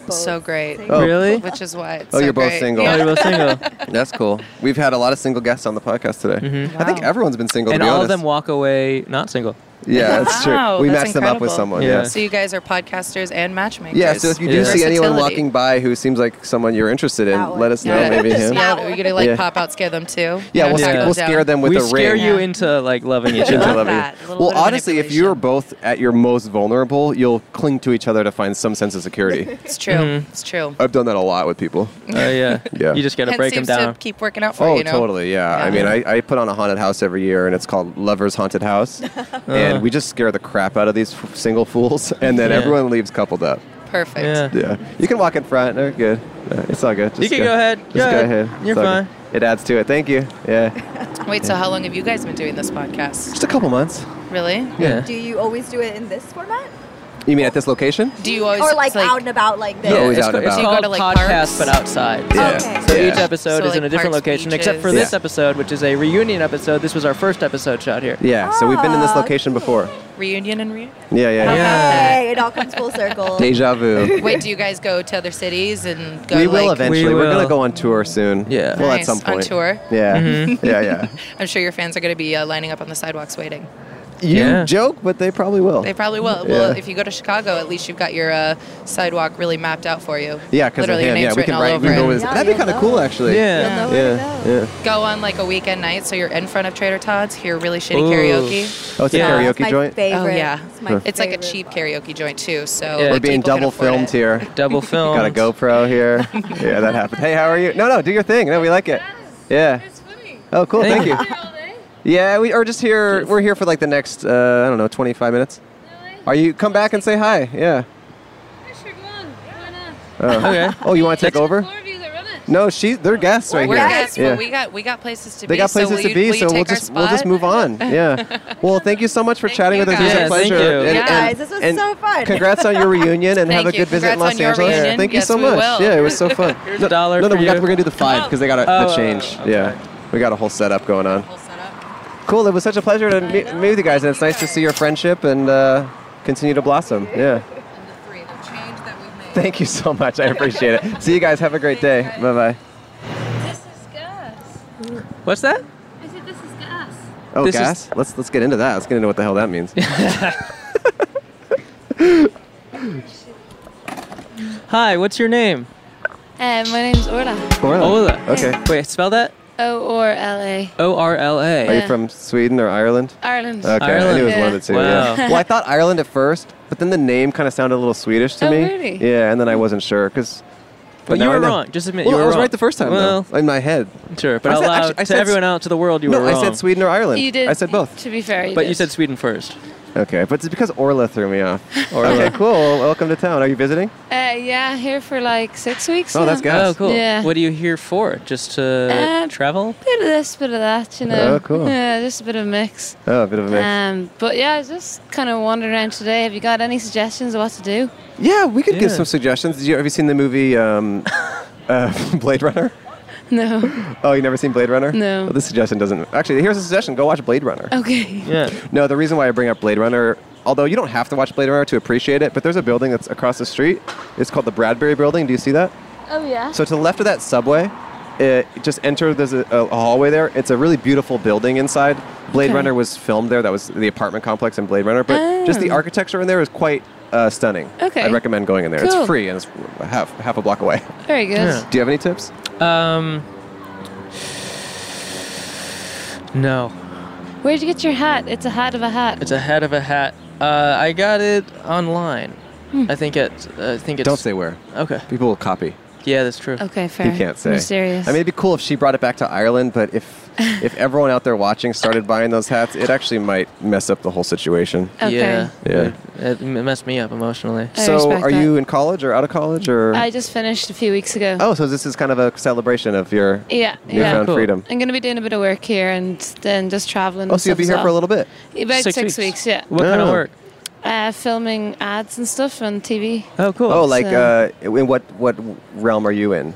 [SPEAKER 10] So great.
[SPEAKER 2] Oh. Really?
[SPEAKER 10] Which is why it's
[SPEAKER 2] oh,
[SPEAKER 10] so
[SPEAKER 2] you're both
[SPEAKER 10] great.
[SPEAKER 2] single.
[SPEAKER 10] Yeah.
[SPEAKER 2] *laughs* That's cool. We've had a lot of single guests on the podcast today.
[SPEAKER 1] Mhm.
[SPEAKER 2] I think everyone's been single.
[SPEAKER 1] and
[SPEAKER 2] to be
[SPEAKER 1] all
[SPEAKER 2] honest.
[SPEAKER 1] of them walk away not single.
[SPEAKER 2] *laughs* Yeah, that's true.
[SPEAKER 10] *laughs* Wow,
[SPEAKER 2] we
[SPEAKER 10] that's
[SPEAKER 2] matched them up with
[SPEAKER 10] incredible.
[SPEAKER 2] someone. Yeah.
[SPEAKER 10] So you guys are podcasters and matchmakers.
[SPEAKER 2] Yeah, so if you do see anyone
[SPEAKER 10] Versatility.
[SPEAKER 2] walking by who seems like someone you're interested in, let us know.
[SPEAKER 10] Yeah. *laughs*
[SPEAKER 2] Maybe
[SPEAKER 10] Just
[SPEAKER 2] him.
[SPEAKER 10] yell- Are you gonna like
[SPEAKER 2] Yeah.
[SPEAKER 10] pop out, scare them too?
[SPEAKER 2] Yeah,
[SPEAKER 10] You know,
[SPEAKER 2] we'll,
[SPEAKER 10] talk
[SPEAKER 2] sc-
[SPEAKER 10] them
[SPEAKER 2] we'll
[SPEAKER 10] down?
[SPEAKER 2] scare them with
[SPEAKER 1] we
[SPEAKER 2] a
[SPEAKER 1] scare
[SPEAKER 2] ring.
[SPEAKER 1] you into like loving each
[SPEAKER 2] Into
[SPEAKER 1] other.
[SPEAKER 2] loving you. Well, honestly, if you're both at your most vulnerable, you'll cling to each other to find some sense
[SPEAKER 10] *laughs*
[SPEAKER 2] of security.
[SPEAKER 10] It's true.
[SPEAKER 2] Mm-hmm.
[SPEAKER 10] It's true.
[SPEAKER 2] I've done that a lot with people.
[SPEAKER 1] Oh yeah,
[SPEAKER 2] *laughs* yeah.
[SPEAKER 1] You just gotta
[SPEAKER 10] Hence
[SPEAKER 1] break them
[SPEAKER 10] seems
[SPEAKER 1] down.
[SPEAKER 10] to keep working out for
[SPEAKER 2] Oh,
[SPEAKER 10] you. know? *laughs*
[SPEAKER 2] totally. Yeah. I mean, I, I put on a haunted house every year, and it's called Lover's
[SPEAKER 10] *laughs*
[SPEAKER 2] Haunted House.
[SPEAKER 10] Uh.
[SPEAKER 2] and we just scare the crap out of these f- single fools, *laughs* and then
[SPEAKER 1] Yeah.
[SPEAKER 2] everyone leaves coupled up.
[SPEAKER 10] Perfect.
[SPEAKER 2] Yeah. You can walk in front. They're good. Uh, It's all good. Just
[SPEAKER 1] You can go ahead.
[SPEAKER 2] Just
[SPEAKER 1] Go
[SPEAKER 2] go ahead.
[SPEAKER 1] ahead. You're
[SPEAKER 2] It's all good. It adds to it. Thank you. Yeah.
[SPEAKER 10] Wait, so how long have you guys been doing this podcast?
[SPEAKER 2] Just a couple months.
[SPEAKER 10] Really?
[SPEAKER 2] Yeah.
[SPEAKER 11] Do you always do it in this format?
[SPEAKER 2] You mean at this location?
[SPEAKER 10] Do you always
[SPEAKER 11] or like, out and about like this?
[SPEAKER 2] Yeah, always
[SPEAKER 1] it's,
[SPEAKER 2] out
[SPEAKER 1] ca-
[SPEAKER 2] and
[SPEAKER 1] it's
[SPEAKER 2] about.
[SPEAKER 1] called
[SPEAKER 2] You go to,
[SPEAKER 10] like,
[SPEAKER 1] podcast,
[SPEAKER 10] parks?
[SPEAKER 1] but outside.
[SPEAKER 2] Yeah. Okay.
[SPEAKER 1] So each
[SPEAKER 2] Yeah.
[SPEAKER 1] episode
[SPEAKER 10] So,
[SPEAKER 1] is in
[SPEAKER 10] like,
[SPEAKER 1] a different
[SPEAKER 10] parks,
[SPEAKER 1] location, except for
[SPEAKER 2] beaches.
[SPEAKER 1] this episode, which is a reunion episode. This was our first episode shot here.
[SPEAKER 2] Yeah. So we've been in
[SPEAKER 10] Ah,
[SPEAKER 2] this location before.
[SPEAKER 10] Reunion and reunion.
[SPEAKER 2] Yeah. Yeah.
[SPEAKER 1] Yeah.
[SPEAKER 11] Hey, it all comes full circle.
[SPEAKER 2] Deja vu.
[SPEAKER 10] Wait, do you guys go to other cities and go?
[SPEAKER 2] we
[SPEAKER 10] to,
[SPEAKER 2] will
[SPEAKER 10] like,
[SPEAKER 2] eventually. We're gonna go on tour soon. Yeah. Mm-hmm. Well,
[SPEAKER 10] Nice.
[SPEAKER 2] at some
[SPEAKER 10] On
[SPEAKER 2] point.
[SPEAKER 10] tour?
[SPEAKER 2] Yeah.
[SPEAKER 10] Mhm.
[SPEAKER 2] *laughs* Yeah. Yeah.
[SPEAKER 10] I'm sure your fans are going to be uh, lining up on the sidewalks waiting.
[SPEAKER 2] You joke, but they probably will.
[SPEAKER 10] They probably will. Well,
[SPEAKER 2] Oh. Yeah.
[SPEAKER 10] if you go to Chicago, at least you've got your uh, sidewalk really mapped out for you.
[SPEAKER 2] Yeah, because of
[SPEAKER 10] literally your
[SPEAKER 2] him.
[SPEAKER 10] name's
[SPEAKER 2] Yeah, we
[SPEAKER 10] written
[SPEAKER 2] can
[SPEAKER 10] all
[SPEAKER 2] write.
[SPEAKER 10] over
[SPEAKER 2] We know
[SPEAKER 10] it.
[SPEAKER 2] his, that'd be kind of cool, actually.
[SPEAKER 10] Yeah. You'll know
[SPEAKER 2] Yeah. Yeah.
[SPEAKER 10] Go on like a weekend night, so you're in front of Trader Todd's, hear really shitty
[SPEAKER 2] Ooh.
[SPEAKER 10] karaoke.
[SPEAKER 2] Oh, it's a Yeah. karaoke That's my joint?
[SPEAKER 10] Oh
[SPEAKER 2] favorite.
[SPEAKER 10] yeah,
[SPEAKER 2] It's
[SPEAKER 10] it's,
[SPEAKER 2] my Huh.
[SPEAKER 10] like a cheap karaoke joint too. So
[SPEAKER 2] We're
[SPEAKER 10] like,
[SPEAKER 2] being
[SPEAKER 10] people can
[SPEAKER 2] double
[SPEAKER 10] afford
[SPEAKER 2] filmed
[SPEAKER 10] it.
[SPEAKER 2] here. *laughs*
[SPEAKER 1] Double filmed.
[SPEAKER 2] Got a GoPro
[SPEAKER 10] *laughs*
[SPEAKER 2] here. yeah, that happened. Hey, how are you? No, no, do your thing. No, we like it. Yeah. Oh, cool. Thank,
[SPEAKER 1] Thank you.
[SPEAKER 2] you. Yeah, we are just here. We're here for like the next, uh, I don't know, 25 minutes. Are you? Come back and say hi. Yeah.
[SPEAKER 3] *laughs*
[SPEAKER 2] Oh.
[SPEAKER 1] Okay.
[SPEAKER 2] Oh, you want to take over? No, she. They're guests right
[SPEAKER 10] We're
[SPEAKER 2] here.
[SPEAKER 10] guests,
[SPEAKER 2] Yeah.
[SPEAKER 10] but we got we got places to
[SPEAKER 2] They
[SPEAKER 10] be.
[SPEAKER 2] got places
[SPEAKER 10] so will
[SPEAKER 2] to
[SPEAKER 10] you-
[SPEAKER 2] be,
[SPEAKER 10] will you
[SPEAKER 2] so we'll
[SPEAKER 10] take our
[SPEAKER 2] just we'll just
[SPEAKER 10] spot?
[SPEAKER 2] move on. Yeah. Well, thank you so much for chatting with us. It was a
[SPEAKER 1] guys.
[SPEAKER 2] pleasure.
[SPEAKER 1] Thank you.
[SPEAKER 2] And-
[SPEAKER 1] Yeah,
[SPEAKER 2] and-
[SPEAKER 11] this was
[SPEAKER 2] and
[SPEAKER 11] so fun.
[SPEAKER 2] Congrats on your reunion and have a
[SPEAKER 11] Thank you.
[SPEAKER 2] good visit in
[SPEAKER 11] Congrats on
[SPEAKER 2] Los
[SPEAKER 11] your
[SPEAKER 2] Angueles.
[SPEAKER 11] reunion.
[SPEAKER 2] Thank
[SPEAKER 11] Yes,
[SPEAKER 2] you so
[SPEAKER 11] we
[SPEAKER 2] much.
[SPEAKER 11] will.
[SPEAKER 2] Yeah, it was so fun.
[SPEAKER 1] Here's
[SPEAKER 2] no,
[SPEAKER 1] a dollar
[SPEAKER 2] no, no,
[SPEAKER 1] for
[SPEAKER 2] we got,
[SPEAKER 1] you.
[SPEAKER 2] we're gonna do the five because they got a,
[SPEAKER 1] Oh,
[SPEAKER 2] the
[SPEAKER 1] oh,
[SPEAKER 2] change.
[SPEAKER 1] okay.
[SPEAKER 2] Yeah, we got a whole setup going on. Cool. It was such a pleasure to meet, meet with you guys, and it's nice to see your friendship and uh, continue to blossom. Yeah. Thank you so much. I appreciate *laughs* it. See you guys. Have a great day. Bye bye.
[SPEAKER 1] What's that?
[SPEAKER 12] I said this is gas.
[SPEAKER 2] Oh,
[SPEAKER 1] This is-
[SPEAKER 2] gas. let's let's get into that. Let's get into what the hell that
[SPEAKER 1] *laughs*
[SPEAKER 2] means. *laughs*
[SPEAKER 1] Hi, what's your name?
[SPEAKER 13] Uh, my name's Orla.
[SPEAKER 1] Ola.
[SPEAKER 2] Okay.
[SPEAKER 1] Wait, spell that.
[SPEAKER 13] O or L A.
[SPEAKER 1] O R L A.
[SPEAKER 2] Are you
[SPEAKER 13] Yeah.
[SPEAKER 2] from Sweden or Ireland?
[SPEAKER 13] Ireland.
[SPEAKER 2] Okay, I knew it was one
[SPEAKER 13] Yeah.
[SPEAKER 2] of the two. yeah.
[SPEAKER 13] Wow.
[SPEAKER 2] well, I thought Ireland at first, but then the name kind of sounded a little Swedish to
[SPEAKER 13] Oh,
[SPEAKER 2] me.
[SPEAKER 13] really?
[SPEAKER 2] Yeah, and then I wasn't sure because.
[SPEAKER 1] Well, you were wrong. Just admit
[SPEAKER 2] well,
[SPEAKER 1] you were
[SPEAKER 2] I was
[SPEAKER 1] wrong.
[SPEAKER 2] right the first time.
[SPEAKER 1] Well-
[SPEAKER 2] though, in my head.
[SPEAKER 1] Sure, but
[SPEAKER 2] I
[SPEAKER 1] out
[SPEAKER 2] said-
[SPEAKER 1] loud
[SPEAKER 2] actually, I
[SPEAKER 1] to
[SPEAKER 2] said-
[SPEAKER 1] everyone out to the world, you
[SPEAKER 2] no,
[SPEAKER 1] were wrong.
[SPEAKER 2] I said Sweden or Ireland.
[SPEAKER 13] You did.
[SPEAKER 2] I said both.
[SPEAKER 13] To be fair, you
[SPEAKER 1] But
[SPEAKER 13] did.
[SPEAKER 1] you said Sweden first.
[SPEAKER 2] Okay, but it's because Orla threw me off. Okay, cool. Welcome to town. Are you visiting?
[SPEAKER 13] Uh, yeah, here for like six weeks. now.
[SPEAKER 1] Oh, cool.
[SPEAKER 13] Yeah.
[SPEAKER 1] What are you here for? Just to
[SPEAKER 13] Uh,
[SPEAKER 1] travel?
[SPEAKER 13] Bit of this, bit of that, you know.
[SPEAKER 1] Oh, cool.
[SPEAKER 13] Yeah, just a bit of a mix.
[SPEAKER 2] Oh, a bit of a mix.
[SPEAKER 13] Um, but yeah, I was just kind of wandering around today. Have you got any suggestions of what to do? *laughs*
[SPEAKER 2] yeah, we could give
[SPEAKER 13] Yeah.
[SPEAKER 2] some suggestions. Did you have you seen the movie um, *laughs* uh, Blade Runner? *laughs*
[SPEAKER 13] No.
[SPEAKER 2] Oh, you never seen Blade Runner?
[SPEAKER 13] No. Oh.
[SPEAKER 2] Well, this suggestion doesn't. Actually, here's a suggestion. Go watch Blade Runner.
[SPEAKER 13] Okay.
[SPEAKER 1] Yeah.
[SPEAKER 2] No, the reason why I bring up Blade Runner, although you don't have to watch Blade Runner to appreciate it, but there's a building that's across the street. It's called the Bradbury Building. Do you see that?
[SPEAKER 13] Oh yeah.
[SPEAKER 2] So to the left of that subway, it just enter. There's a, a hallway there. It's a really beautiful building inside. Blade
[SPEAKER 13] Okay.
[SPEAKER 2] Runner was filmed there. That was the apartment complex in Blade Runner. But just the
[SPEAKER 13] Oh.
[SPEAKER 2] architecture in there is quite uh, stunning.
[SPEAKER 13] Okay.
[SPEAKER 2] I'd recommend going in there.
[SPEAKER 13] Cool.
[SPEAKER 2] It's free and it's half half a block away.
[SPEAKER 13] Very good.
[SPEAKER 1] Yeah.
[SPEAKER 2] Do you have any tips?
[SPEAKER 1] Um. No.
[SPEAKER 13] Where'd you get your hat? It's a hat of a hat.
[SPEAKER 1] It's a hat of a hat. Uh, I got it online.
[SPEAKER 13] Hmm.
[SPEAKER 1] I think it. I think it's.
[SPEAKER 2] Don't say where.
[SPEAKER 1] Okay.
[SPEAKER 2] People will copy.
[SPEAKER 1] Yeah, that's true.
[SPEAKER 13] Okay, fair.
[SPEAKER 2] You can't say.
[SPEAKER 13] Mysterious.
[SPEAKER 2] I mean, it'd be cool if she brought it back to Ireland,
[SPEAKER 13] *laughs*
[SPEAKER 2] but if if everyone out there watching started buying those hats, it actually might mess up the whole situation.
[SPEAKER 13] Okay.
[SPEAKER 1] Yeah.
[SPEAKER 2] Yeah.
[SPEAKER 1] It, it messed me up emotionally.
[SPEAKER 13] I
[SPEAKER 2] so,
[SPEAKER 13] respect
[SPEAKER 2] are
[SPEAKER 13] that.
[SPEAKER 2] you in college or out of college or?
[SPEAKER 13] I just finished a few weeks ago.
[SPEAKER 2] oh, so this is kind of a celebration of your
[SPEAKER 13] Yeah, yeah.
[SPEAKER 2] newfound freedom.
[SPEAKER 13] I'm going to be doing a bit of work here and then just traveling.
[SPEAKER 2] Oh, so you'll be here for a little bit.
[SPEAKER 13] About six, weeks. yeah.
[SPEAKER 2] What kind of Oh. work?
[SPEAKER 13] Uh, filming ads and stuff on TV.
[SPEAKER 1] Oh, cool.
[SPEAKER 2] Oh, like
[SPEAKER 13] So-
[SPEAKER 2] uh, in what what realm are you in?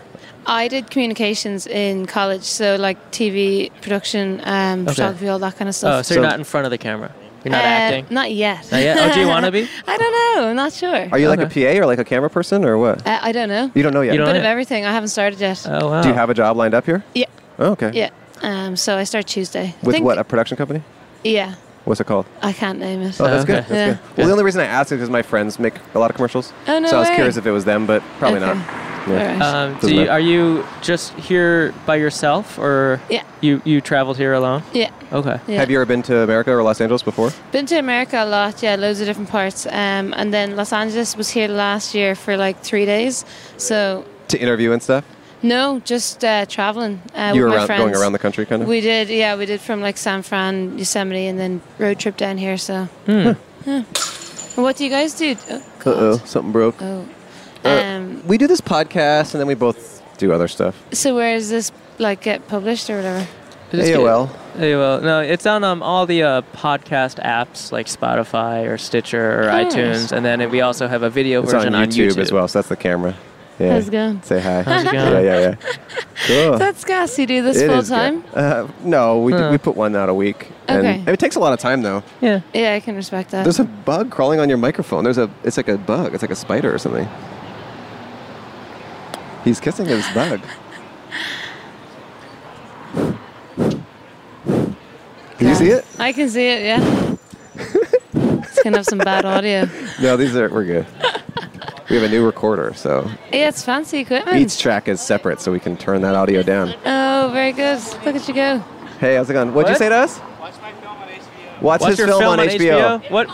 [SPEAKER 13] I did communications in college, so like TV production, um,
[SPEAKER 1] Okay.
[SPEAKER 13] photography, all that kind of stuff.
[SPEAKER 1] Oh, so, you're not in front of the camera. You're not
[SPEAKER 13] Uh,
[SPEAKER 1] acting.
[SPEAKER 13] Not yet.
[SPEAKER 1] Not yet? Oh, do you wanna be?
[SPEAKER 13] *laughs* I don't know. I'm not sure.
[SPEAKER 2] Are you like a PA or like a camera person or what?
[SPEAKER 13] Uh, I don't know.
[SPEAKER 2] You don't know yet.
[SPEAKER 13] a bit of everything. I haven't started yet.
[SPEAKER 1] Oh wow.
[SPEAKER 2] Do you have a job lined up here?
[SPEAKER 13] Yeah.
[SPEAKER 2] Oh, okay.
[SPEAKER 13] Yeah. Um, so I start Tuesday. I
[SPEAKER 2] With
[SPEAKER 13] think-
[SPEAKER 2] what? A production company?
[SPEAKER 13] Yeah.
[SPEAKER 2] What's it called?
[SPEAKER 13] I can't name it.
[SPEAKER 2] Oh, that's good. That's
[SPEAKER 13] yeah.
[SPEAKER 2] good. Well, the only reason I asked is because my friends make a lot of commercials.
[SPEAKER 13] Oh, no
[SPEAKER 2] So I was
[SPEAKER 13] way.
[SPEAKER 2] curious if it was them, but probably
[SPEAKER 13] Okay.
[SPEAKER 2] not. Yeah.
[SPEAKER 1] Um, do
[SPEAKER 2] Doesn't
[SPEAKER 1] you,
[SPEAKER 2] matter.
[SPEAKER 1] are you just here by yourself, or
[SPEAKER 13] Yeah.
[SPEAKER 1] you you traveled here alone?
[SPEAKER 13] Yeah.
[SPEAKER 1] Okay.
[SPEAKER 13] Yeah. Have
[SPEAKER 2] you ever been to America or Los Angeles before?
[SPEAKER 13] Been to America a lot, yeah, loads of different parts. Um, and then Los Angeles was here last year for like three days. So
[SPEAKER 2] To interview and stuff?
[SPEAKER 13] no, just uh, traveling uh, with
[SPEAKER 2] you were
[SPEAKER 13] my
[SPEAKER 2] around,
[SPEAKER 13] friends.
[SPEAKER 2] going around the country, kind of?
[SPEAKER 13] We did, yeah, we did from like San Fran, Yosemite, and then road trip down here. So,
[SPEAKER 1] Hmm.
[SPEAKER 13] yeah. And what do you guys do? Oh,
[SPEAKER 2] Uh oh, something broke.
[SPEAKER 13] oh.
[SPEAKER 2] Uh,
[SPEAKER 13] Um,
[SPEAKER 2] we do this podcast and then we both do other stuff.
[SPEAKER 13] so where does this like get published or whatever?
[SPEAKER 1] Just
[SPEAKER 2] AOL.
[SPEAKER 1] get- AOL. No, it's on um, all the uh, podcast apps like Spotify or Stitcher or
[SPEAKER 13] Oh, nice.
[SPEAKER 1] iTunes, and then we also have a video
[SPEAKER 2] It's on
[SPEAKER 1] version
[SPEAKER 2] YouTube, as well, so that's the camera. Yeah.
[SPEAKER 13] How's it going?
[SPEAKER 2] Say hi.
[SPEAKER 13] How's it
[SPEAKER 2] Yeah,
[SPEAKER 13] going? *laughs*
[SPEAKER 2] yeah, yeah. Cool.
[SPEAKER 13] That's gas. You do this
[SPEAKER 2] It
[SPEAKER 13] full
[SPEAKER 2] is good.
[SPEAKER 13] time?
[SPEAKER 2] Uh, no, we, d-
[SPEAKER 13] Huh.
[SPEAKER 2] we put one out a week.
[SPEAKER 13] Okay. Uh.
[SPEAKER 2] And it takes a lot of time, though.
[SPEAKER 1] Yeah.
[SPEAKER 13] Yeah, I can respect that.
[SPEAKER 2] There's a bug crawling on your microphone. There's a. It's like a bug. It's like a spider or something. He's kissing his bug. Did you see it?
[SPEAKER 13] I can see it,
[SPEAKER 2] *laughs*
[SPEAKER 13] yeah. it's gonna have some bad audio.
[SPEAKER 2] No, these are. We're good. We have a new recorder, so
[SPEAKER 13] Yeah, it's fancy equipment.
[SPEAKER 2] each track is separate, so we can turn that audio down.
[SPEAKER 13] Oh, very good. Look at you go.
[SPEAKER 2] Hey, how's it going? What'd you
[SPEAKER 13] What?
[SPEAKER 2] say to us? Watch
[SPEAKER 1] What's
[SPEAKER 2] his
[SPEAKER 1] your
[SPEAKER 2] film on HBO.
[SPEAKER 1] What?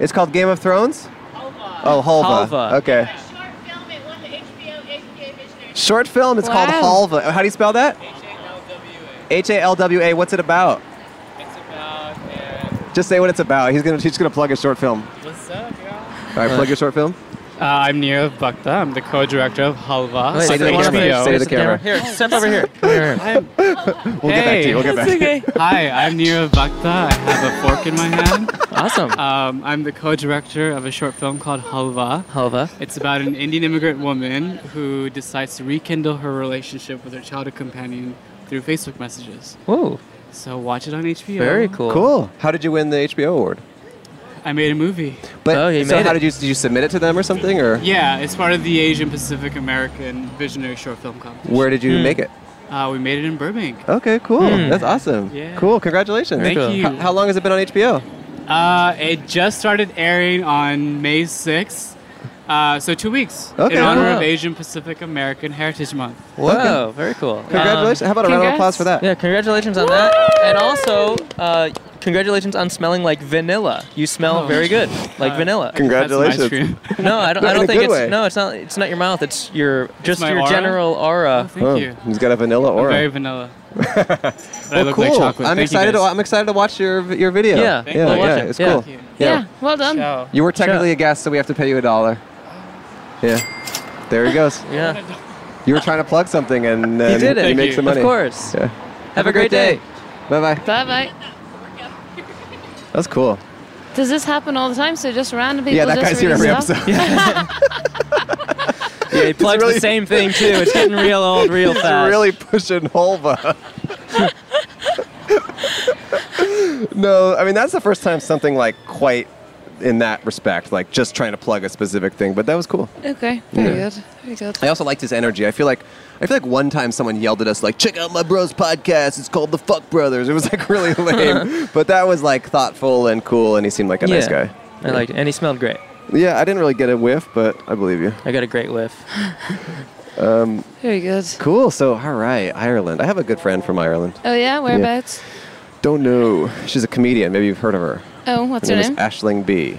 [SPEAKER 2] It's called Game of Thrones. Oh, Halva.
[SPEAKER 1] Halva.
[SPEAKER 2] Okay. Short film. It's
[SPEAKER 12] Wow.
[SPEAKER 2] called Halva. How do you spell that? H A L W A. What's it about?
[SPEAKER 12] uh,
[SPEAKER 2] Just say what it's about. He's gonna. He's gonna plug a short film.
[SPEAKER 12] What's up, y'all?
[SPEAKER 2] All right, plug your short film.
[SPEAKER 12] Uh, I'm Nirav Bhakta. I'm the co-director of Halva.
[SPEAKER 2] Wait,
[SPEAKER 12] on
[SPEAKER 2] say the camera.
[SPEAKER 12] HBO.
[SPEAKER 2] Say the camera.
[SPEAKER 1] Here, step over here.
[SPEAKER 12] I'm-
[SPEAKER 2] We'll get back to you. We'll get back.
[SPEAKER 12] Hi, I'm Nirav Bhakta. I have a fork in my
[SPEAKER 2] *laughs*
[SPEAKER 12] hand.
[SPEAKER 1] Awesome.
[SPEAKER 12] Um, I'm the co-director of a short film called Halva.
[SPEAKER 1] Halva.
[SPEAKER 12] It's about an Indian immigrant woman who decides to rekindle her relationship with her childhood companion through Facebook messages.
[SPEAKER 1] Whoa.
[SPEAKER 12] So watch it on HBO.
[SPEAKER 2] Cool. How did you win the HBO award?
[SPEAKER 12] I made a movie.
[SPEAKER 2] But
[SPEAKER 12] Oh, you
[SPEAKER 2] so
[SPEAKER 12] made
[SPEAKER 2] how
[SPEAKER 12] it.
[SPEAKER 2] did you did you submit it to them or something or?
[SPEAKER 12] Yeah, it's part of the Asian Pacific American Visionary Short Film Competition.
[SPEAKER 2] Where did you Hmm. make it?
[SPEAKER 12] Uh, we made it in Burbank.
[SPEAKER 2] Okay, cool.
[SPEAKER 12] Hmm.
[SPEAKER 2] That's awesome.
[SPEAKER 12] Yeah.
[SPEAKER 2] Cool. Congratulations.
[SPEAKER 12] Thank Cool. you.
[SPEAKER 2] How, how long has it been on HBO?
[SPEAKER 12] Uh, it just started airing on May 6th. Uh, so two weeks
[SPEAKER 2] Okay.
[SPEAKER 12] in honor
[SPEAKER 1] Wow.
[SPEAKER 12] of Asian Pacific American Heritage Month.
[SPEAKER 1] Whoa, very cool.
[SPEAKER 2] Congratulations. How about a round of applause for that?
[SPEAKER 1] Um, Yeah, congratulations on that. And also, uh, congratulations on smelling like vanilla. You smell
[SPEAKER 12] Oh.
[SPEAKER 1] very good, like
[SPEAKER 12] Uh,
[SPEAKER 1] vanilla.
[SPEAKER 2] Congratulations. I've had some ice cream.
[SPEAKER 1] no, I don't,
[SPEAKER 2] But
[SPEAKER 1] I
[SPEAKER 2] in a
[SPEAKER 1] don't think
[SPEAKER 2] good
[SPEAKER 1] it's
[SPEAKER 2] way.
[SPEAKER 1] no, it's not it's not your mouth. It's your just
[SPEAKER 12] my
[SPEAKER 1] your
[SPEAKER 12] aura?
[SPEAKER 1] general aura.
[SPEAKER 12] thank
[SPEAKER 2] Oh,
[SPEAKER 12] you.
[SPEAKER 2] He's got a vanilla
[SPEAKER 12] I'm
[SPEAKER 2] aura.
[SPEAKER 12] very
[SPEAKER 2] *laughs*
[SPEAKER 12] vanilla. But I
[SPEAKER 2] Well,
[SPEAKER 12] look
[SPEAKER 2] cool.
[SPEAKER 12] like chocolate.
[SPEAKER 2] I'm
[SPEAKER 12] Thank you
[SPEAKER 2] excited. To,
[SPEAKER 12] guys.
[SPEAKER 2] I'm excited to watch your your video.
[SPEAKER 1] Yeah. Thank
[SPEAKER 2] yeah,
[SPEAKER 1] you. We'll watch
[SPEAKER 2] yeah,
[SPEAKER 1] it.
[SPEAKER 2] It's
[SPEAKER 1] Yeah.
[SPEAKER 2] cool.
[SPEAKER 1] Thank you.
[SPEAKER 13] Yeah, well done.
[SPEAKER 2] You were technically a guest, so we have to pay you a dollar. Yeah. There he goes.
[SPEAKER 1] *laughs* Yeah.
[SPEAKER 2] You were trying to plug something, and uh,
[SPEAKER 1] He did
[SPEAKER 2] You
[SPEAKER 1] it. Thank
[SPEAKER 2] make
[SPEAKER 1] you.
[SPEAKER 2] some
[SPEAKER 1] Of
[SPEAKER 2] money.
[SPEAKER 1] course.
[SPEAKER 2] Yeah.
[SPEAKER 1] Have a great day.
[SPEAKER 2] Bye bye.
[SPEAKER 13] Bye bye.
[SPEAKER 2] That's cool.
[SPEAKER 13] Does this happen all the time? So just random people
[SPEAKER 2] yeah, that
[SPEAKER 13] just
[SPEAKER 2] guy's here
[SPEAKER 13] release
[SPEAKER 2] every
[SPEAKER 13] stuff?
[SPEAKER 2] episode. *laughs*
[SPEAKER 1] Yeah, he plugs the
[SPEAKER 2] *laughs*
[SPEAKER 1] same thing too. It's getting real old, real
[SPEAKER 2] He's
[SPEAKER 1] fast.
[SPEAKER 2] really pushing Holva. *laughs* no, I mean that's the first time something like quite in that respect, like just trying to plug a specific thing. But that was cool.
[SPEAKER 13] *laughs* Okay, very
[SPEAKER 2] Yeah.
[SPEAKER 13] good. Very good.
[SPEAKER 2] I also liked his energy. I feel like I feel like one time someone yelled at us like, "Check out my bros podcast. It's called the Fuck Brothers." It was like really *laughs* lame, but that was like thoughtful and cool, and he seemed like a nice
[SPEAKER 1] Yeah.
[SPEAKER 2] guy.
[SPEAKER 1] I liked it, and he smelled great.
[SPEAKER 2] Yeah, I didn't really get a whiff, but I believe you.
[SPEAKER 1] I got a great whiff.
[SPEAKER 2] *laughs* Um,
[SPEAKER 13] Very good.
[SPEAKER 2] cool. So, all right, Ireland. I have a good friend from Ireland.
[SPEAKER 13] Oh yeah, whereabouts?
[SPEAKER 2] Don't know. She's a comedian. Maybe you've heard of her.
[SPEAKER 13] Oh, what's her
[SPEAKER 2] name
[SPEAKER 13] name?
[SPEAKER 2] is Ashling B.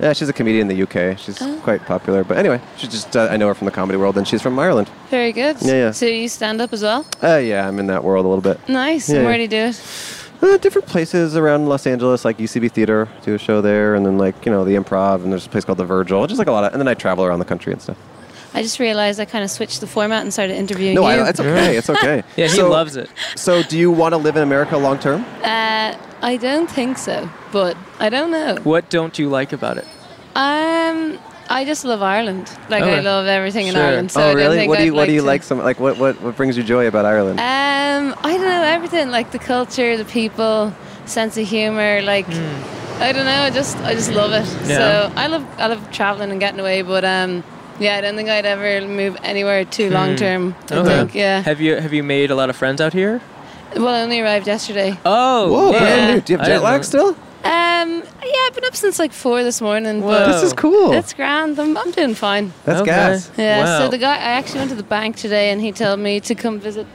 [SPEAKER 2] Yeah, she's a comedian in the UK. She's quite popular. But anyway, she's just uh, I know her from the comedy world, and she's from Ireland.
[SPEAKER 13] Very good.
[SPEAKER 2] Yeah, yeah.
[SPEAKER 13] So you stand up as well?
[SPEAKER 2] Uh, yeah, I'm in that world a little bit.
[SPEAKER 13] Nice.
[SPEAKER 2] Yeah,
[SPEAKER 13] and
[SPEAKER 2] yeah.
[SPEAKER 13] where do you do it?
[SPEAKER 2] Uh, different places around Los Angeles, like UCB Theater, do a show there, and then like you know the Improv, and there's a place called the Virgil, just like a lot of. And then I travel around the country and stuff.
[SPEAKER 13] I just realized I kind of switched the format and started interviewing
[SPEAKER 2] no,
[SPEAKER 13] you.
[SPEAKER 2] I, it's okay. It's okay.
[SPEAKER 1] *laughs* Yeah, he loves it.
[SPEAKER 2] So, do you want to live in America long term?
[SPEAKER 13] Uh, I don't think so, but I don't know.
[SPEAKER 1] What don't you like about it?
[SPEAKER 13] Um, I just love Ireland. Like I
[SPEAKER 2] Okay.
[SPEAKER 13] love everything in
[SPEAKER 2] Sure.
[SPEAKER 13] Ireland. So
[SPEAKER 2] oh,
[SPEAKER 13] I don't
[SPEAKER 2] really?
[SPEAKER 13] think
[SPEAKER 2] What do you
[SPEAKER 13] I'd
[SPEAKER 2] What do you
[SPEAKER 13] to-
[SPEAKER 2] like? Some like what what what brings you joy about Ireland?
[SPEAKER 13] Um, I don't know everything like the culture, the people, sense of humor. Like I don't know, I just I just love it.
[SPEAKER 2] Yeah.
[SPEAKER 13] So I love I love traveling and getting away, but um, yeah, I don't think I'd ever move anywhere too long term. I
[SPEAKER 1] Hmm. Mm. Okay.
[SPEAKER 13] think yeah.
[SPEAKER 1] Have you have you made a lot of friends out here?
[SPEAKER 13] Well, I only arrived yesterday.
[SPEAKER 1] Oh,
[SPEAKER 2] Whoa,
[SPEAKER 1] yeah.
[SPEAKER 2] brand new. Do you have
[SPEAKER 1] I
[SPEAKER 2] jet lag
[SPEAKER 1] didn't
[SPEAKER 2] still?
[SPEAKER 13] Um, yeah, I've been up since like four this morning.
[SPEAKER 2] Whoa. This is cool.
[SPEAKER 13] It's grand. I'm, I'm doing fine.
[SPEAKER 2] That's Okay. gas.
[SPEAKER 13] Yeah.
[SPEAKER 2] Wow.
[SPEAKER 13] So the guy, I actually went to the bank today, and he told me to come visit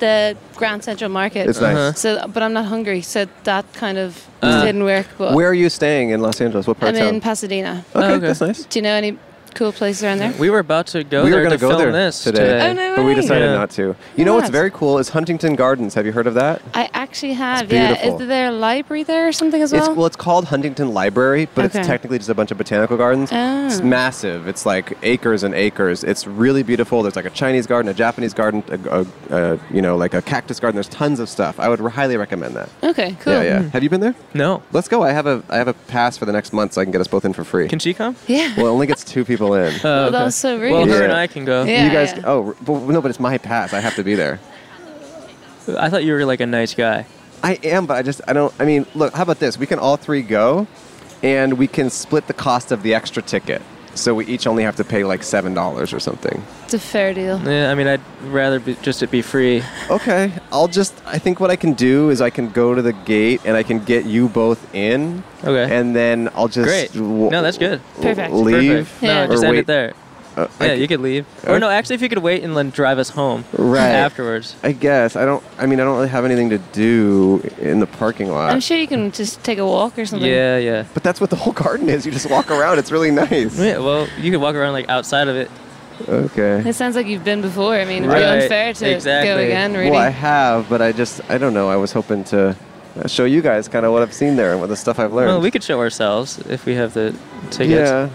[SPEAKER 13] the Grand Central Market.
[SPEAKER 2] It's nice. Uh-huh.
[SPEAKER 13] So, but I'm not hungry, so that kind of
[SPEAKER 2] Uh,
[SPEAKER 13] didn't work. But
[SPEAKER 2] Where are you staying in Los Angeles? What part
[SPEAKER 13] I'm
[SPEAKER 2] of town?
[SPEAKER 13] in Pasadena.
[SPEAKER 2] Okay, Oh, okay. that's nice.
[SPEAKER 13] Do you know any cool places around there?
[SPEAKER 1] We were about to go
[SPEAKER 2] we
[SPEAKER 1] there
[SPEAKER 2] were
[SPEAKER 1] to
[SPEAKER 2] gonna go
[SPEAKER 1] film
[SPEAKER 2] there
[SPEAKER 1] this
[SPEAKER 2] today,
[SPEAKER 13] Oh, no
[SPEAKER 2] but we
[SPEAKER 13] way.
[SPEAKER 2] decided
[SPEAKER 1] Yeah.
[SPEAKER 2] not to. You know what's
[SPEAKER 13] What?
[SPEAKER 2] very cool is Huntington Gardens. Have you heard of that?
[SPEAKER 13] I actually have.
[SPEAKER 2] It's
[SPEAKER 13] Yeah.
[SPEAKER 2] beautiful.
[SPEAKER 13] Is there a library there or something as well?
[SPEAKER 2] It's, well, it's called Huntington Library, but
[SPEAKER 13] Okay.
[SPEAKER 2] it's technically just a bunch of botanical gardens. It's
[SPEAKER 13] Oh.
[SPEAKER 2] massive. It's like acres and acres. It's really beautiful. There's like a Chinese garden, a Japanese garden, a, a, a you know like a cactus garden. There's tons of stuff. I would highly recommend that.
[SPEAKER 13] okay. Cool. Hmm.
[SPEAKER 2] Yeah, yeah. Have you been there?
[SPEAKER 1] No.
[SPEAKER 2] Let's go. I have a I have a pass for the next month, so I can get us both in for free. Can
[SPEAKER 1] she come?
[SPEAKER 13] Yeah.
[SPEAKER 2] Well, it only gets two people in.
[SPEAKER 13] *laughs*
[SPEAKER 2] Oh,
[SPEAKER 13] Well, that okay. was so rude. Well, her and I can go. Yeah,
[SPEAKER 2] you guys.
[SPEAKER 13] yeah.
[SPEAKER 2] Oh, but, no, but it's my pass. I have to be there.
[SPEAKER 1] I thought you were like a nice guy.
[SPEAKER 2] I am, but I just I don't. I mean, look. How about this? We can all three go, and we can split the cost of the extra ticket. So we each only have to pay like seven dollars or something.
[SPEAKER 13] It's a fair deal.
[SPEAKER 1] Yeah, I mean, I'd rather be, just it be free.
[SPEAKER 2] Okay. I'll just. I think what I can do is I can go to the gate and I can get you both in.
[SPEAKER 1] Okay.
[SPEAKER 2] And then I'll just.
[SPEAKER 1] Great.
[SPEAKER 2] w-
[SPEAKER 1] No, that's good.
[SPEAKER 13] Perfect.
[SPEAKER 2] Leave.
[SPEAKER 1] Perfect. No,
[SPEAKER 2] or
[SPEAKER 1] just end
[SPEAKER 2] wait-
[SPEAKER 1] it there.
[SPEAKER 2] Uh, I
[SPEAKER 1] yeah,
[SPEAKER 2] c-
[SPEAKER 1] you could leave. Or no, actually, if you could wait and then drive us home
[SPEAKER 2] Right.
[SPEAKER 1] afterwards.
[SPEAKER 2] I guess I don't. I mean, I don't really have anything to do in the parking lot.
[SPEAKER 13] I'm sure you can just take a walk or something.
[SPEAKER 1] yeah.
[SPEAKER 2] But that's what the whole garden is. You just walk around. It's really nice.
[SPEAKER 1] Yeah, well, you could walk around like outside of it.
[SPEAKER 2] Okay.
[SPEAKER 13] It sounds like you've been before. I mean, it'd be
[SPEAKER 1] Right.
[SPEAKER 13] unfair to
[SPEAKER 1] Exactly.
[SPEAKER 13] go again, really.
[SPEAKER 2] Well, I have, but I just I don't know. I was hoping to uh, show you guys kind of what I've seen there and what the stuff I've learned.
[SPEAKER 1] Well, we could show ourselves if we have the tickets.
[SPEAKER 2] yeah.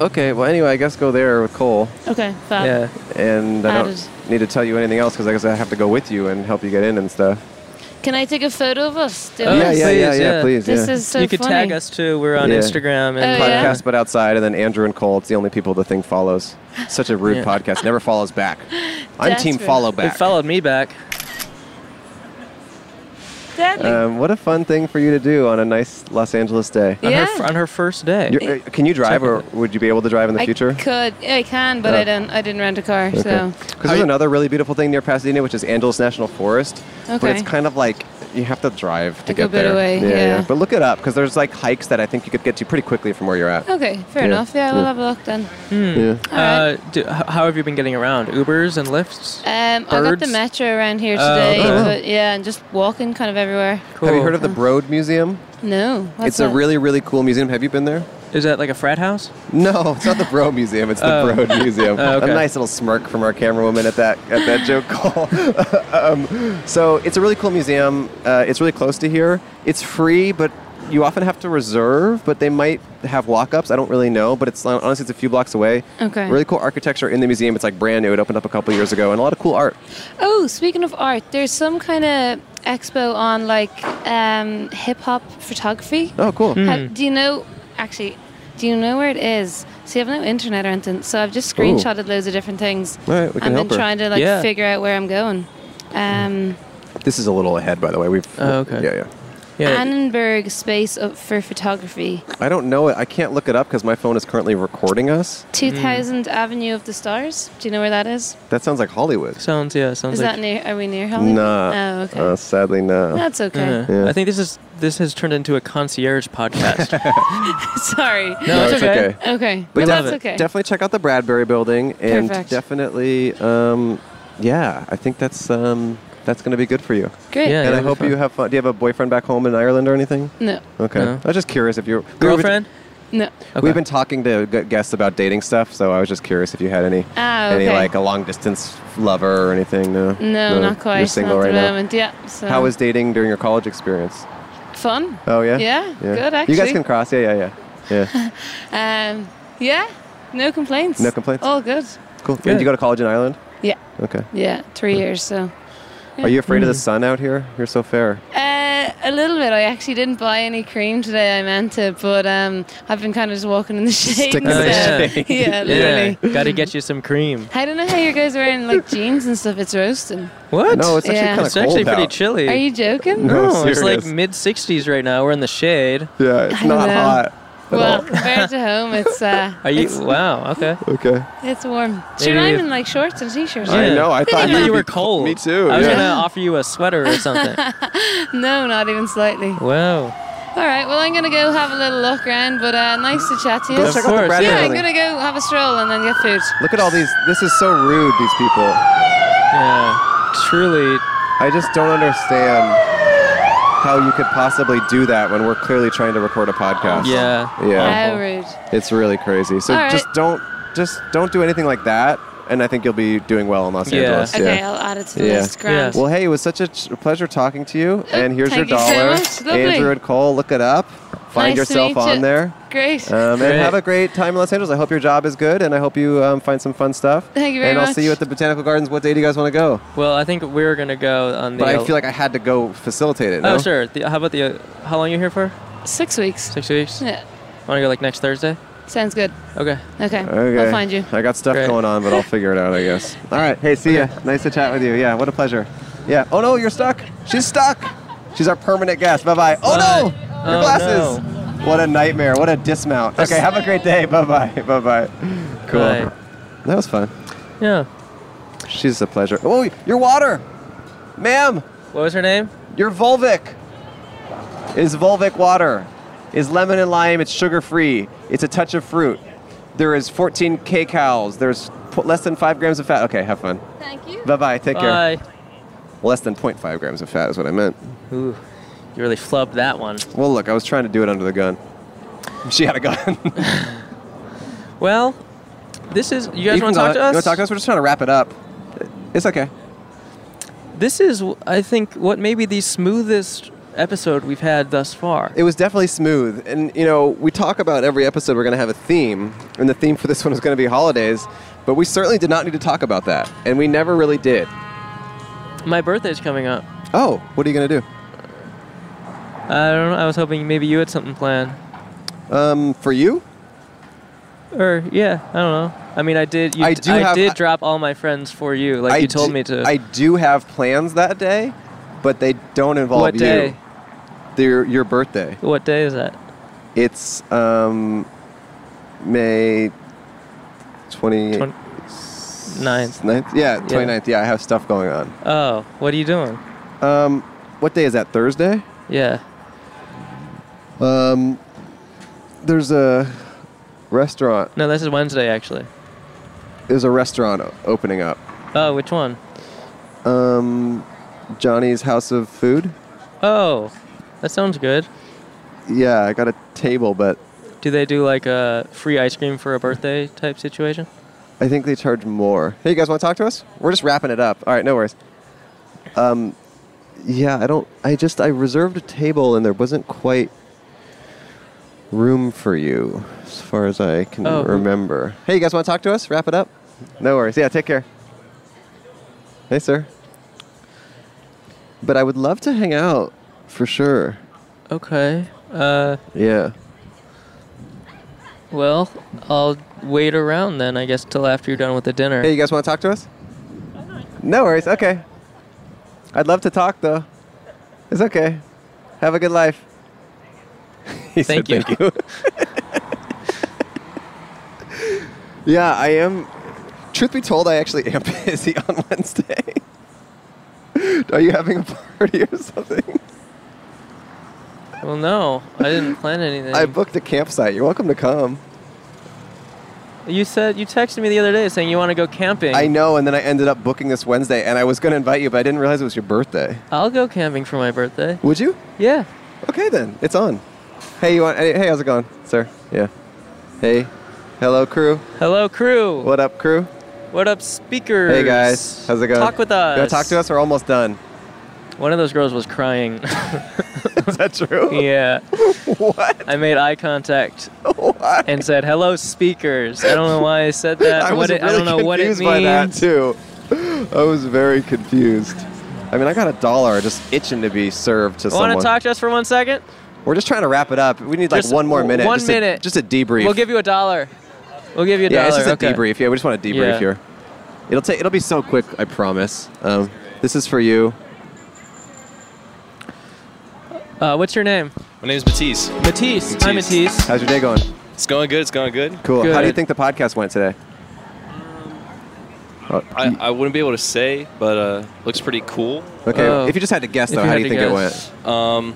[SPEAKER 2] Okay. Well, anyway, I guess go there with Cole.
[SPEAKER 13] okay, fab.
[SPEAKER 2] And I
[SPEAKER 13] Added.
[SPEAKER 2] don't need to tell you anything else because I guess I have to go with you and help you get in and stuff.
[SPEAKER 13] Can I take a photo of us? Do
[SPEAKER 2] Oh, yeah,
[SPEAKER 13] this?
[SPEAKER 2] yeah, yeah, yeah, please,
[SPEAKER 13] This
[SPEAKER 2] yeah.
[SPEAKER 13] is so
[SPEAKER 1] you could
[SPEAKER 13] funny.
[SPEAKER 1] tag us too. We're on
[SPEAKER 2] Yeah.
[SPEAKER 1] Instagram
[SPEAKER 13] Oh,
[SPEAKER 1] and
[SPEAKER 13] yeah?
[SPEAKER 2] podcast, but outside, and then Andrew and Cole. It's the only people the thing follows. Such a rude
[SPEAKER 1] Yeah.
[SPEAKER 2] podcast. Never
[SPEAKER 13] *laughs*
[SPEAKER 2] follows back. I'm team
[SPEAKER 13] Oh,
[SPEAKER 1] Desperate.
[SPEAKER 2] follow
[SPEAKER 1] It
[SPEAKER 2] back.
[SPEAKER 1] followed me back.
[SPEAKER 13] Deadly.
[SPEAKER 2] Um, what a fun thing for you to do on a nice Los Angeles day.
[SPEAKER 1] On, her, f- on her first day.
[SPEAKER 2] You're- uh, can you drive, or would you be able to drive in the
[SPEAKER 13] I
[SPEAKER 2] future?
[SPEAKER 13] could. I can, but
[SPEAKER 2] Oh.
[SPEAKER 13] I don't. I didn't rent a car, so.
[SPEAKER 2] Because there's another really beautiful thing near Pasadena, which is Angeles National Forest. But it's
[SPEAKER 13] Okay.
[SPEAKER 2] kind of like you have to drive
[SPEAKER 13] Like
[SPEAKER 2] to
[SPEAKER 13] a
[SPEAKER 2] get
[SPEAKER 13] bit
[SPEAKER 2] there.
[SPEAKER 13] away, yeah.
[SPEAKER 2] But look it up because there's like hikes that I think you could get to pretty quickly from where you're at.
[SPEAKER 13] Okay, fair
[SPEAKER 2] Yeah.
[SPEAKER 13] enough. Yeah, we'll
[SPEAKER 2] Yeah.
[SPEAKER 13] have a look then.
[SPEAKER 1] Hmm. Uh, do, h- how have you been getting around? Ubers and lifts?
[SPEAKER 13] Um, I got the
[SPEAKER 1] Birds?
[SPEAKER 13] metro around here
[SPEAKER 1] Oh,
[SPEAKER 13] today,
[SPEAKER 1] okay.
[SPEAKER 13] but yeah, and just walking kind of everywhere.
[SPEAKER 2] Have you heard of the Broad Museum?
[SPEAKER 13] No, what's
[SPEAKER 2] it's a
[SPEAKER 13] that?
[SPEAKER 2] really, really cool museum. Have you been there?
[SPEAKER 1] Is that like a frat house?
[SPEAKER 2] No, it's not the Bro Museum. It's the
[SPEAKER 1] Oh. *laughs*
[SPEAKER 2] Broad Museum.
[SPEAKER 1] Oh, okay.
[SPEAKER 2] A nice little smirk from our camera woman at that at that joke call. *laughs* um, so it's a really cool museum. Uh, it's really close to here. It's free, but you often have to reserve. But they might have walk-ups. I don't really know, but it's uh, honestly it's a few blocks away.
[SPEAKER 13] Okay.
[SPEAKER 2] Really cool architecture in the museum. It's like brand new. It opened up a couple years ago, and a lot of cool art.
[SPEAKER 13] Oh, speaking of art, there's some kind of expo on like um, hip hop photography.
[SPEAKER 2] Oh, cool.
[SPEAKER 13] Ha-
[SPEAKER 2] Hmm.
[SPEAKER 13] do you know? Actually, do you know where it is? See, I've no internet or anything, so I've just screenshotted loads of different things.
[SPEAKER 2] All right, we can
[SPEAKER 13] I've
[SPEAKER 2] help
[SPEAKER 13] been
[SPEAKER 2] her.
[SPEAKER 13] trying to like
[SPEAKER 2] Yeah.
[SPEAKER 13] figure out where I'm going. Um,
[SPEAKER 2] This is a little ahead, by the way. We've.
[SPEAKER 1] Oh, okay.
[SPEAKER 2] Yeah, yeah.
[SPEAKER 13] Annenberg Space up for Photography,
[SPEAKER 1] Hmm.
[SPEAKER 2] I don't know it. I can't look it up because my phone is currently recording us.
[SPEAKER 13] 2000 Avenue of the Stars. Do you know where that is?
[SPEAKER 2] That sounds like Hollywood.
[SPEAKER 1] Sounds yeah. Sounds
[SPEAKER 13] is
[SPEAKER 1] like
[SPEAKER 13] that near? Are we near Hollywood?
[SPEAKER 2] Nah.
[SPEAKER 13] Oh, okay.
[SPEAKER 2] Uh, sadly, no.
[SPEAKER 13] That's okay.
[SPEAKER 1] Yeah.
[SPEAKER 2] Yeah.
[SPEAKER 1] I think this is this has turned into a concierge
[SPEAKER 2] *laughs*
[SPEAKER 1] podcast.
[SPEAKER 13] *laughs* Sorry.
[SPEAKER 1] No, No, it's it's okay.
[SPEAKER 13] Okay.
[SPEAKER 2] But
[SPEAKER 13] Well,
[SPEAKER 2] def-
[SPEAKER 13] that's okay.
[SPEAKER 2] definitely check out the Bradbury building and
[SPEAKER 13] Perfect.
[SPEAKER 2] definitely, um, yeah, I think that's um, that's going to be good for you.
[SPEAKER 13] Great. Yeah,
[SPEAKER 2] and I
[SPEAKER 13] it'll be
[SPEAKER 2] hope
[SPEAKER 13] fun.
[SPEAKER 2] you have fun. Do you have a boyfriend back home in Ireland or anything?
[SPEAKER 13] No.
[SPEAKER 2] Okay.
[SPEAKER 1] No.
[SPEAKER 2] I was just curious if you're
[SPEAKER 1] Girlfriend?
[SPEAKER 13] No.
[SPEAKER 2] We've been talking to gu- guests about dating stuff, so I was just curious if you had any
[SPEAKER 13] Ah,
[SPEAKER 2] any
[SPEAKER 13] okay.
[SPEAKER 2] like a long distance lover or anything. No,
[SPEAKER 13] No, not quite.
[SPEAKER 2] You're single
[SPEAKER 13] not
[SPEAKER 2] right
[SPEAKER 13] at the
[SPEAKER 2] now.
[SPEAKER 13] moment. Yeah. So.
[SPEAKER 2] How was dating during your college experience?
[SPEAKER 13] fun?
[SPEAKER 2] Oh yeah.
[SPEAKER 13] Yeah. Good actually.
[SPEAKER 2] You guys can cross. Yeah, yeah, yeah, yeah.
[SPEAKER 13] Um, yeah. No complaints.
[SPEAKER 2] No complaints?
[SPEAKER 13] All good.
[SPEAKER 2] cool. Did you go to college in Ireland?
[SPEAKER 13] Yeah.
[SPEAKER 2] Okay.
[SPEAKER 13] Yeah. Three years. So.
[SPEAKER 2] Mm.
[SPEAKER 13] Mm.
[SPEAKER 2] Are you afraid of
[SPEAKER 1] Mm.
[SPEAKER 2] the sun out here? You're so fair.
[SPEAKER 13] Uh, a little bit. I actually didn't buy any cream today. I meant to, but um, I've been kind of just walking in the *laughs* shade.
[SPEAKER 1] Oh,
[SPEAKER 13] *laughs*
[SPEAKER 1] yeah.
[SPEAKER 13] instead. yeah, literally.
[SPEAKER 1] Gotta get you some cream.
[SPEAKER 13] I don't know how you guys are wearing like jeans and stuff. It's roasting.
[SPEAKER 1] What?
[SPEAKER 13] No, it's actually Yeah. kinda
[SPEAKER 1] It's actually
[SPEAKER 13] cold
[SPEAKER 1] pretty
[SPEAKER 13] out.
[SPEAKER 1] chilly.
[SPEAKER 13] Are you joking?
[SPEAKER 1] No,
[SPEAKER 13] No,
[SPEAKER 1] it's like
[SPEAKER 13] serious.
[SPEAKER 1] mid 60s right now. We're in the shade.
[SPEAKER 2] Yeah,
[SPEAKER 13] I know. Well, compared
[SPEAKER 2] *laughs*
[SPEAKER 13] to home, it's uh,
[SPEAKER 1] Are you? Wow. Okay.
[SPEAKER 2] Okay.
[SPEAKER 13] it's warm. Should
[SPEAKER 1] Maybe
[SPEAKER 13] I'm
[SPEAKER 1] if-
[SPEAKER 13] in like shorts and t-shirts.
[SPEAKER 1] you,
[SPEAKER 13] *laughs*
[SPEAKER 1] were cold. Me
[SPEAKER 2] too.
[SPEAKER 1] I was
[SPEAKER 13] yeah.
[SPEAKER 1] gonna offer you a sweater or
[SPEAKER 13] *laughs*
[SPEAKER 1] something.
[SPEAKER 13] no, not even slightly.
[SPEAKER 1] wow.
[SPEAKER 13] All right, well, I'm going to go have a little look around, but uh, nice to chat to you.
[SPEAKER 2] Go Of check out the course, Bradley
[SPEAKER 13] yeah, I'm
[SPEAKER 2] building.
[SPEAKER 13] going to go have a stroll and then get food.
[SPEAKER 2] Look at all these. This is so rude. These people.
[SPEAKER 1] Yeah. Truly.
[SPEAKER 2] I just don't understand how you could possibly do that when we're clearly trying to record a podcast.
[SPEAKER 1] Yeah.
[SPEAKER 2] Yeah.
[SPEAKER 13] How rude.
[SPEAKER 2] It's really crazy. So
[SPEAKER 13] All right.
[SPEAKER 2] just don't just don't do anything like that, and I think you'll be doing well in Los
[SPEAKER 1] Yeah.
[SPEAKER 2] Angeles.
[SPEAKER 13] Okay,
[SPEAKER 2] yeah.
[SPEAKER 13] I'll add it to the list. Grand.
[SPEAKER 2] Well, hey, it was such a ch- pleasure talking to you. And here's
[SPEAKER 13] thank
[SPEAKER 2] your
[SPEAKER 13] you so
[SPEAKER 2] dollar,
[SPEAKER 13] much. Lovely.
[SPEAKER 2] Andrew and Cole. Look it up. Find
[SPEAKER 13] Nice to
[SPEAKER 2] yourself
[SPEAKER 13] meet
[SPEAKER 2] on
[SPEAKER 13] you.
[SPEAKER 2] there.
[SPEAKER 13] Great.
[SPEAKER 2] Um, and
[SPEAKER 13] Great.
[SPEAKER 2] have a great time in Los Angeles. I hope your job is good, and I hope you um, find some fun stuff.
[SPEAKER 13] Thank you very
[SPEAKER 2] And I'll
[SPEAKER 13] much.
[SPEAKER 2] see you at the Botanical Gardens. What day do you guys want to go?
[SPEAKER 1] Well, I think we were gonna go on the.
[SPEAKER 2] But I feel like I had to go facilitate it.
[SPEAKER 1] Oh
[SPEAKER 2] no?
[SPEAKER 1] sure. The, how about the? Uh, how long you here for?
[SPEAKER 13] Six weeks.
[SPEAKER 1] Six weeks.
[SPEAKER 13] Yeah,
[SPEAKER 1] Want to go like next Thursday?
[SPEAKER 13] sounds good.
[SPEAKER 1] Okay.
[SPEAKER 13] Okay,
[SPEAKER 2] Okay.
[SPEAKER 13] I'll find you.
[SPEAKER 2] I got stuff going on, but I'll figure it out, I guess. All right. Hey, see ya. Nice to chat with you. Yeah, what a pleasure. Yeah. Oh no, you're stuck. She's stuck. She's our permanent guest. Bye bye. Oh no, your
[SPEAKER 1] *laughs* Oh,
[SPEAKER 2] glasses. What a nightmare. What a dismount. Okay, have a great day. Bye bye. Bye bye. Cool.
[SPEAKER 1] Bye.
[SPEAKER 2] That was fun.
[SPEAKER 1] Yeah.
[SPEAKER 2] She's a pleasure. Oh, your water, ma'am.
[SPEAKER 1] What was her name?
[SPEAKER 2] Your Volvic is Volvic water, is lemon and lime. It's sugar free. It's a touch of fruit. There is 14 kcals. There's p- less than five grams of fat. Okay, have fun.
[SPEAKER 13] Thank
[SPEAKER 2] you. Bye bye. Take care.
[SPEAKER 1] Bye.
[SPEAKER 2] Less than 0.5 grams of fat is what I meant.
[SPEAKER 1] Ooh, you really flubbed that one.
[SPEAKER 2] Well, look, I was trying to do it under the gun. *laughs* She had a gun. you
[SPEAKER 1] Well, this is.
[SPEAKER 2] *laughs*
[SPEAKER 1] You guys
[SPEAKER 2] can
[SPEAKER 1] want to
[SPEAKER 2] go-
[SPEAKER 1] talk to us?
[SPEAKER 2] You want to talk to us? We're just trying to wrap it up. It's okay.
[SPEAKER 1] This is, I think, what may be the smoothest episode we've had thus far.
[SPEAKER 2] It was definitely smooth. And, you know, we talk about every episode we're going to have a theme, and the theme for this *laughs* one is going to be holidays, but we certainly did not need to talk about that, and we never really did.
[SPEAKER 1] My birthday's coming up.
[SPEAKER 2] Oh, what are you going to do?
[SPEAKER 1] I don't know. I was hoping maybe you had something planned.
[SPEAKER 2] Um, for you?
[SPEAKER 1] Or yeah, I don't know. I mean, I did. You
[SPEAKER 2] I
[SPEAKER 1] d-
[SPEAKER 2] do
[SPEAKER 1] I
[SPEAKER 2] have-
[SPEAKER 1] did drop all my friends for you, like
[SPEAKER 2] I
[SPEAKER 1] you told
[SPEAKER 2] do-
[SPEAKER 1] me to.
[SPEAKER 2] I do have plans that day, but they don't involve
[SPEAKER 1] What
[SPEAKER 2] you.
[SPEAKER 1] day?
[SPEAKER 2] Their, your birthday.
[SPEAKER 1] What day is that?
[SPEAKER 2] It's um, May 20
[SPEAKER 1] Twen- ninth.
[SPEAKER 2] ninth? Yeah,
[SPEAKER 1] Yeah.
[SPEAKER 2] 29th. Yeah, I have stuff going on.
[SPEAKER 1] Oh, what are you doing?
[SPEAKER 2] Um, what day is that? Thursday?
[SPEAKER 1] Yeah.
[SPEAKER 2] Um, there's a restaurant.
[SPEAKER 1] No, this is Wednesday actually.
[SPEAKER 2] There's a restaurant o- opening up.
[SPEAKER 1] Oh, which one?
[SPEAKER 2] Um, Johnny's House of Food.
[SPEAKER 1] Oh, that sounds good.
[SPEAKER 2] Yeah, I got a table, but
[SPEAKER 1] Do they do like a free ice cream for a birthday type situation?
[SPEAKER 2] I think they charge more. Hey, you guys want to talk to us? We're just wrapping it up. All right, no worries. Um, yeah, I don't. I just I reserved a table and there wasn't quite room for you, as far as I can
[SPEAKER 1] Oh.
[SPEAKER 2] remember. Hey, you guys want to talk to us? Wrap it up. No worries. Yeah, take care. Hey, sir. But I would love to hang out for sure.
[SPEAKER 1] Okay. Uh,
[SPEAKER 2] Yeah.
[SPEAKER 1] well, I'll wait around then, I guess, till after you're done with the dinner.
[SPEAKER 2] Hey, you guys want to talk to us? No worries. Okay. I'd love to talk though. It's okay. Have a good life. *laughs* He said
[SPEAKER 1] Thank you.
[SPEAKER 2] thank you. *laughs* yeah, I am. Truth be told, I actually am *laughs* busy on Wednesday. *laughs* Are you having a party or something?
[SPEAKER 1] Well, no,
[SPEAKER 2] *laughs*
[SPEAKER 1] I didn't plan anything.
[SPEAKER 2] I booked a campsite. You're welcome to come.
[SPEAKER 1] you said you texted me the other day saying you want to go camping.
[SPEAKER 2] I know, and then I ended up booking this Wednesday, and I was going to invite you, but I didn't realize it was your birthday.
[SPEAKER 1] I'll go camping for my birthday.
[SPEAKER 2] Would you?
[SPEAKER 1] Yeah.
[SPEAKER 2] Okay then, it's on. Hey, you want? Hey, how's it going, sir? Yeah. Hey, hello crew.
[SPEAKER 1] Hello crew.
[SPEAKER 2] What up crew?
[SPEAKER 1] What up, speakers?
[SPEAKER 2] Hey guys, how's it going?
[SPEAKER 1] Talk with us.
[SPEAKER 2] You wanna talk to us. We're almost done.
[SPEAKER 1] One of those girls was crying. *laughs*
[SPEAKER 2] Is that true?
[SPEAKER 1] Yeah.
[SPEAKER 2] *laughs* what?
[SPEAKER 1] I made
[SPEAKER 2] *laughs*
[SPEAKER 1] eye contact and said, "Hello, speakers." I don't know why I said
[SPEAKER 2] *laughs*
[SPEAKER 1] that.
[SPEAKER 2] *laughs* I
[SPEAKER 1] what
[SPEAKER 2] was
[SPEAKER 1] it,
[SPEAKER 2] really
[SPEAKER 1] I don't know
[SPEAKER 2] confused
[SPEAKER 1] what it means.
[SPEAKER 2] by that too. *laughs* I was very confused. I mean, I got a dollar just itching to be served to
[SPEAKER 1] Want
[SPEAKER 2] someone.
[SPEAKER 1] to talk to us for one second?
[SPEAKER 2] We're just trying to wrap it up. We need like
[SPEAKER 1] Just
[SPEAKER 2] one more minute.
[SPEAKER 1] one
[SPEAKER 2] just
[SPEAKER 1] minute.
[SPEAKER 2] A, just a debrief.
[SPEAKER 1] We'll give you a dollar. We'll give you a
[SPEAKER 2] yeah,
[SPEAKER 1] dollar.
[SPEAKER 2] it's just a
[SPEAKER 1] okay.
[SPEAKER 2] debrief. Yeah, we just want to debrief
[SPEAKER 1] Yeah.
[SPEAKER 2] here. It'll take. It'll be so quick. I promise. Um, this is for you.
[SPEAKER 1] Uh, what's your name?
[SPEAKER 14] My name's Matisse.
[SPEAKER 1] Matisse. Hi, Matisse.
[SPEAKER 2] How's your day going?
[SPEAKER 14] It's going good. It's going good.
[SPEAKER 2] Cool. How do you
[SPEAKER 14] Good.
[SPEAKER 2] think the podcast went today? Oh,
[SPEAKER 14] I, I wouldn't be able to say, but uh, looks pretty cool.
[SPEAKER 2] Okay, Oh. if you just had to guess, If though, you how do had you to think it guess.
[SPEAKER 14] went? Um,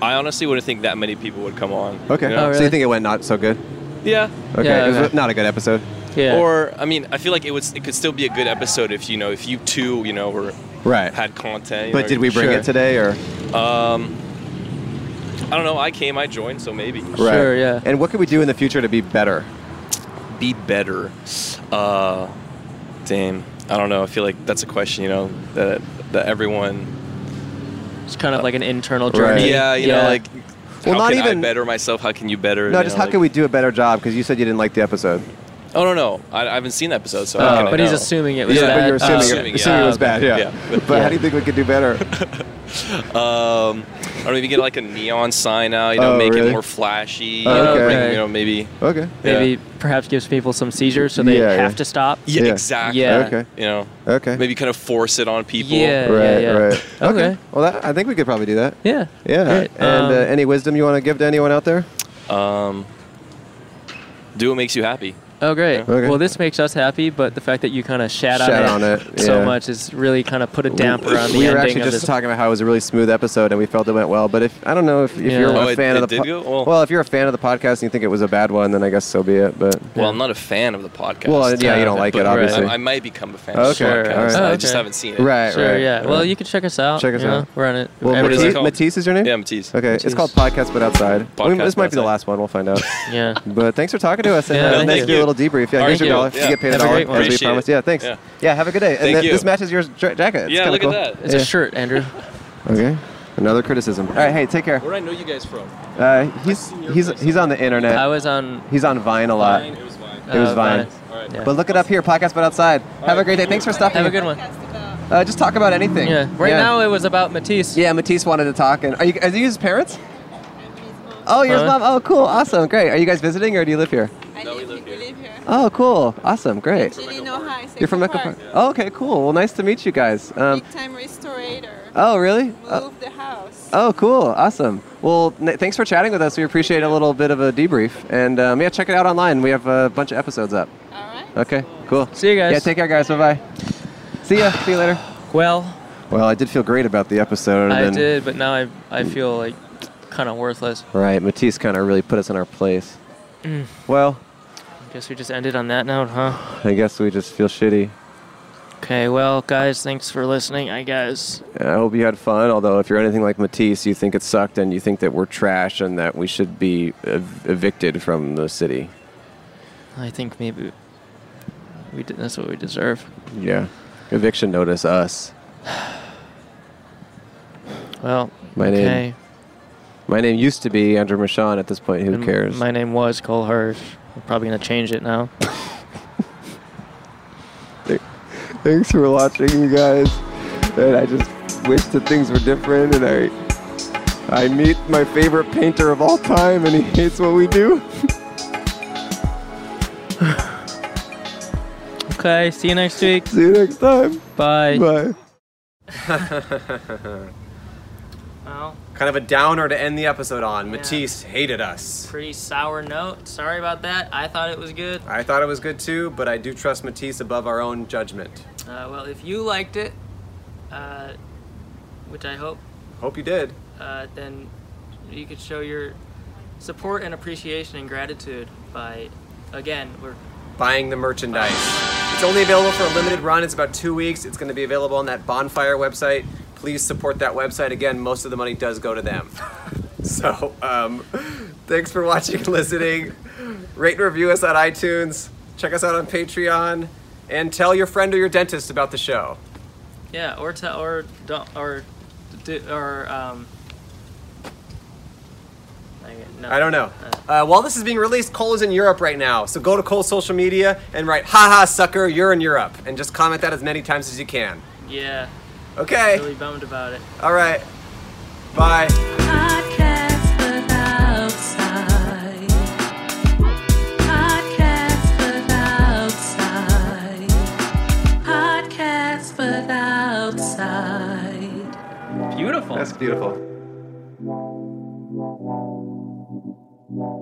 [SPEAKER 14] I honestly wouldn't think that many people would come on.
[SPEAKER 2] okay.
[SPEAKER 14] you know?
[SPEAKER 2] So you think it went not so good?
[SPEAKER 14] Yeah.
[SPEAKER 2] Oh, Okay.
[SPEAKER 14] Oh, Yeah,
[SPEAKER 2] It was
[SPEAKER 14] okay.
[SPEAKER 2] not a good episode.
[SPEAKER 14] Or I mean, I feel like it was. It could still be a good episode if you know if you two you know were
[SPEAKER 2] Right.
[SPEAKER 14] had content. you
[SPEAKER 2] But
[SPEAKER 14] know,
[SPEAKER 2] did we bring
[SPEAKER 14] sure.
[SPEAKER 2] it today or?
[SPEAKER 14] Um, I don't know. I came. I joined. So maybe.
[SPEAKER 2] Right. And what can we do in the future to be better?
[SPEAKER 14] Be better. Uh, damn. I don't know. I feel like that's a question. You know that that everyone.
[SPEAKER 1] It's kind of like an internal journey.
[SPEAKER 14] Yeah. You know, like.
[SPEAKER 2] Well,
[SPEAKER 14] how
[SPEAKER 2] not
[SPEAKER 14] can
[SPEAKER 2] even-
[SPEAKER 14] I better myself. How can you better?
[SPEAKER 2] No,
[SPEAKER 14] you
[SPEAKER 2] just
[SPEAKER 14] know,
[SPEAKER 2] how can we do a better job? Because you said you didn't like the episode.
[SPEAKER 14] Oh no no! I, I haven't seen the episode, so. how
[SPEAKER 2] Oh.
[SPEAKER 14] can I
[SPEAKER 2] But he's
[SPEAKER 14] know?
[SPEAKER 1] assuming
[SPEAKER 2] Yeah, but you're assuming, it, assuming it was bad. Yeah. But how do you think we could do better?
[SPEAKER 14] *laughs* Um, I don't know, maybe get like a neon sign out, you know,
[SPEAKER 1] Oh,
[SPEAKER 14] make
[SPEAKER 1] really?
[SPEAKER 14] it more flashy. You
[SPEAKER 1] Oh,
[SPEAKER 14] know,
[SPEAKER 1] okay.
[SPEAKER 14] bring- you know, maybe.
[SPEAKER 2] Okay.
[SPEAKER 1] Maybe
[SPEAKER 14] Yeah.
[SPEAKER 1] perhaps gives people some seizures so they
[SPEAKER 14] Yeah,
[SPEAKER 1] have
[SPEAKER 14] yeah.
[SPEAKER 1] to stop.
[SPEAKER 14] Yeah, exactly.
[SPEAKER 1] Yeah.
[SPEAKER 14] You know.
[SPEAKER 2] Okay.
[SPEAKER 14] Maybe kind of force it on people.
[SPEAKER 1] Yeah,
[SPEAKER 2] right.
[SPEAKER 1] yeah.
[SPEAKER 2] Right.
[SPEAKER 1] Okay.
[SPEAKER 2] Well, that, I think we could probably do that.
[SPEAKER 1] Yeah.
[SPEAKER 2] Yeah.
[SPEAKER 1] Great.
[SPEAKER 2] And uh,
[SPEAKER 1] Um,
[SPEAKER 2] any wisdom you want to give to anyone out there?
[SPEAKER 14] Um, do what makes you happy.
[SPEAKER 1] Oh, great.
[SPEAKER 2] Okay.
[SPEAKER 1] Well, this makes us happy, but the fact that you kind of shat,
[SPEAKER 2] Shat
[SPEAKER 1] on, it
[SPEAKER 2] on it,
[SPEAKER 1] so
[SPEAKER 2] yeah.
[SPEAKER 1] much is really kind of put a damper on the
[SPEAKER 2] we
[SPEAKER 1] ending
[SPEAKER 2] were actually
[SPEAKER 1] of
[SPEAKER 2] just
[SPEAKER 1] this.
[SPEAKER 2] talking about how it was a really smooth episode and we felt it went well. But if I don't know if, if
[SPEAKER 1] Yeah.
[SPEAKER 2] you're
[SPEAKER 14] Oh,
[SPEAKER 2] a
[SPEAKER 14] it-
[SPEAKER 2] fan
[SPEAKER 14] it
[SPEAKER 2] of the
[SPEAKER 14] did go? Well-
[SPEAKER 2] if you're a fan of the podcast and you think it was a bad one, then I guess so be it. But
[SPEAKER 14] Well, I'm not a fan of the podcast.
[SPEAKER 2] Well, yeah, you don't like it,
[SPEAKER 14] but
[SPEAKER 2] obviously.
[SPEAKER 14] I, I might become a fan
[SPEAKER 2] Okay,
[SPEAKER 14] of the podcast.
[SPEAKER 2] all right.
[SPEAKER 14] I
[SPEAKER 2] Oh,
[SPEAKER 14] just
[SPEAKER 2] okay.
[SPEAKER 14] haven't seen it.
[SPEAKER 2] Right,
[SPEAKER 1] Sure,
[SPEAKER 2] right,
[SPEAKER 1] yeah. Well,
[SPEAKER 2] right.
[SPEAKER 1] you can check us out.
[SPEAKER 2] Check us
[SPEAKER 1] you know,
[SPEAKER 2] out.
[SPEAKER 1] We're on it.
[SPEAKER 2] Well,
[SPEAKER 1] every
[SPEAKER 2] Matisse,
[SPEAKER 1] week.
[SPEAKER 2] Matisse is your name?
[SPEAKER 14] Yeah, Matisse.
[SPEAKER 2] Okay, it's called Podcast But Outside. I mean,
[SPEAKER 14] Podcast
[SPEAKER 2] this might
[SPEAKER 14] But
[SPEAKER 2] be the
[SPEAKER 14] Outside.
[SPEAKER 2] last one. We'll find
[SPEAKER 14] *laughs*
[SPEAKER 2] out.
[SPEAKER 1] yeah.
[SPEAKER 2] But thanks for talking to us. And
[SPEAKER 1] Yeah,
[SPEAKER 2] uh,
[SPEAKER 1] thank
[SPEAKER 2] thanks for
[SPEAKER 1] you.
[SPEAKER 2] your little debrief. Yeah,
[SPEAKER 1] All
[SPEAKER 2] here's
[SPEAKER 1] right,
[SPEAKER 2] your dollar.
[SPEAKER 1] thank
[SPEAKER 2] You
[SPEAKER 1] you.
[SPEAKER 2] get paid
[SPEAKER 1] Have
[SPEAKER 2] a
[SPEAKER 1] a
[SPEAKER 2] dollar,
[SPEAKER 1] great one.
[SPEAKER 2] as we
[SPEAKER 1] Appreciate
[SPEAKER 2] promised.
[SPEAKER 1] it.
[SPEAKER 2] Yeah, thanks.
[SPEAKER 1] Yeah.
[SPEAKER 2] Yeah, have a good day. And
[SPEAKER 1] Thank
[SPEAKER 2] th-
[SPEAKER 1] you.
[SPEAKER 2] this matches your dra- jacket. It's kinda cool.
[SPEAKER 1] It's a shirt, Andrew.
[SPEAKER 2] Okay, another criticism. All right, hey, take care.
[SPEAKER 14] Where do I know you guys from?
[SPEAKER 2] Uh, he's he's he's on the internet.
[SPEAKER 1] I was on.
[SPEAKER 2] He's on Vine a lot.
[SPEAKER 1] Vine, it was Vine.
[SPEAKER 2] It was
[SPEAKER 1] Uh,
[SPEAKER 2] Vine.
[SPEAKER 1] Vine. All right. Yeah.
[SPEAKER 2] But look it up here, podcast but outside. Have a great day. Thanks for stopping.
[SPEAKER 1] Have a good one.
[SPEAKER 2] Uh, just talk about anything.
[SPEAKER 1] Yeah. Right
[SPEAKER 2] Yeah.
[SPEAKER 1] now it was about Matisse.
[SPEAKER 2] Yeah, Matisse wanted to talk. And are you are you his parents? Oh, you're his
[SPEAKER 1] Huh?
[SPEAKER 2] mom. Oh, cool, awesome, great. Are you guys visiting or do you live here?
[SPEAKER 15] No, we live here. We live here.
[SPEAKER 2] Oh, cool, awesome, great.
[SPEAKER 15] Chilino High.
[SPEAKER 2] You're from Echo
[SPEAKER 15] Central
[SPEAKER 2] Park. Oh, okay, cool. Well, nice to meet you guys. Um,
[SPEAKER 15] Big time restaurator.
[SPEAKER 2] oh, really?
[SPEAKER 15] Moved
[SPEAKER 2] Oh,
[SPEAKER 15] the house.
[SPEAKER 2] oh, cool, awesome. Well, n- thanks for chatting with us. We appreciate a little bit of a debrief. And um, yeah, check it out online. We have a bunch of episodes up. All right. Okay, cool.
[SPEAKER 1] See you guys.
[SPEAKER 2] Yeah, take care, guys. Bye bye. See ya. See you later.
[SPEAKER 1] Well,
[SPEAKER 2] Well, I did feel great about the episode.
[SPEAKER 1] I
[SPEAKER 2] and then,
[SPEAKER 1] did, but now I I feel like kind of worthless.
[SPEAKER 2] Right, Matisse kind of really put us in our place.
[SPEAKER 1] Mm.
[SPEAKER 2] Well,
[SPEAKER 1] Guess we just ended on that note, huh?
[SPEAKER 2] I guess we just feel shitty.
[SPEAKER 1] Okay. Well, guys, thanks for listening. I guess.
[SPEAKER 2] I hope you had fun. Although, if you're anything like Matisse, you think it sucked and you think that we're trash and that we should be ev- evicted from the city.
[SPEAKER 1] I think maybe we did. That's what we deserve.
[SPEAKER 2] Yeah. Eviction notice us.
[SPEAKER 1] Well.
[SPEAKER 2] My
[SPEAKER 1] okay.
[SPEAKER 2] name. My name used to be Andrew Michon. At this point, who
[SPEAKER 1] And
[SPEAKER 2] cares?
[SPEAKER 1] My name was Cole Hirsch. I'm probably gonna change it now.
[SPEAKER 2] Thanks for watching, you guys. And I just wish that things were different. And I, I meet my favorite painter of all time, and he hates what we do. *laughs*
[SPEAKER 1] okay. See you next week.
[SPEAKER 2] See you next time.
[SPEAKER 1] Bye.
[SPEAKER 2] Bye.
[SPEAKER 9] Kind of a downer to end the episode on. Matisse hated us.
[SPEAKER 16] Pretty sour note. Sorry about that. I thought it was good.
[SPEAKER 9] I thought it was good too, but I do trust Matisse above our own judgment.
[SPEAKER 16] Uh, well, if you liked it, uh, which I hope,
[SPEAKER 9] Hope you did.
[SPEAKER 16] uh, then you could show your support and appreciation and gratitude by, again, we're
[SPEAKER 9] Buying the merchandise. It's only available for a limited run. It's about two weeks. It's going to be available on that Bonfire website.
[SPEAKER 2] *laughs*
[SPEAKER 9] Please support that website. Again, most of the money does go to them. so, um,
[SPEAKER 2] Thanks for watching and listening. Rate and review us on iTunes. Check us out on Patreon. And tell your friend or your dentist about the show.
[SPEAKER 3] Yeah, or tell or don't or do or um. I get nothing.
[SPEAKER 2] I don't know. Uh, while this is being released, Cole is in Europe right now. So go to Cole's social media and write, haha, sucker, you're in Europe. And just comment that as many times as you can.
[SPEAKER 3] Yeah.
[SPEAKER 2] Okay.
[SPEAKER 3] Really bummed about it.
[SPEAKER 2] All right. Bye.
[SPEAKER 3] Beautiful.
[SPEAKER 17] That's beautiful.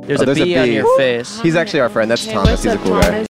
[SPEAKER 12] There's a bee on your face.
[SPEAKER 17] He's actually our friend. That's
[SPEAKER 2] Oh,
[SPEAKER 12] Hey,
[SPEAKER 17] Thomas.
[SPEAKER 12] what's
[SPEAKER 17] He's a
[SPEAKER 12] up,
[SPEAKER 17] cool guy.
[SPEAKER 12] Thomas?